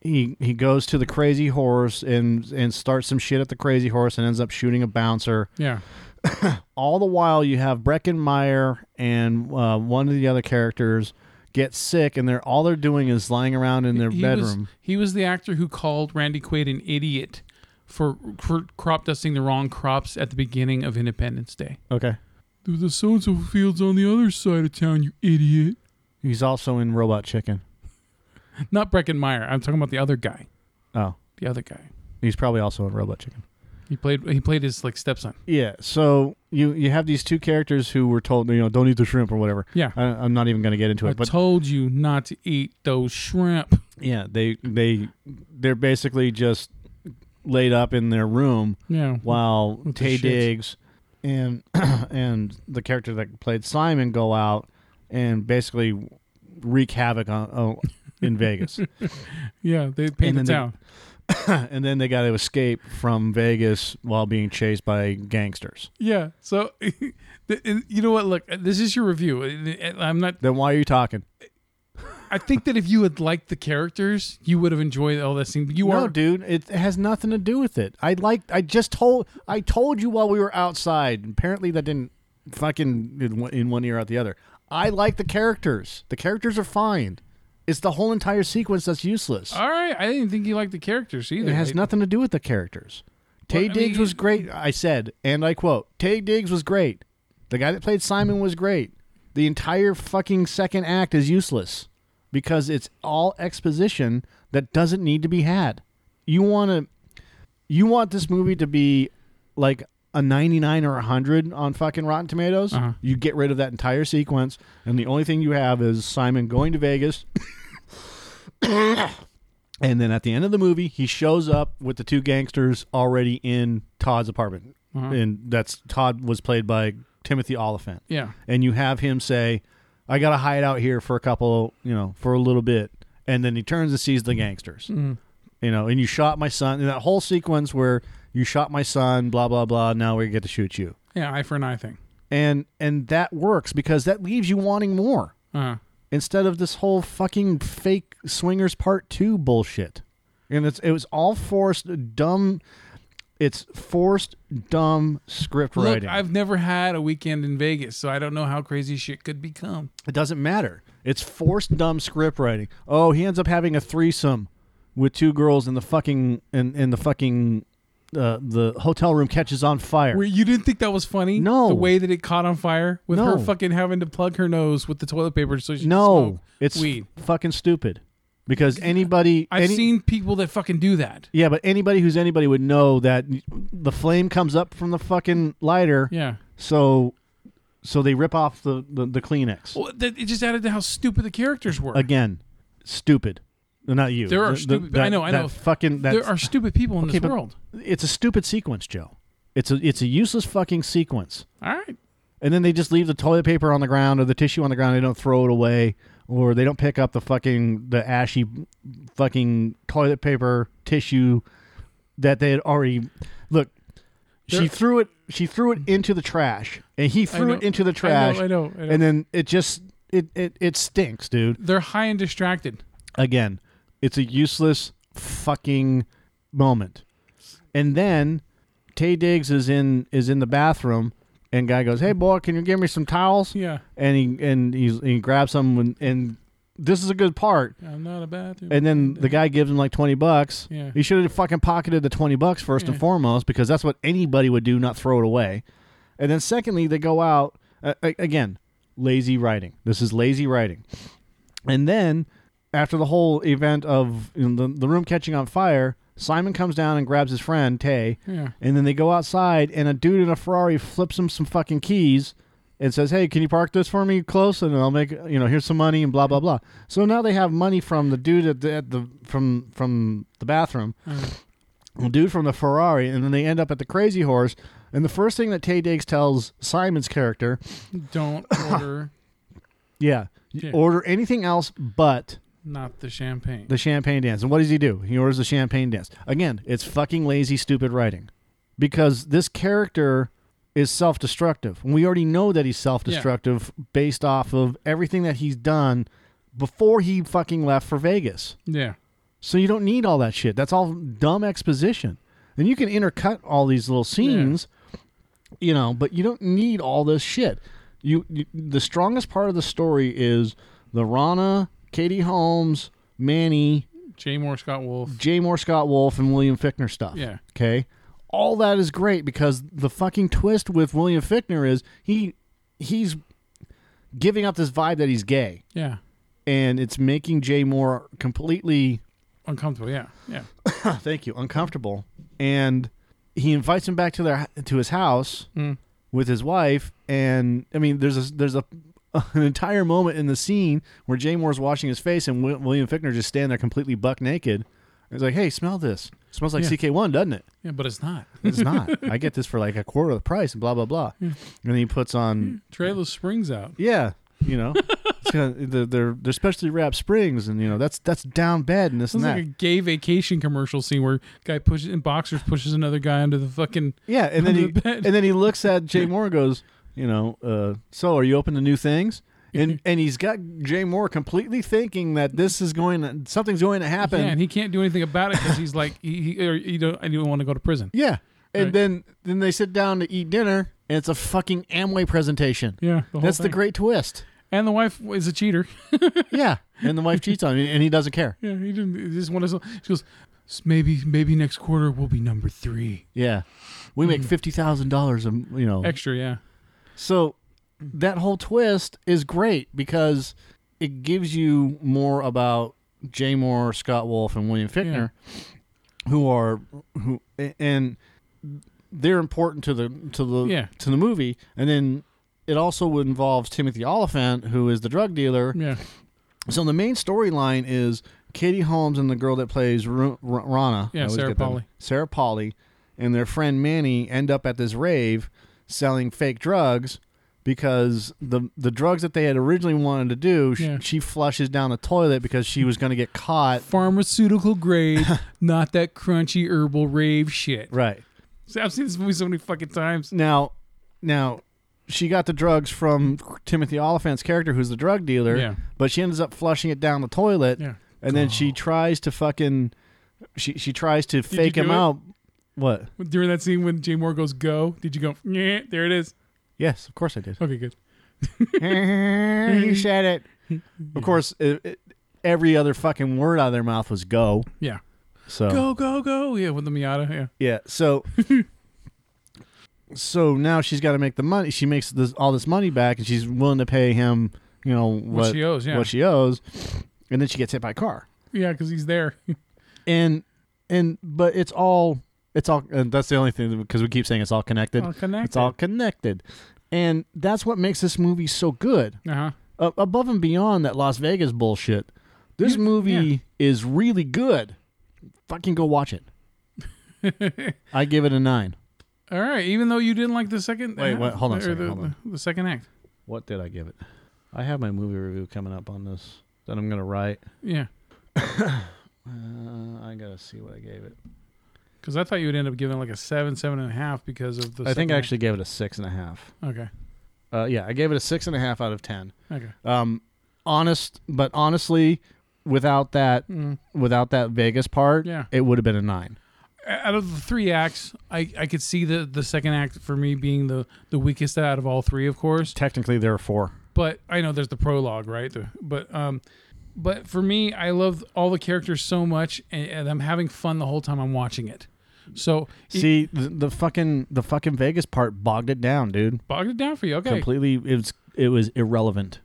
Speaker 1: he he goes to the crazy horse and and starts some shit at the crazy horse and ends up shooting a bouncer.
Speaker 2: Yeah.
Speaker 1: All the while, you have Breckenmeyer and uh, one of the other characters get sick, and they're all they're doing is lying around in their
Speaker 2: He was-
Speaker 1: bedroom.
Speaker 2: he was the actor who called Randy Quaid an idiot for cr- crop dusting the wrong crops at the beginning of Independence Day.
Speaker 1: okay,
Speaker 2: The so and so field's on the other side of town, you idiot.
Speaker 1: he's also in Robot Chicken.
Speaker 2: Not Breckenmeyer. I'm talking about the other guy.
Speaker 1: Oh,
Speaker 2: The other guy.
Speaker 1: he's probably also in Robot Chicken.
Speaker 2: He played. He played his like stepson.
Speaker 1: Yeah, so you you have these two characters who were told you know don't eat the shrimp or whatever.
Speaker 2: Yeah.
Speaker 1: I, I'm not even going to get into
Speaker 2: I
Speaker 1: it, but
Speaker 2: told you not to eat those shrimp.
Speaker 1: yeah, they they they're basically just laid up in their room
Speaker 2: Yeah.
Speaker 1: Mm-hmm. while
Speaker 2: With the
Speaker 1: Tay
Speaker 2: shits.
Speaker 1: Diggs and and the character that played Simon go out and basically wreak havoc on oh, in Vegas,
Speaker 2: Yeah. They
Speaker 1: then they-
Speaker 2: painted the town.
Speaker 1: and then they got to escape from Vegas while being chased by gangsters.
Speaker 2: yeah. So, the- and you know what? Look, this is your review. Uh, I'm not
Speaker 1: Then why are you talking?
Speaker 2: I think that if you had liked the characters, you would have enjoyed all that scene. But you
Speaker 1: No,
Speaker 2: are
Speaker 1: dude, it has nothing to do with it. I like. I just told. I told you while we were outside. Apparently, that didn't fucking in one, in one ear out the other. I like the characters. The characters are fine. It's the whole entire sequence that's useless.
Speaker 2: all right. I didn't think you liked the characters either.
Speaker 1: It has
Speaker 2: I-
Speaker 1: nothing to do with the characters. Tay
Speaker 2: I
Speaker 1: Diggs
Speaker 2: mean-
Speaker 1: was great. I said, and I quote, Tay Diggs was great. The guy that played Simon was great. The entire fucking second act is useless because it's all exposition that doesn't need to be had. You want to, you want this movie to be like a 99 or 100 on fucking Rotten Tomatoes,
Speaker 2: Uh-huh.
Speaker 1: you get rid of that entire sequence, and the only thing you have is Simon going to Vegas. and then at the end of the movie, he shows up with the two gangsters already in Todd's apartment.
Speaker 2: Uh-huh.
Speaker 1: And that's Todd was played by Timothy Oliphant
Speaker 2: Yeah.
Speaker 1: and you have him say, "I gotta hide out here for a couple, you know, for a little bit," and then he turns and sees the gangsters, you know, and you shot my son. And that whole sequence where you shot my son, blah blah blah. Now we get to shoot you,
Speaker 2: Yeah. Eye for an eye thing.
Speaker 1: and and that works because that leaves you wanting more
Speaker 2: Uh,
Speaker 1: instead of this whole fucking fake swingers part two bullshit. And it's it was all forced dumb. It's forced dumb script
Speaker 2: look,
Speaker 1: writing.
Speaker 2: I've never had a weekend in Vegas, so I don't know how crazy shit could become.
Speaker 1: It doesn't matter. It's forced dumb script writing. Oh, he ends up having a threesome with two girls in the fucking in, in the fucking uh, the hotel room catches on fire.
Speaker 2: Where you didn't think that was funny?
Speaker 1: No.
Speaker 2: The way that it caught on fire with
Speaker 1: No.
Speaker 2: her fucking having to plug her nose with the toilet paper so she could
Speaker 1: no,
Speaker 2: smoke
Speaker 1: it's
Speaker 2: weed.
Speaker 1: fucking stupid. Because anybody
Speaker 2: I've
Speaker 1: any-
Speaker 2: seen people that fucking do that.
Speaker 1: Yeah, but anybody who's anybody would know that the flame comes up from the fucking lighter.
Speaker 2: Yeah.
Speaker 1: So so they rip off the the, the Kleenex.
Speaker 2: Well, that, it just added to how stupid the characters were.
Speaker 1: Again, stupid. No, Not you.
Speaker 2: There are
Speaker 1: The- the-
Speaker 2: stupid-
Speaker 1: that-
Speaker 2: I know, I
Speaker 1: that
Speaker 2: know.
Speaker 1: Fucking that
Speaker 2: there are stupid people in
Speaker 1: Okay,
Speaker 2: this
Speaker 1: but-
Speaker 2: world.
Speaker 1: it's a stupid sequence, Joe. It's a it's a useless fucking sequence.
Speaker 2: All right.
Speaker 1: And then they just leave the toilet paper on the ground or the tissue on the ground. They don't throw it away, or they don't pick up the fucking the ashy fucking toilet paper tissue that they had already. Look, she
Speaker 2: There-
Speaker 1: threw it. She threw it into the trash, and he threw
Speaker 2: know.
Speaker 1: it into
Speaker 2: I
Speaker 1: the
Speaker 2: know,
Speaker 1: trash.
Speaker 2: I know, I know.
Speaker 1: And then it just it it it stinks, dude
Speaker 2: They're high and distracted.
Speaker 1: again, it's a useless fucking moment. And then Tay Diggs is in is in the bathroom, and guy goes, "Hey boy, can you give me some towels?"
Speaker 2: Yeah.
Speaker 1: And he and he's, he grabs some, and, and this is a good part.
Speaker 2: I'm not a bathroom.
Speaker 1: And then the guy gives him like twenty bucks.
Speaker 2: Yeah.
Speaker 1: He should have fucking pocketed the twenty bucks first and
Speaker 2: Yeah.
Speaker 1: foremost because that's what anybody would do, not throw it away. And then secondly, they go out uh, again, lazy writing. This is lazy writing. And then after the whole event of you know, the, the room catching on fire, Simon comes down and grabs his friend Tay.
Speaker 2: Yeah.
Speaker 1: And then they go outside, and a dude in a Ferrari flips him some fucking keys and says, "Hey, can you park this for me close? And I'll make you know here's some money and blah blah blah." So now they have money from the dude at the, at the from from the bathroom,
Speaker 2: Uh,
Speaker 1: the dude from the Ferrari, and then they end up at the Crazy Horse. And the first thing that Tay Diggs tells Simon's character,
Speaker 2: Don't order
Speaker 1: yeah,
Speaker 2: Yeah.
Speaker 1: order anything else but
Speaker 2: not the champagne.
Speaker 1: the champagne dance. And what does he do? He orders the champagne dance. Again, it's fucking lazy, stupid writing. Because this character is self destructive. And we already know that he's self destructive based off of everything that he's done before he fucking left for Vegas.
Speaker 2: yeah.
Speaker 1: So you don't need all that shit. That's all dumb exposition. And you can intercut all these little scenes, you know, but you don't need all this shit. You, you the strongest part of the story is the Rana, Katie Holmes, Manny,
Speaker 2: Jay Moore, Scott Wolf.
Speaker 1: Jay Moore, Scott Wolf, and William Fickner stuff.
Speaker 2: Yeah.
Speaker 1: Okay. All that is great because the fucking twist with William Fickner is he he's giving up this vibe that he's gay,
Speaker 2: Yeah.
Speaker 1: and it's making Jay Moore completely
Speaker 2: Uncomfortable. Yeah. Yeah.
Speaker 1: thank you uncomfortable, and he invites him back to their to his house with his wife, and I mean there's a there's a an entire moment in the scene where Jay Moore's washing his face and Wi- William Fickner just standing there completely buck naked. He's like, "Hey, smell this. smells like
Speaker 2: Yeah.
Speaker 1: CK1, doesn't it?"
Speaker 2: Yeah. But it's not.
Speaker 1: It's not. I get this for like a quarter of the price and blah blah blah. And then he puts on
Speaker 2: Trailer Springs out.
Speaker 1: yeah, you know, it's kinda- they're, they're they're specially wrapped springs, and you know that's that's down bad and this and
Speaker 2: It's
Speaker 1: that.
Speaker 2: like a gay vacation commercial scene where guy pushes and boxers pushes another guy under the fucking.
Speaker 1: yeah, and then
Speaker 2: under
Speaker 1: he
Speaker 2: the bed.
Speaker 1: and then he looks at Jay Moore and goes, you know, uh, so are you open to new things? And and he's got Jay Moore completely thinking that this is going to, something's going to happen.
Speaker 2: Yeah, and he can't do anything about it because he's like he, he or you don't I don't want to go to prison.
Speaker 1: Yeah. And
Speaker 2: Right.
Speaker 1: then then they sit down to eat dinner, and it's a fucking Amway presentation.
Speaker 2: Yeah, the whole
Speaker 1: that's the
Speaker 2: thing.
Speaker 1: great twist.
Speaker 2: And the wife is a cheater.
Speaker 1: Yeah, and the wife cheats on him, and he doesn't care.
Speaker 2: yeah, he didn't. He just wanted. to- She goes, "S- maybe maybe next quarter we'll be number three
Speaker 1: Yeah, we make
Speaker 2: Mm-hmm.
Speaker 1: fifty thousand dollars a you know.
Speaker 2: extra. Yeah,
Speaker 1: So that whole twist is great because it gives you more about Jay Moore, Scott Wolf, and William Fickner, who are who and they're important to the to the
Speaker 2: Yeah.
Speaker 1: to the movie, and then it also involves Timothy Oliphant, who is the drug dealer.
Speaker 2: Yeah.
Speaker 1: So the main storyline is Katie Holmes and the girl that plays Ru- Ru- Rana.
Speaker 2: Yeah,
Speaker 1: I always
Speaker 2: Sarah
Speaker 1: get that-
Speaker 2: Pauli.
Speaker 1: Sarah Pauli and their friend Manny end up at this rave selling fake drugs because the the drugs that they had originally wanted to do, sh-
Speaker 2: Yeah.
Speaker 1: she flushes down the toilet because she was going to get caught.
Speaker 2: Pharmaceutical grade, not that crunchy herbal rave shit.
Speaker 1: Right.
Speaker 2: See, I've seen this movie so many fucking times.
Speaker 1: Now, now she got the drugs from Timothy Oliphant's character, who's the drug dealer.
Speaker 2: Yeah.
Speaker 1: But she ends up flushing it down the toilet.
Speaker 2: Yeah.
Speaker 1: And then she tries to fucking, she she tries to
Speaker 2: you
Speaker 1: fake him
Speaker 2: do it?
Speaker 1: out. What?
Speaker 2: During that scene when Jay Moore goes go, did you go? Yeah, there it is.
Speaker 1: Yes, of course I did.
Speaker 2: Okay, good.
Speaker 1: you said it. Of course, it, it, every other fucking word out of their mouth was go.
Speaker 2: Yeah.
Speaker 1: So
Speaker 2: Go go go. Yeah, with the Miata. Yeah.
Speaker 1: yeah, so so now she's got to make the money. She makes this all this money back, and she's willing to pay him. You know what,
Speaker 2: she owes, yeah.
Speaker 1: what she owes, and then she gets hit by a car.
Speaker 2: Yeah, because he's there.
Speaker 1: And and but it's all it's all. And that's the only thing because we keep saying it's all connected.
Speaker 2: All connected.
Speaker 1: It's all connected, and that's what makes this movie so good.
Speaker 2: Uh huh.
Speaker 1: uh, above and beyond that Las Vegas bullshit, this
Speaker 2: Yeah,
Speaker 1: movie
Speaker 2: yeah.
Speaker 1: is really good. Fucking go watch it. I give it a nine.
Speaker 2: All right. Even though you didn't like the second.
Speaker 1: Wait,
Speaker 2: half,
Speaker 1: what? Hold on a
Speaker 2: or
Speaker 1: second,
Speaker 2: The,
Speaker 1: hold on.
Speaker 2: the- the second act.
Speaker 1: What did I give it? I have my movie review coming up on this that I'm gonna write.
Speaker 2: Yeah.
Speaker 1: Uh, I gotta see what I gave it.
Speaker 2: Because I thought you would end up giving like a seven, seven and a half because of the.
Speaker 1: I think
Speaker 2: second
Speaker 1: I
Speaker 2: act.
Speaker 1: actually gave it a six and a half.
Speaker 2: Okay.
Speaker 1: Uh, yeah, I gave it a six and a half out of ten.
Speaker 2: Okay.
Speaker 1: Um, honest, but honestly, without that, without that Vegas part,
Speaker 2: Mm. Yeah.
Speaker 1: it would have been a nine.
Speaker 2: out of the three acts, I, I could see the, the second act for me being the, the weakest out of all three, of course.
Speaker 1: Technically, there are four.
Speaker 2: But I know there's the prologue, right? The- but um, but for me, I love all the characters so much, and, and I'm having fun the whole time I'm watching it. So it
Speaker 1: See, the, the fucking the fucking Vegas part bogged it down, dude.
Speaker 2: bogged it down for you, okay?
Speaker 1: completely it was it was irrelevant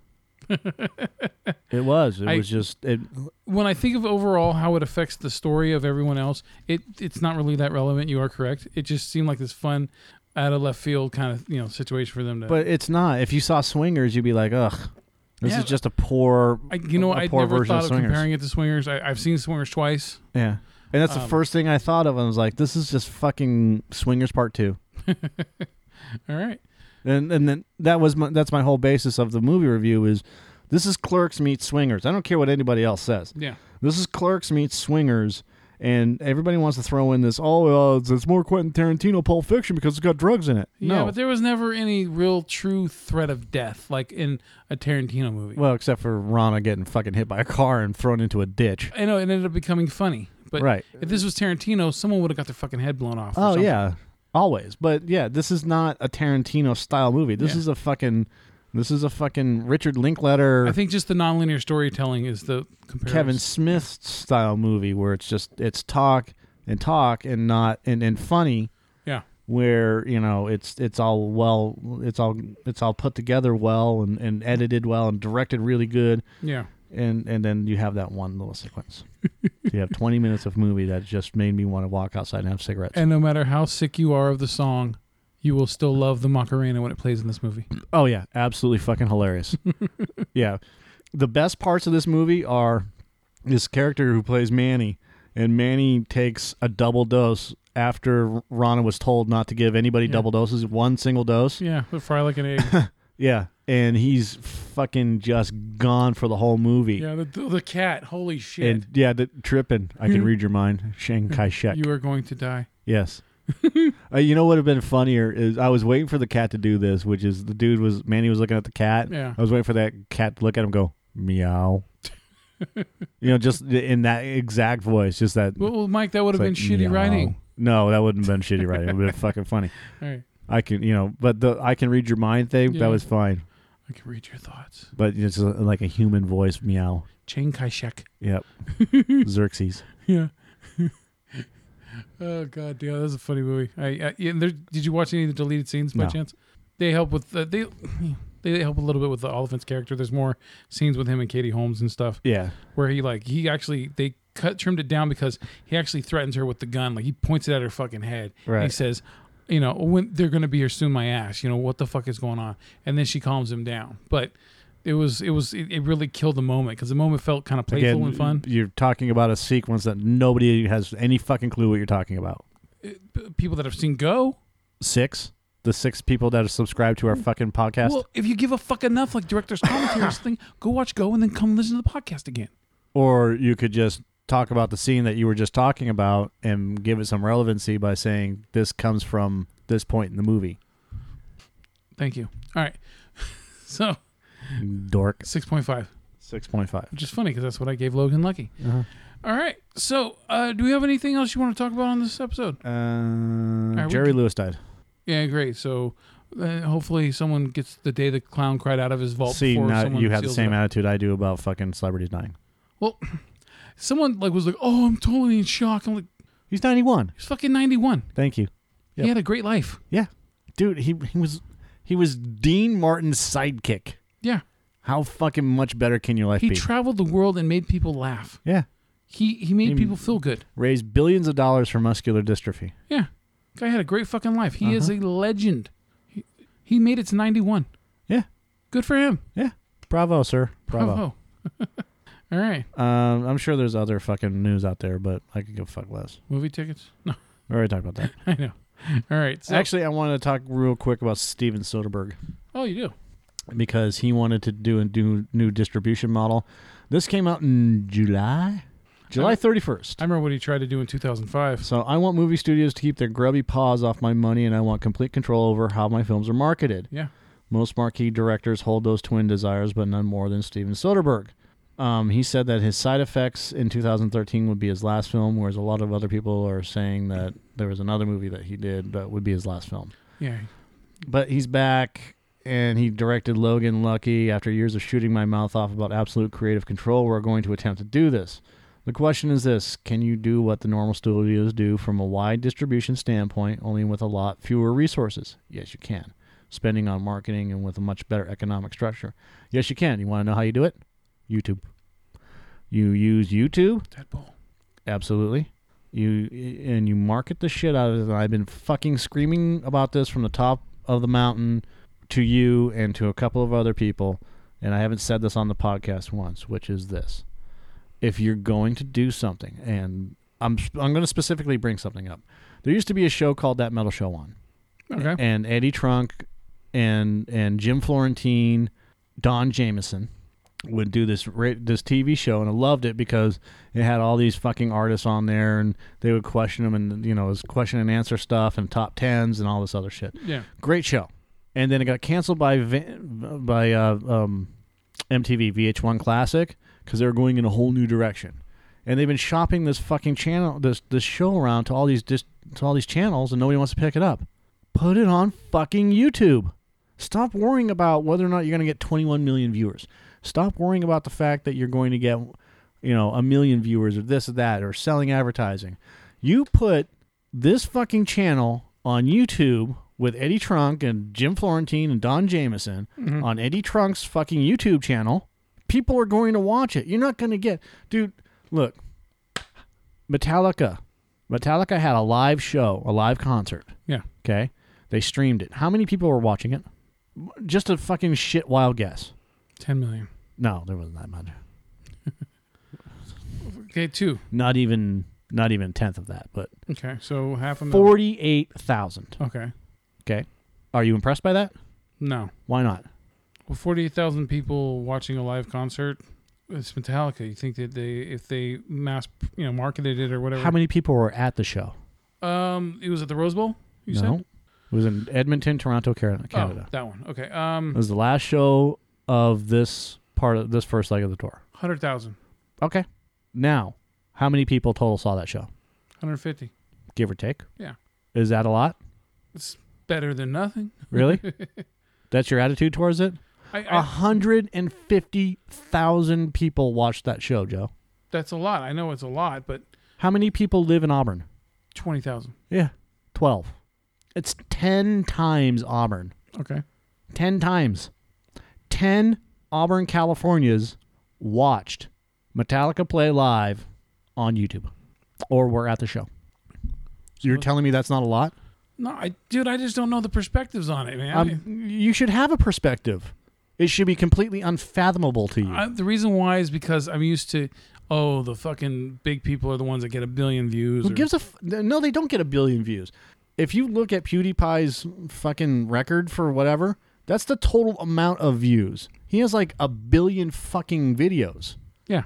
Speaker 1: it was it
Speaker 2: I-
Speaker 1: was just it
Speaker 2: When I think of overall how it affects the story of everyone else, it it's not really that relevant. You are correct. It just seemed like this fun, out of left field kind of you know situation for them to.
Speaker 1: but it's not if you saw swingers you'd be like ugh this
Speaker 2: Yeah.
Speaker 1: is just a poor
Speaker 2: I, you know,
Speaker 1: a
Speaker 2: I
Speaker 1: poor
Speaker 2: never
Speaker 1: version
Speaker 2: thought
Speaker 1: of
Speaker 2: of
Speaker 1: Swingers.
Speaker 2: comparing Um, it to Swingers. I, I've seen Swingers twice.
Speaker 1: yeah and that's the first thing i thought of i was like this is just fucking swingers part two
Speaker 2: All right.
Speaker 1: and and then that was my, that's my whole basis of the movie review is this is clerks meets swingers i don't care what anybody else says
Speaker 2: Yeah.
Speaker 1: This is Clerks meets Swingers, and everybody wants to throw in this. Oh, well, it's, it's more Quentin Tarantino Pulp Fiction because it's got drugs in it.
Speaker 2: Yeah,
Speaker 1: no,
Speaker 2: but there was never any real true threat of death like in a Tarantino movie.
Speaker 1: well, except for Rana getting fucking hit by a car and thrown into a ditch.
Speaker 2: I know it ended up becoming funny, but
Speaker 1: Right.
Speaker 2: if this was Tarantino, someone would have got their fucking head blown off. or
Speaker 1: Oh
Speaker 2: something.
Speaker 1: yeah, always. But yeah, this is not a Tarantino style movie. This
Speaker 2: Yeah.
Speaker 1: is a fucking, this is a fucking Richard Linkletter,
Speaker 2: I think just the nonlinear storytelling is the comparison.
Speaker 1: Kevin Smith style movie where it's just it's talk and talk and not and and funny.
Speaker 2: Yeah.
Speaker 1: where you know it's it's all well it's all it's all put together well and, and edited well and directed really good
Speaker 2: Yeah.
Speaker 1: and and then you have that one little sequence you have 20 minutes of movie that just made me want to walk outside and have cigarettes
Speaker 2: And no matter how sick you are of the song, you will still love the Macarena when it plays in this movie.
Speaker 1: oh yeah absolutely fucking hilarious yeah the best parts of this movie are this character who plays manny and manny takes a double dose after rana was told not to give anybody double doses one single dose
Speaker 2: Yeah, but fry like an egg.
Speaker 1: Yeah, and he's fucking just gone for the whole movie.
Speaker 2: yeah, the, the cat. Holy shit.
Speaker 1: And yeah, the tripping. I can read your mind, Shang Kai Shek.
Speaker 2: you are going to die.
Speaker 1: Yes. uh, you know what would have been funnier is I was waiting for the cat to do this, which is the dude was Manny was looking at the cat.
Speaker 2: Yeah.
Speaker 1: I was waiting for that cat to look at him, and go meow. you know, just in that exact voice, just that.
Speaker 2: Well, well Mike, that would
Speaker 1: it's
Speaker 2: have been
Speaker 1: like,
Speaker 2: shitty
Speaker 1: meow.
Speaker 2: writing.
Speaker 1: No, that wouldn't have been shitty writing. It would have been fucking funny.
Speaker 2: All right.
Speaker 1: I can, you know, but the I can read your mind thing
Speaker 2: Yeah.
Speaker 1: that was fine,
Speaker 2: I can read your thoughts.
Speaker 1: but it's uh, like a human voice meow.
Speaker 2: Chang Kai shek.
Speaker 1: Yep. Xerxes.
Speaker 2: Yeah. oh god, yeah, that's a funny movie. I, I yeah, there, did you watch any of the deleted scenes by
Speaker 1: No.
Speaker 2: chance? They help with uh, they they help a little bit with the Oliphant's character. There's more scenes with him and Katie Holmes and stuff
Speaker 1: Yeah.
Speaker 2: where he like he actually they cut trimmed it down because he actually threatens her with the gun. Like he points it at her fucking head. And he
Speaker 1: Right.
Speaker 2: says, you know, when they're going to be here soon, my ass. You know what the fuck is going on? And then she calms him down. But it was it was it, it really killed the moment because the moment felt kind of playful
Speaker 1: Again,
Speaker 2: and fun.
Speaker 1: you're talking about a sequence that nobody has any fucking clue what you're talking about.
Speaker 2: P- People that have seen Go.
Speaker 1: Six, the six people that are subscribed to our fucking podcast.
Speaker 2: Mm. Well, if you give a fuck enough, like director's commentary or something, go watch Go and then come listen to the podcast again.
Speaker 1: or you could just talk about the scene that you were just talking about and give it some relevancy by saying this comes from this point in the movie.
Speaker 2: Thank you. All right. So
Speaker 1: Dork.
Speaker 2: six point five,
Speaker 1: Six point five.
Speaker 2: which is funny because that's what I gave Logan Lucky.
Speaker 1: Uh-huh.
Speaker 2: All right. So uh, do we have anything else you want to talk about on this episode?
Speaker 1: Uh,
Speaker 2: we
Speaker 1: Jerry
Speaker 2: good?
Speaker 1: Lewis died.
Speaker 2: Yeah, great. So uh, hopefully someone gets the day the clown cried out of his vault.
Speaker 1: See,
Speaker 2: before
Speaker 1: now
Speaker 2: someone
Speaker 1: you have the
Speaker 2: seals
Speaker 1: same
Speaker 2: it up.
Speaker 1: attitude I do about fucking celebrities dying.
Speaker 2: Well, someone like was like, "Oh, I'm totally in shock." I'm like,
Speaker 1: He's ninety one.
Speaker 2: "He's fucking 91.
Speaker 1: Thank you. Yep.
Speaker 2: He had a great life."
Speaker 1: Yeah, dude. He he was he was Dean Martin's sidekick.
Speaker 2: Yeah,
Speaker 1: How fucking much better can your life
Speaker 2: he
Speaker 1: be?
Speaker 2: traveled the world and made people laugh.
Speaker 1: yeah,
Speaker 2: He he made
Speaker 1: He-
Speaker 2: people feel good.
Speaker 1: raised billions of dollars for muscular dystrophy.
Speaker 2: Yeah, guy had a great fucking life. He
Speaker 1: Uh-huh.
Speaker 2: is a legend. He, he made it to 91.
Speaker 1: Yeah,
Speaker 2: Good for him.
Speaker 1: yeah. Bravo, sir. Bravo.
Speaker 2: Bravo. All right,
Speaker 1: Um, I'm sure there's other fucking news out there, but I could give a fuck less.
Speaker 2: movie tickets. No,
Speaker 1: We already talked about that.
Speaker 2: I know. All right. So,
Speaker 1: Actually, I wanted to talk real quick about Steven Soderbergh
Speaker 2: oh, you do.
Speaker 1: because he wanted to do a new, new distribution model. This came out in July, July 31st.
Speaker 2: I remember what he tried to do in 2005.
Speaker 1: so I want movie studios to keep their grubby paws off my money, and I want complete control over how my films are marketed.
Speaker 2: Yeah.
Speaker 1: Most marquee directors hold those twin desires, but none more than Steven Soderbergh. Um, he said that his side effects in 2013 would be his last film, whereas a lot of other people are saying that there was another movie that he did that would be his last film.
Speaker 2: Yeah.
Speaker 1: But he's back, and he directed Logan Lucky. After years of shooting my mouth off about absolute creative control, we're going to attempt to do this. The question is this Can you do what the normal studios do from a wide distribution standpoint, only with a lot fewer resources? Yes, you can. Spending on marketing and with a much better economic structure. Yes, you can. You want to know how you do it? YouTube. You use YouTube
Speaker 2: Deadpool.
Speaker 1: Absolutely. You and you market the shit out of it. And I've been fucking screaming about this from the top of the mountain to you and to a couple of other people, and I haven't said this on the podcast once, which is this: if you're going to do something, and I'm I'm going to specifically bring something up. There used to be a show called That Metal Show on,
Speaker 2: Okay.
Speaker 1: and Eddie Trunk and and Jim Florentine, Don Jameson would do this ra- this TV show, and I loved it because it had all these fucking artists on there, and they would question them, and you know, it was question and answer stuff, and top tens, and all this other shit.
Speaker 2: yeah.
Speaker 1: Great show, and then it got canceled by Van, by uh, um, MTV VH1 Classic because they were going in a whole new direction, and they've been shopping this fucking channel this this show around to all these dis- to all these channels, and nobody wants to pick it up. Put it on fucking YouTube. Stop worrying about whether or not you're going to get 21 million viewers. Stop worrying about the fact that you're going to get, you know, a million viewers or this or that or selling advertising. You put this fucking channel on YouTube with Eddie Trunk and Jim Florentine and Don Jameson on Eddie Trunk's fucking YouTube channel. People are going to watch it. You're not going to get, dude. Look, Metallica. Metallica had a live show, a live concert.
Speaker 2: Yeah.
Speaker 1: Okay. They streamed it. How many people were watching it? Just a fucking shit wild guess.
Speaker 2: 10 million.
Speaker 1: No, there wasn't that much.
Speaker 2: Okay, two.
Speaker 1: Not even not even a tenth of that, but
Speaker 2: Okay, so half a million.
Speaker 1: forty eight thousand.
Speaker 2: Okay,
Speaker 1: Okay. Are you impressed by that?
Speaker 2: no.
Speaker 1: Why not?
Speaker 2: Well, forty-eight thousand people watching a live concert. It's Metallica. You think that they, if they mass, you know, marketed it or whatever.
Speaker 1: How many people were at the show?
Speaker 2: Um, it was at the Rose Bowl. You
Speaker 1: no.
Speaker 2: said.
Speaker 1: It was in Edmonton, Toronto, Canada. Canada.
Speaker 2: Oh, that one. Okay.
Speaker 1: It
Speaker 2: Um,
Speaker 1: was the last show of this part of this first leg of the tour.
Speaker 2: hundred thousand.
Speaker 1: Okay. Now, how many people total saw that show?
Speaker 2: Hundred fifty.
Speaker 1: Give or take?
Speaker 2: Yeah.
Speaker 1: Is that a lot?
Speaker 2: It's better than nothing.
Speaker 1: Really? That's your attitude towards it?
Speaker 2: I, I,
Speaker 1: A hundred and fifty thousand people watched that show, Joe.
Speaker 2: that's a lot. I know it's a lot, but
Speaker 1: How many people live in Auburn?
Speaker 2: twenty thousand.
Speaker 1: Yeah, twelve. It's ten times Auburn.
Speaker 2: Okay.
Speaker 1: Ten times. Ten Auburn, Californians watched Metallica play live on YouTube, or were at the show. You're telling me that's not a lot?
Speaker 2: No, I dude, I just don't know the perspectives on it, man.
Speaker 1: Um, you should have a perspective. It should be completely unfathomable to you.
Speaker 2: I, the reason why is because I'm used to, oh, the fucking big people are the ones that get a billion views.
Speaker 1: Who
Speaker 2: or-
Speaker 1: gives a f- no? They don't get a billion views. If you look at PewDiePie's fucking record for whatever, that's the total amount of views. He has like a billion fucking videos.
Speaker 2: yeah,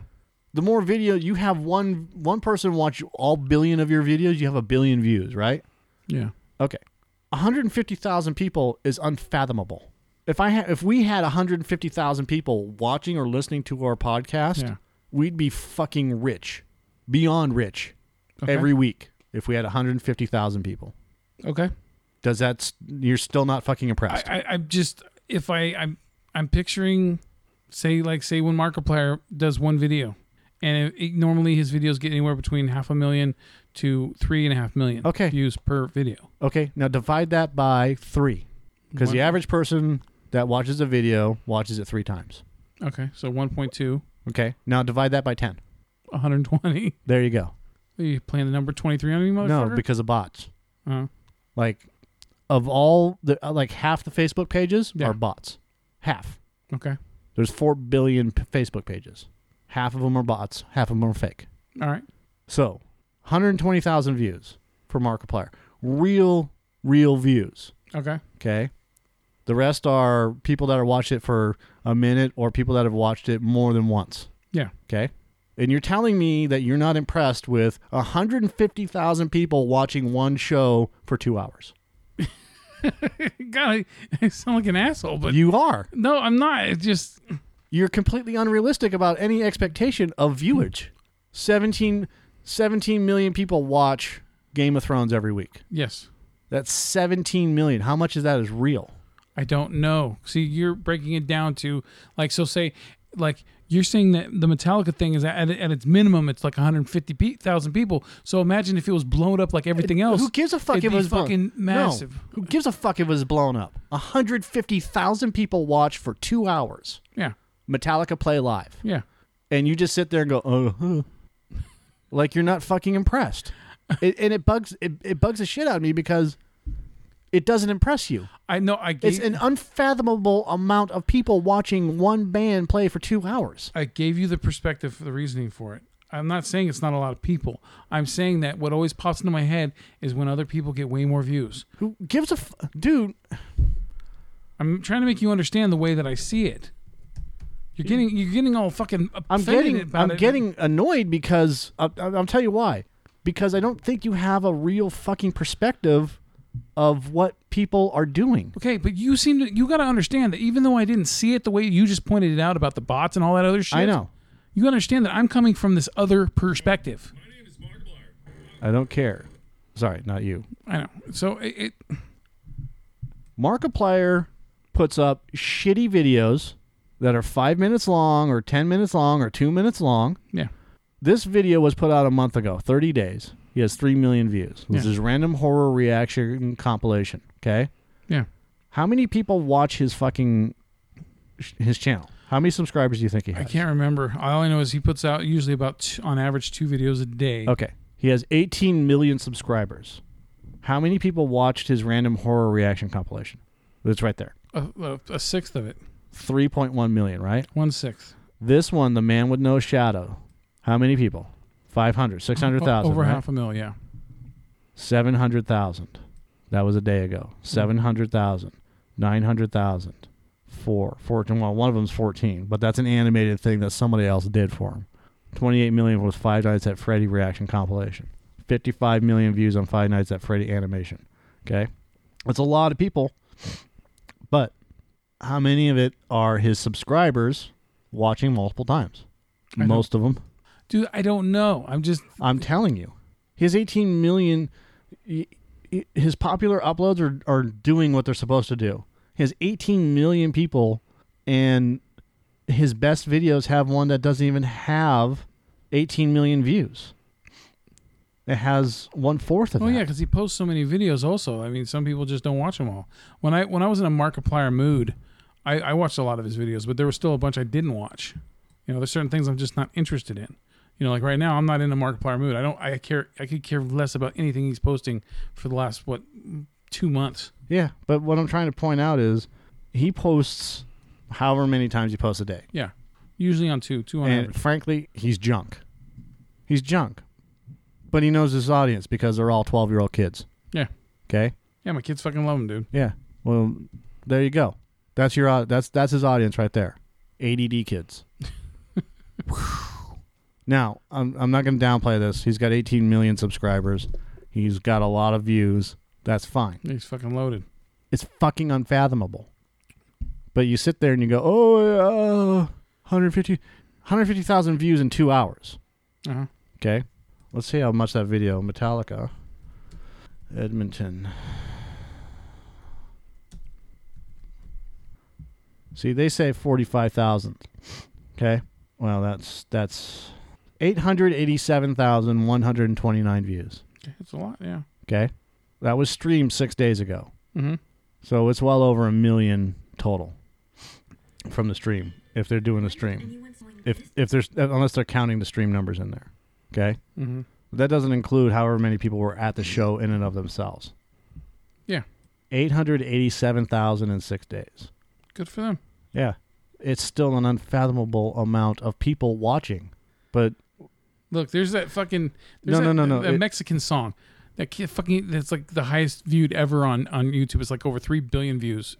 Speaker 1: The more video you have, one one person watch all billion of your videos, you have a billion views, right?
Speaker 2: yeah.
Speaker 1: Okay, 150,000 people is unfathomable. If I ha- if we had 150,000 people watching or listening to our podcast,
Speaker 2: Yeah.
Speaker 1: we'd be fucking rich, beyond rich,
Speaker 2: Okay.
Speaker 1: every week. If we had 150,000 people,
Speaker 2: Okay.
Speaker 1: does that s- you're still not fucking
Speaker 2: I,
Speaker 1: impressed?
Speaker 2: I, I'm just if I I'm I'm picturing, say like say when Markiplier does one video, and it, it- normally his videos get anywhere between half a million to three and a half million
Speaker 1: Okay.
Speaker 2: views per video.
Speaker 1: okay, now divide that by three, because the
Speaker 2: One-
Speaker 1: average person that watches a video watches it three times.
Speaker 2: Okay, so 1.2,
Speaker 1: Okay, now divide that by 10.
Speaker 2: 120.
Speaker 1: There you go.
Speaker 2: Are you playing the number 23 on me,
Speaker 1: No,
Speaker 2: motherfucker?
Speaker 1: because of bots.
Speaker 2: Oh,
Speaker 1: like of all the uh, like half the Facebook pages
Speaker 2: Yeah.
Speaker 1: are bots. Half.
Speaker 2: okay.
Speaker 1: There's 4 billion p- Facebook pages. Half of them are bots, half of them are fake.
Speaker 2: All right.
Speaker 1: So, 120,000 views for Markiplier. Real real views,
Speaker 2: Okay.
Speaker 1: okay? The rest are people that have watched it for a minute or people that have watched it more than once,
Speaker 2: Yeah.
Speaker 1: okay? And you're telling me that you're not impressed with 150,000 people watching one show for 2 hours.
Speaker 2: God, I, I sound like an asshole, but
Speaker 1: You are.
Speaker 2: no, I'm not. It's just
Speaker 1: you're completely unrealistic about any expectation of viewage. 17, 17 million people watch Game of Thrones every week.
Speaker 2: yes.
Speaker 1: That's 17 million. How much of that is real?
Speaker 2: I don't know. See, you're breaking it down to like so. Say, like you're saying that the Metallica thing is at, at its minimum, it's like 150,000 people. So imagine if it was blown up like everything else.
Speaker 1: Who gives a fuck
Speaker 2: It'd
Speaker 1: if
Speaker 2: be
Speaker 1: it was blown-
Speaker 2: fucking
Speaker 1: No.
Speaker 2: massive.
Speaker 1: Who gives a fuck if it was blown up? 150,000 people watch for two hours
Speaker 2: Yeah,
Speaker 1: Metallica play live.
Speaker 2: yeah.
Speaker 1: And you just sit there and go, uh huh. Like you're not fucking impressed. it, and it bugs it, it bugs the shit out of me because it doesn't impress you.
Speaker 2: I know. I
Speaker 1: It's
Speaker 2: gave,
Speaker 1: an unfathomable amount of people watching one band play for two hours.
Speaker 2: I gave you the perspective for the reasoning for it. I'm not saying it's not a lot of people. I'm saying that what always pops into my head is when other people get way more views.
Speaker 1: Who gives a f- dude?
Speaker 2: I'm trying to make you understand the way that I see it. You're getting you're getting all fucking.
Speaker 1: I'm
Speaker 2: offended
Speaker 1: getting
Speaker 2: about
Speaker 1: I'm
Speaker 2: it.
Speaker 1: getting annoyed because I, I, I'll tell you why. Because I don't think you have a real fucking perspective of what people are doing.
Speaker 2: Okay, but you seem to you got to understand that even though I didn't see it the way you just pointed it out about the bots and all that other shit,
Speaker 1: I know.
Speaker 2: you understand that I'm coming from this other perspective.
Speaker 1: I don't care. Sorry, not you.
Speaker 2: I know. So it, it
Speaker 1: Markiplier puts up shitty videos that are five minutes long, or ten minutes long, or two minutes long.
Speaker 2: yeah,
Speaker 1: this video was put out a month ago, 30 days. He has 3 million views. This
Speaker 2: Yeah.
Speaker 1: is random horror reaction compilation, okay?
Speaker 2: yeah.
Speaker 1: How many people watch his fucking his channel? How many subscribers do you think he
Speaker 2: I
Speaker 1: has?
Speaker 2: can't remember. All I know is he puts out usually about t- on average two videos a day.
Speaker 1: Okay. He has 18 million subscribers. How many people watched his random horror reaction compilation? It's right there.
Speaker 2: A, a, a sixth of it,
Speaker 1: 3.1 million, right?
Speaker 2: one sixth,
Speaker 1: This one, The Man with No Shadow. How many people? 500,
Speaker 2: O-
Speaker 1: 600,000.
Speaker 2: over
Speaker 1: right?
Speaker 2: half a mil. Yeah,
Speaker 1: Seven hundred thousand. That was a day ago. Seven hundred thousand. Nine hundred thousand. Four. Fourteen. Well, one of them's fourteen, but that's an animated thing that somebody else did for him. Twenty-eight million was Five Nights at Freddy reaction compilation. Fifty-five million views on Five Nights at Freddy animation. Okay, that's a lot of people. But how many of it are his subscribers watching multiple times?
Speaker 2: I don't-
Speaker 1: Most of them.
Speaker 2: dude. I don't know. I'm just
Speaker 1: I'm telling you, his 18 million, y- y- his popular uploads are, are doing what they're supposed to do. He has 18 million people, and his best videos have one that doesn't even have 18 million views. It has one fourth of
Speaker 2: Oh
Speaker 1: that.
Speaker 2: yeah, because he posts so many videos. Also, I mean, some people just don't watch them all. When I when I was in a Markiplier mood, I, I watched a lot of his videos, but there was still a bunch I didn't watch. You know, there's certain things I'm just not interested in. You know, like right now, I'm not in a Markiplier mood. I don't. I care. I could care less about anything he's posting for the last what two months.
Speaker 1: Yeah, but what I'm trying to point out is he posts however many times he posts a day.
Speaker 2: Yeah, usually on two, two on
Speaker 1: And
Speaker 2: average.
Speaker 1: frankly, he's junk. He's junk. But he knows his audience because they're all 12 year old kids.
Speaker 2: Yeah,
Speaker 1: Okay?
Speaker 2: yeah. My kids fucking love him, dude.
Speaker 1: Yeah. Well, there you go. That's your au- that's that's his audience right there. ADD kids. now, I'm I'm not going to downplay this. He's got 18 million subscribers. He's got a lot of views. That's fine.
Speaker 2: He's fucking loaded.
Speaker 1: It's fucking unfathomable. But you sit there and you go, "Oh, uh, 150 150,000 views in 2 hours."
Speaker 2: Uh huh.
Speaker 1: Okay. Let's see how much that video Metallica Edmonton. See, they say 45,000. Okay? Well, that's that's 887,129 views.
Speaker 2: Okay, it's a lot. Yeah.
Speaker 1: Okay? That was streamed 6 days ago.
Speaker 2: Mm-hmm.
Speaker 1: So it's well over a million total from the stream if they're doing a stream. If if there's unless they're counting the stream numbers in there. Okay?
Speaker 2: Mm-hmm.
Speaker 1: That doesn't include however many people were at the show in and of themselves.
Speaker 2: Yeah.
Speaker 1: 887,000 in six days.
Speaker 2: Good for them.
Speaker 1: Yeah. It's still an unfathomable amount of people watching. But
Speaker 2: Look, there's that fucking there's
Speaker 1: No,
Speaker 2: that,
Speaker 1: no, no, no,
Speaker 2: that
Speaker 1: it-
Speaker 2: Mexican song. That kid fucking that's like the highest viewed ever on on YouTube. It's like over three billion views.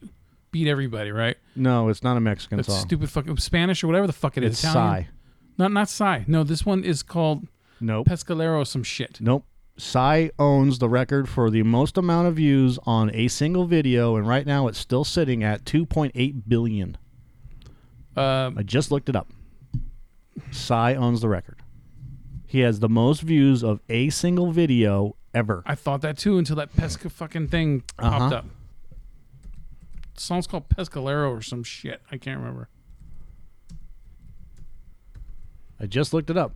Speaker 2: Beat everybody, right?
Speaker 1: no, it's not a Mexican
Speaker 2: That
Speaker 1: song.
Speaker 2: stupid fucking Spanish or whatever the fuck it is.
Speaker 1: It's
Speaker 2: Italian.
Speaker 1: Psy.
Speaker 2: Not not Psy. No, this one is called
Speaker 1: Nope.
Speaker 2: Pescalero some shit.
Speaker 1: Nope. Psy owns the record for the most amount of views on a single video, and right now it's still sitting at 2.8 billion.
Speaker 2: Uh,
Speaker 1: I just looked it up. Psy owns the record. He has the most views of a single video ever.
Speaker 2: I thought that too until that pesca fucking thing popped
Speaker 1: Uh-huh.
Speaker 2: up. The song's called Pescalero or some shit. I can't remember.
Speaker 1: I just looked it up.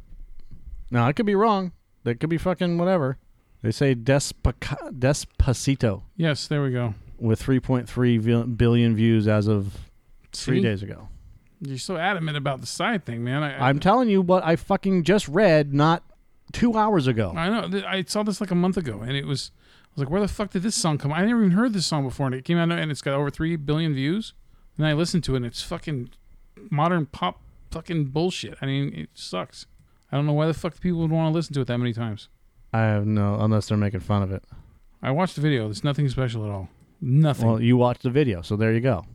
Speaker 1: Now I could be wrong. That could be fucking whatever. They say Despaca- Despacito
Speaker 2: Yes, there we go.
Speaker 1: with 3.3 vil- billion views as of three
Speaker 2: See?
Speaker 1: days ago.
Speaker 2: You're so adamant about the side thing, man. I,
Speaker 1: I'm telling you what I fucking just read not two hours ago.
Speaker 2: I know. Th- I saw this like a month ago, and it was I was like, "Where the fuck did this song come? I never even heard this song before." And it came out, and it's got over three billion views. And I listened to it, and it's fucking modern pop, fucking bullshit. I mean, it sucks. I don't know why the fuck people would want to listen to it that many times.
Speaker 1: I have no, unless they're making fun of it.
Speaker 2: I watched the video. There's nothing special at all. Nothing.
Speaker 1: Well, you watched the video, so there you go.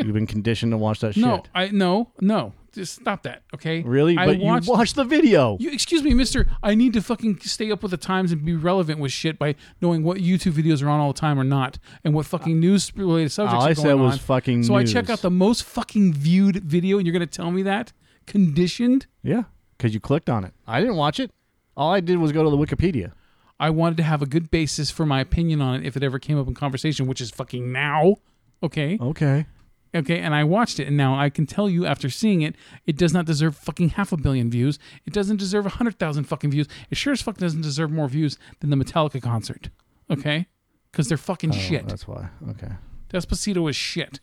Speaker 1: You've been conditioned to watch that shit.
Speaker 2: no, I no no. Just stop that, okay?
Speaker 1: Really?
Speaker 2: I
Speaker 1: but
Speaker 2: watched.
Speaker 1: you watched the video.
Speaker 2: you excuse me, Mister. I need to fucking stay up with the times and be relevant with shit by knowing what YouTube videos are on all the time or not, and what fucking news related subjects.
Speaker 1: Uh, all I
Speaker 2: are going
Speaker 1: said was
Speaker 2: on.
Speaker 1: fucking
Speaker 2: So I check
Speaker 1: news.
Speaker 2: out the most fucking viewed video, and you're gonna tell me that conditioned.
Speaker 1: yeah, because you clicked on it. I didn't watch it. All I did was go to the Wikipedia.
Speaker 2: I wanted to have a good basis for my opinion on it if it ever came up in conversation, which is fucking now. Okay.
Speaker 1: Okay.
Speaker 2: Okay, and I watched it, and now I can tell you after seeing it, it does not deserve fucking half a billion views. It doesn't deserve a hundred thousand fucking views. It sure as fuck doesn't deserve more views than the Metallica concert. Okay, because they're fucking shit.
Speaker 1: That's why. Okay.
Speaker 2: Despacito is shit.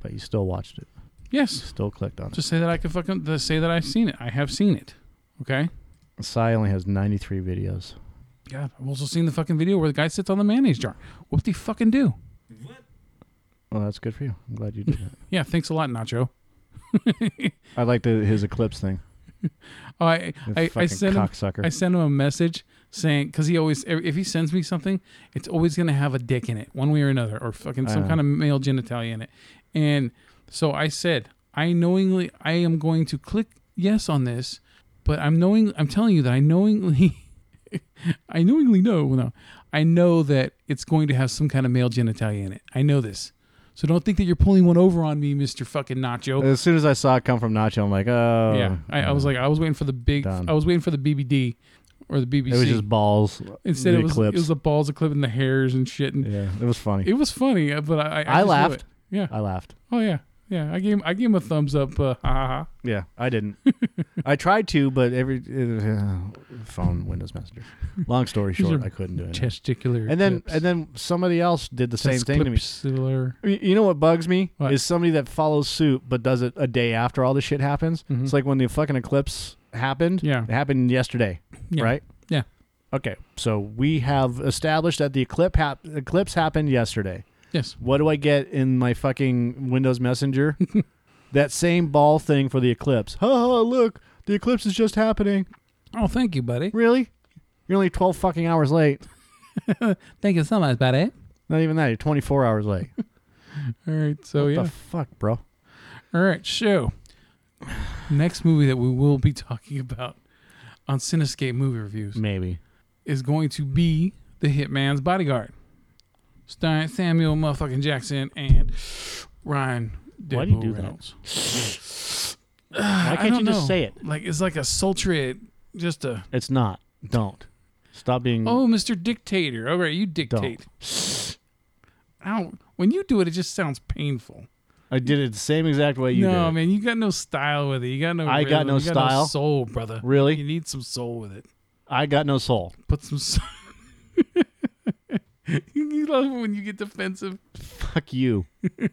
Speaker 1: But you still watched it.
Speaker 2: Yes,
Speaker 1: Still clicked on it.
Speaker 2: to say that I can fucking to say that I've seen it. I have seen it. Okay.
Speaker 1: Psy only has 93 videos.
Speaker 2: Yeah, I've also seen the fucking video where the guy sits on the mayonnaise jar. What do you fucking do?
Speaker 1: Well, that's good for you. I'm glad you did that.
Speaker 2: Yeah, thanks a lot, Nacho.
Speaker 1: I like the, his eclipse thing.
Speaker 2: Oh, I
Speaker 1: The
Speaker 2: I, I
Speaker 1: fucking
Speaker 2: sent
Speaker 1: cocksucker.
Speaker 2: him I sent him a message saying because he always if he sends me something, it's always gonna have a dick in it, one way or another, or fucking some
Speaker 1: Uh.
Speaker 2: kind of male genitalia in it. And so I said, I knowingly I am going to click yes on this, but I'm knowing I'm telling you that I knowingly I knowingly know no I know that it's going to have some kind of male genitalia in it. I know this. So don't think that you're pulling one over on me, Mister Fucking Nacho.
Speaker 1: As soon as I saw it come from Nacho, I'm like, oh.
Speaker 2: Yeah, I, I was like, I was waiting for the big,
Speaker 1: Done.
Speaker 2: I was waiting for the BBD or the BBC.
Speaker 1: It was just balls.
Speaker 2: Instead,
Speaker 1: the
Speaker 2: it was
Speaker 1: eclipse.
Speaker 2: it was the balls, the clip, and the hairs and shit, and
Speaker 1: yeah, it was funny.
Speaker 2: it was funny. uh, But I, I, I,
Speaker 1: I
Speaker 2: just knew
Speaker 1: laughed.
Speaker 2: it. Yeah.
Speaker 1: I laughed.
Speaker 2: oh yeah. Yeah. I gave I gave him a thumbs up. Uh, ha, ha, ha.
Speaker 1: Yeah, I didn't. I tried to, but every uh, phone, Windows Messenger. Long story
Speaker 2: These
Speaker 1: short,
Speaker 2: are
Speaker 1: I couldn't do it.
Speaker 2: Testicular.
Speaker 1: And then, and then somebody else did the same thing to me. Y- You know what bugs me
Speaker 2: What?
Speaker 1: is somebody that follows suit but does it a day after all this shit happens. It's like when the fucking eclipse happened.
Speaker 2: Mm-hmm. Yeah.
Speaker 1: it happened yesterday,
Speaker 2: Yeah.
Speaker 1: right?
Speaker 2: Yeah.
Speaker 1: Okay, so we have established that the eclipse, hap- eclipse happened yesterday.
Speaker 2: Yes.
Speaker 1: What do I get in my fucking Windows Messenger? that same ball thing for the eclipse. Ha ha! Look, the eclipse is just happening.
Speaker 2: Oh, thank you, buddy.
Speaker 1: Really? You're only twelve fucking hours late.
Speaker 2: Thank you so much, buddy.
Speaker 1: Not even that. You're twenty four hours late.
Speaker 2: All right. So Oh, yeah.
Speaker 1: The fuck, bro.
Speaker 2: All right. So next movie that we will be talking about on Cinescape movie reviews
Speaker 1: Maybe.
Speaker 2: is going to be The Hitman's Bodyguard, starring Samuel motherfucking Jackson and Ryan. Deadpool
Speaker 1: Why do you do that?
Speaker 2: Reynolds.
Speaker 1: Why
Speaker 2: I
Speaker 1: can't
Speaker 2: don't
Speaker 1: you just
Speaker 2: know.
Speaker 1: say it?
Speaker 2: Like it's like a sultry, just a
Speaker 1: It's not. Don't. Stop being.
Speaker 2: oh, Mr. Dictator. All right, you dictate. Ow! When you do it, it just sounds painful.
Speaker 1: I did it the same exact way you
Speaker 2: no,
Speaker 1: did. it.
Speaker 2: man, you got no style with it. You got no.
Speaker 1: I got
Speaker 2: rhythm.
Speaker 1: no
Speaker 2: You
Speaker 1: style?
Speaker 2: soul, brother.
Speaker 1: Really?
Speaker 2: You need some soul with it.
Speaker 1: I got no soul.
Speaker 2: Put some. Soul. you love it when you get defensive.
Speaker 1: Fuck you. I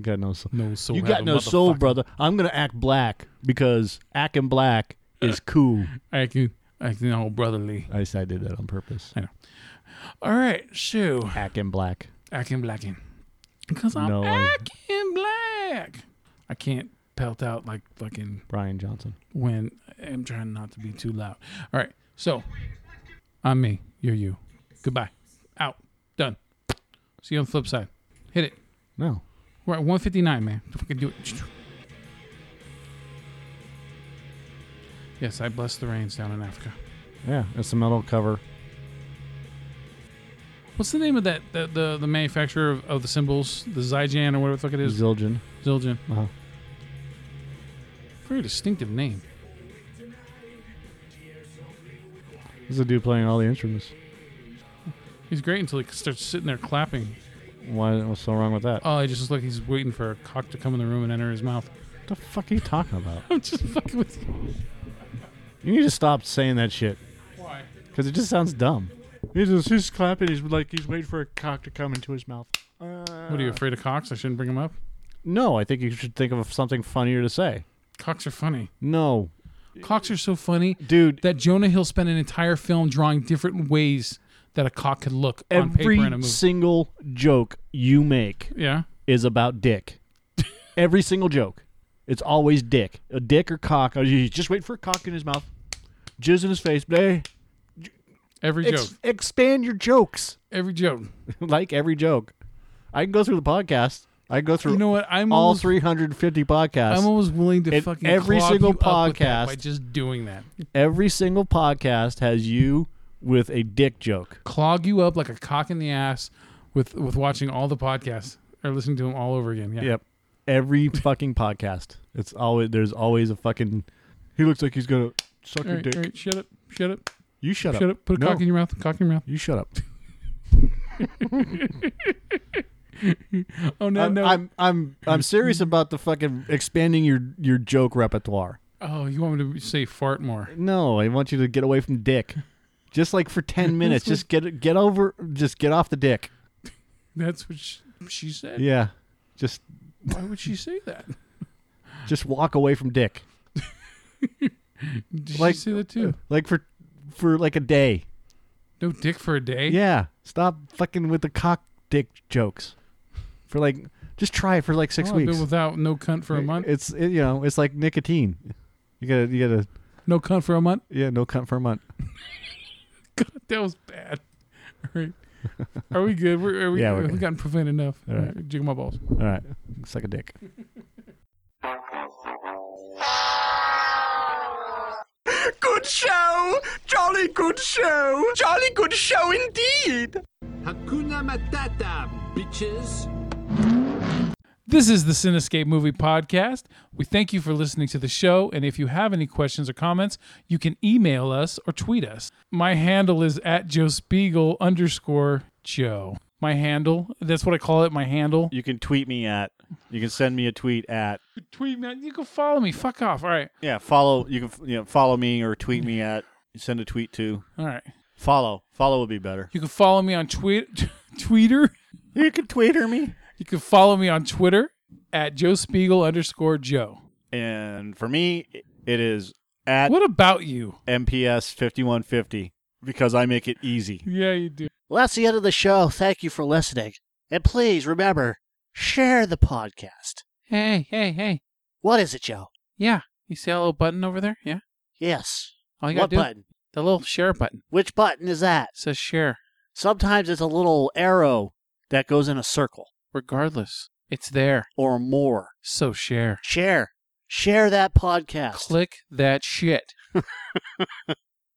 Speaker 1: got no soul.
Speaker 2: No soul.
Speaker 1: You got no soul, brother. I'm gonna act black because acting black is cool.
Speaker 2: I can. I can all brotherly.
Speaker 1: I said I did that on purpose.
Speaker 2: All right, shoo.
Speaker 1: Acting black.
Speaker 2: Acting blacking. Because I'm
Speaker 1: No, I-
Speaker 2: acting black. I can't pelt out like fucking
Speaker 1: Brian Johnson.
Speaker 2: when I'm trying not to be too loud. All right. So I'm me. You're you. Goodbye. Out. Done. See you on the flip side. Hit it.
Speaker 1: No.
Speaker 2: We're at 159, man. If we can do it. Yes, I bless the rains down in Africa.
Speaker 1: Yeah, it's a metal cover.
Speaker 2: What's the name of that the the, the manufacturer of, of the cymbals, the Zyjan or whatever the fuck it is?
Speaker 1: Zildjian.
Speaker 2: Zildjian.
Speaker 1: Uh-huh.
Speaker 2: Very distinctive name.
Speaker 1: This is a dude playing all the instruments.
Speaker 2: He's great until he starts sitting there clapping.
Speaker 1: Why? What's so wrong with that?
Speaker 2: Oh, he just looks like he's waiting for a cock to come in the room and enter his mouth.
Speaker 1: What the fuck are you talking about?
Speaker 2: I'm just fucking with you.
Speaker 1: You need to stop saying that shit
Speaker 2: Why?
Speaker 1: because it just sounds dumb. He's just he's clapping. He's like he's waiting for a cock to come into his mouth. Uh.
Speaker 2: What are you afraid of cocks? I shouldn't bring them up.
Speaker 1: No, I think you should think of something funnier to say.
Speaker 2: Cocks are funny.
Speaker 1: No,
Speaker 2: Cocks are so funny
Speaker 1: dude.
Speaker 2: that Jonah Hill spent an entire film drawing different ways that a cock could look on
Speaker 1: every
Speaker 2: paper in a movie.
Speaker 1: single joke you make
Speaker 2: yeah.
Speaker 1: is about dick. every single joke. It's always dick. A dick or cock. Oh, you Just wait for a cock in his mouth. Jizz in his face. Blah.
Speaker 2: Every
Speaker 1: Ex-
Speaker 2: joke.
Speaker 1: expand your jokes.
Speaker 2: Every joke.
Speaker 1: like every joke. I can go through the podcast. I can go through
Speaker 2: You know what? I'm
Speaker 1: all
Speaker 2: almost,
Speaker 1: 350 podcasts.
Speaker 2: I'm almost willing to
Speaker 1: In
Speaker 2: fucking
Speaker 1: every
Speaker 2: clog
Speaker 1: single
Speaker 2: you up with that by
Speaker 1: podcast-
Speaker 2: just doing that.
Speaker 1: every single podcast has you with a dick joke.
Speaker 2: Clog you up like a cock in the ass with with watching all the podcasts or listening to them all over again. Yeah.
Speaker 1: Yep. Every fucking podcast. It's always there's always a fucking. He looks like he's gonna suck
Speaker 2: All
Speaker 1: your
Speaker 2: right,
Speaker 1: dick.
Speaker 2: all right, shut up. Shut up.
Speaker 1: You shut,
Speaker 2: Shut up. Put a
Speaker 1: No,
Speaker 2: cock in your mouth. Cock in your mouth.
Speaker 1: you shut up.
Speaker 2: Oh no,
Speaker 1: I'm,
Speaker 2: no.
Speaker 1: I'm I'm I'm serious about the fucking expanding your your joke repertoire.
Speaker 2: Oh, you want me to say fart more?
Speaker 1: No, I want you to get away from dick. Just like for ten minutes, just get get over, just get off the dick.
Speaker 2: That's what she, she said.
Speaker 1: Yeah, just
Speaker 2: Why would she say that?
Speaker 1: just walk away from dick,
Speaker 2: Did
Speaker 1: Like- uh,
Speaker 2: she say that too?
Speaker 1: like for for like a day.
Speaker 2: No dick for a day.
Speaker 1: Yeah, stop fucking with the cock dick jokes. For like, just try it for like
Speaker 2: Oh,
Speaker 1: six
Speaker 2: I've
Speaker 1: weeks.
Speaker 2: been without no cunt for a month.
Speaker 1: It's it, you know it's like nicotine. You gotta you gotta
Speaker 2: no cunt for a month.
Speaker 1: yeah no cunt for a month.
Speaker 2: God, that was bad. All right. Are we good? We're, are we,
Speaker 1: Yeah, we're
Speaker 2: have we
Speaker 1: good.
Speaker 2: gotten profane enough.
Speaker 1: All right.
Speaker 2: Jiggle my balls.
Speaker 1: All right, suck a dick.
Speaker 4: Good show! Jolly good show! Jolly good show indeed!
Speaker 6: Hakuna Matata, bitches.
Speaker 2: This is the Cinescape Movie Podcast. We thank you for listening to the show. And if you have any questions or comments, you can email us or tweet us. My handle is at Joe Spiegel underscore Joe. My handle. That's what I call it. My handle.
Speaker 1: You can tweet me at. You can send me a tweet at.
Speaker 2: Tweet me. You can follow me. Fuck off. All right.
Speaker 1: Yeah, follow. You can you know, follow me or tweet me at. Send a tweet to.
Speaker 2: All right.
Speaker 1: Follow. Follow would be better.
Speaker 2: You can follow me on tweet, Twitter.
Speaker 1: You can tweeter me.
Speaker 2: You can follow me on Twitter at Joe Spiegel underscore Joe.
Speaker 1: And for me, it is at
Speaker 2: What about you?
Speaker 1: MPS fifty one fifty. because I make it easy.
Speaker 2: Yeah, you do.
Speaker 7: Well, that's the end of the show. Thank you for listening. And please remember, share the podcast.
Speaker 2: Hey, hey, hey.
Speaker 7: What is it, Joe?
Speaker 2: Yeah. You see that little button over there? Yeah.
Speaker 7: Yes.
Speaker 2: All you gotta
Speaker 7: what
Speaker 2: do
Speaker 7: button?
Speaker 2: the little share button.
Speaker 7: Which button is that?
Speaker 2: It says share.
Speaker 7: Sometimes it's a little arrow that goes in a circle
Speaker 2: Regardless. It's there.
Speaker 7: or more.
Speaker 2: So share.
Speaker 7: Share. Share that podcast.
Speaker 2: Click that shit.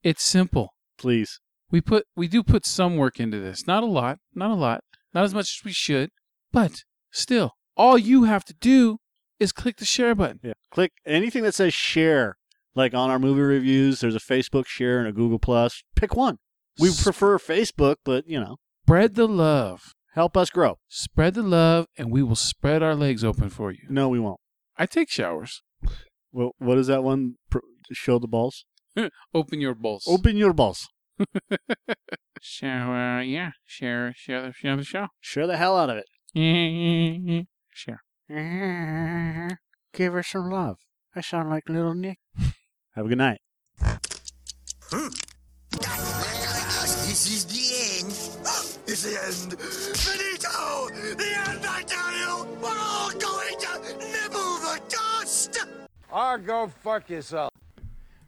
Speaker 2: it's simple.
Speaker 1: Please.
Speaker 2: We put we do put some work into this. Not a lot, not a lot, not as much as we should, but still, all you have to do is click the share button.
Speaker 1: Yeah. Click
Speaker 7: Anything that says share, like on our movie reviews, there's a Facebook share and a Google Plus. Pick one. We prefer Facebook, but you know,
Speaker 2: Spread the love.
Speaker 7: help us grow.
Speaker 2: Spread the love and we will spread our legs open for you.
Speaker 1: No, we won't.
Speaker 2: I take showers.
Speaker 1: Well, what is that one? Pr- Show the balls.
Speaker 2: Open your bowls.
Speaker 1: Open your balls.
Speaker 2: Share, uh, yeah. Share, share the, share the show.
Speaker 7: Share the hell out of it.
Speaker 2: share.
Speaker 7: Give her some love. I sound like little Nick.
Speaker 1: Have a good night.
Speaker 8: This is the end. It's the end. Benito! The end, I tell you! We're all going to nibble the dust!
Speaker 6: Or go fuck yourself.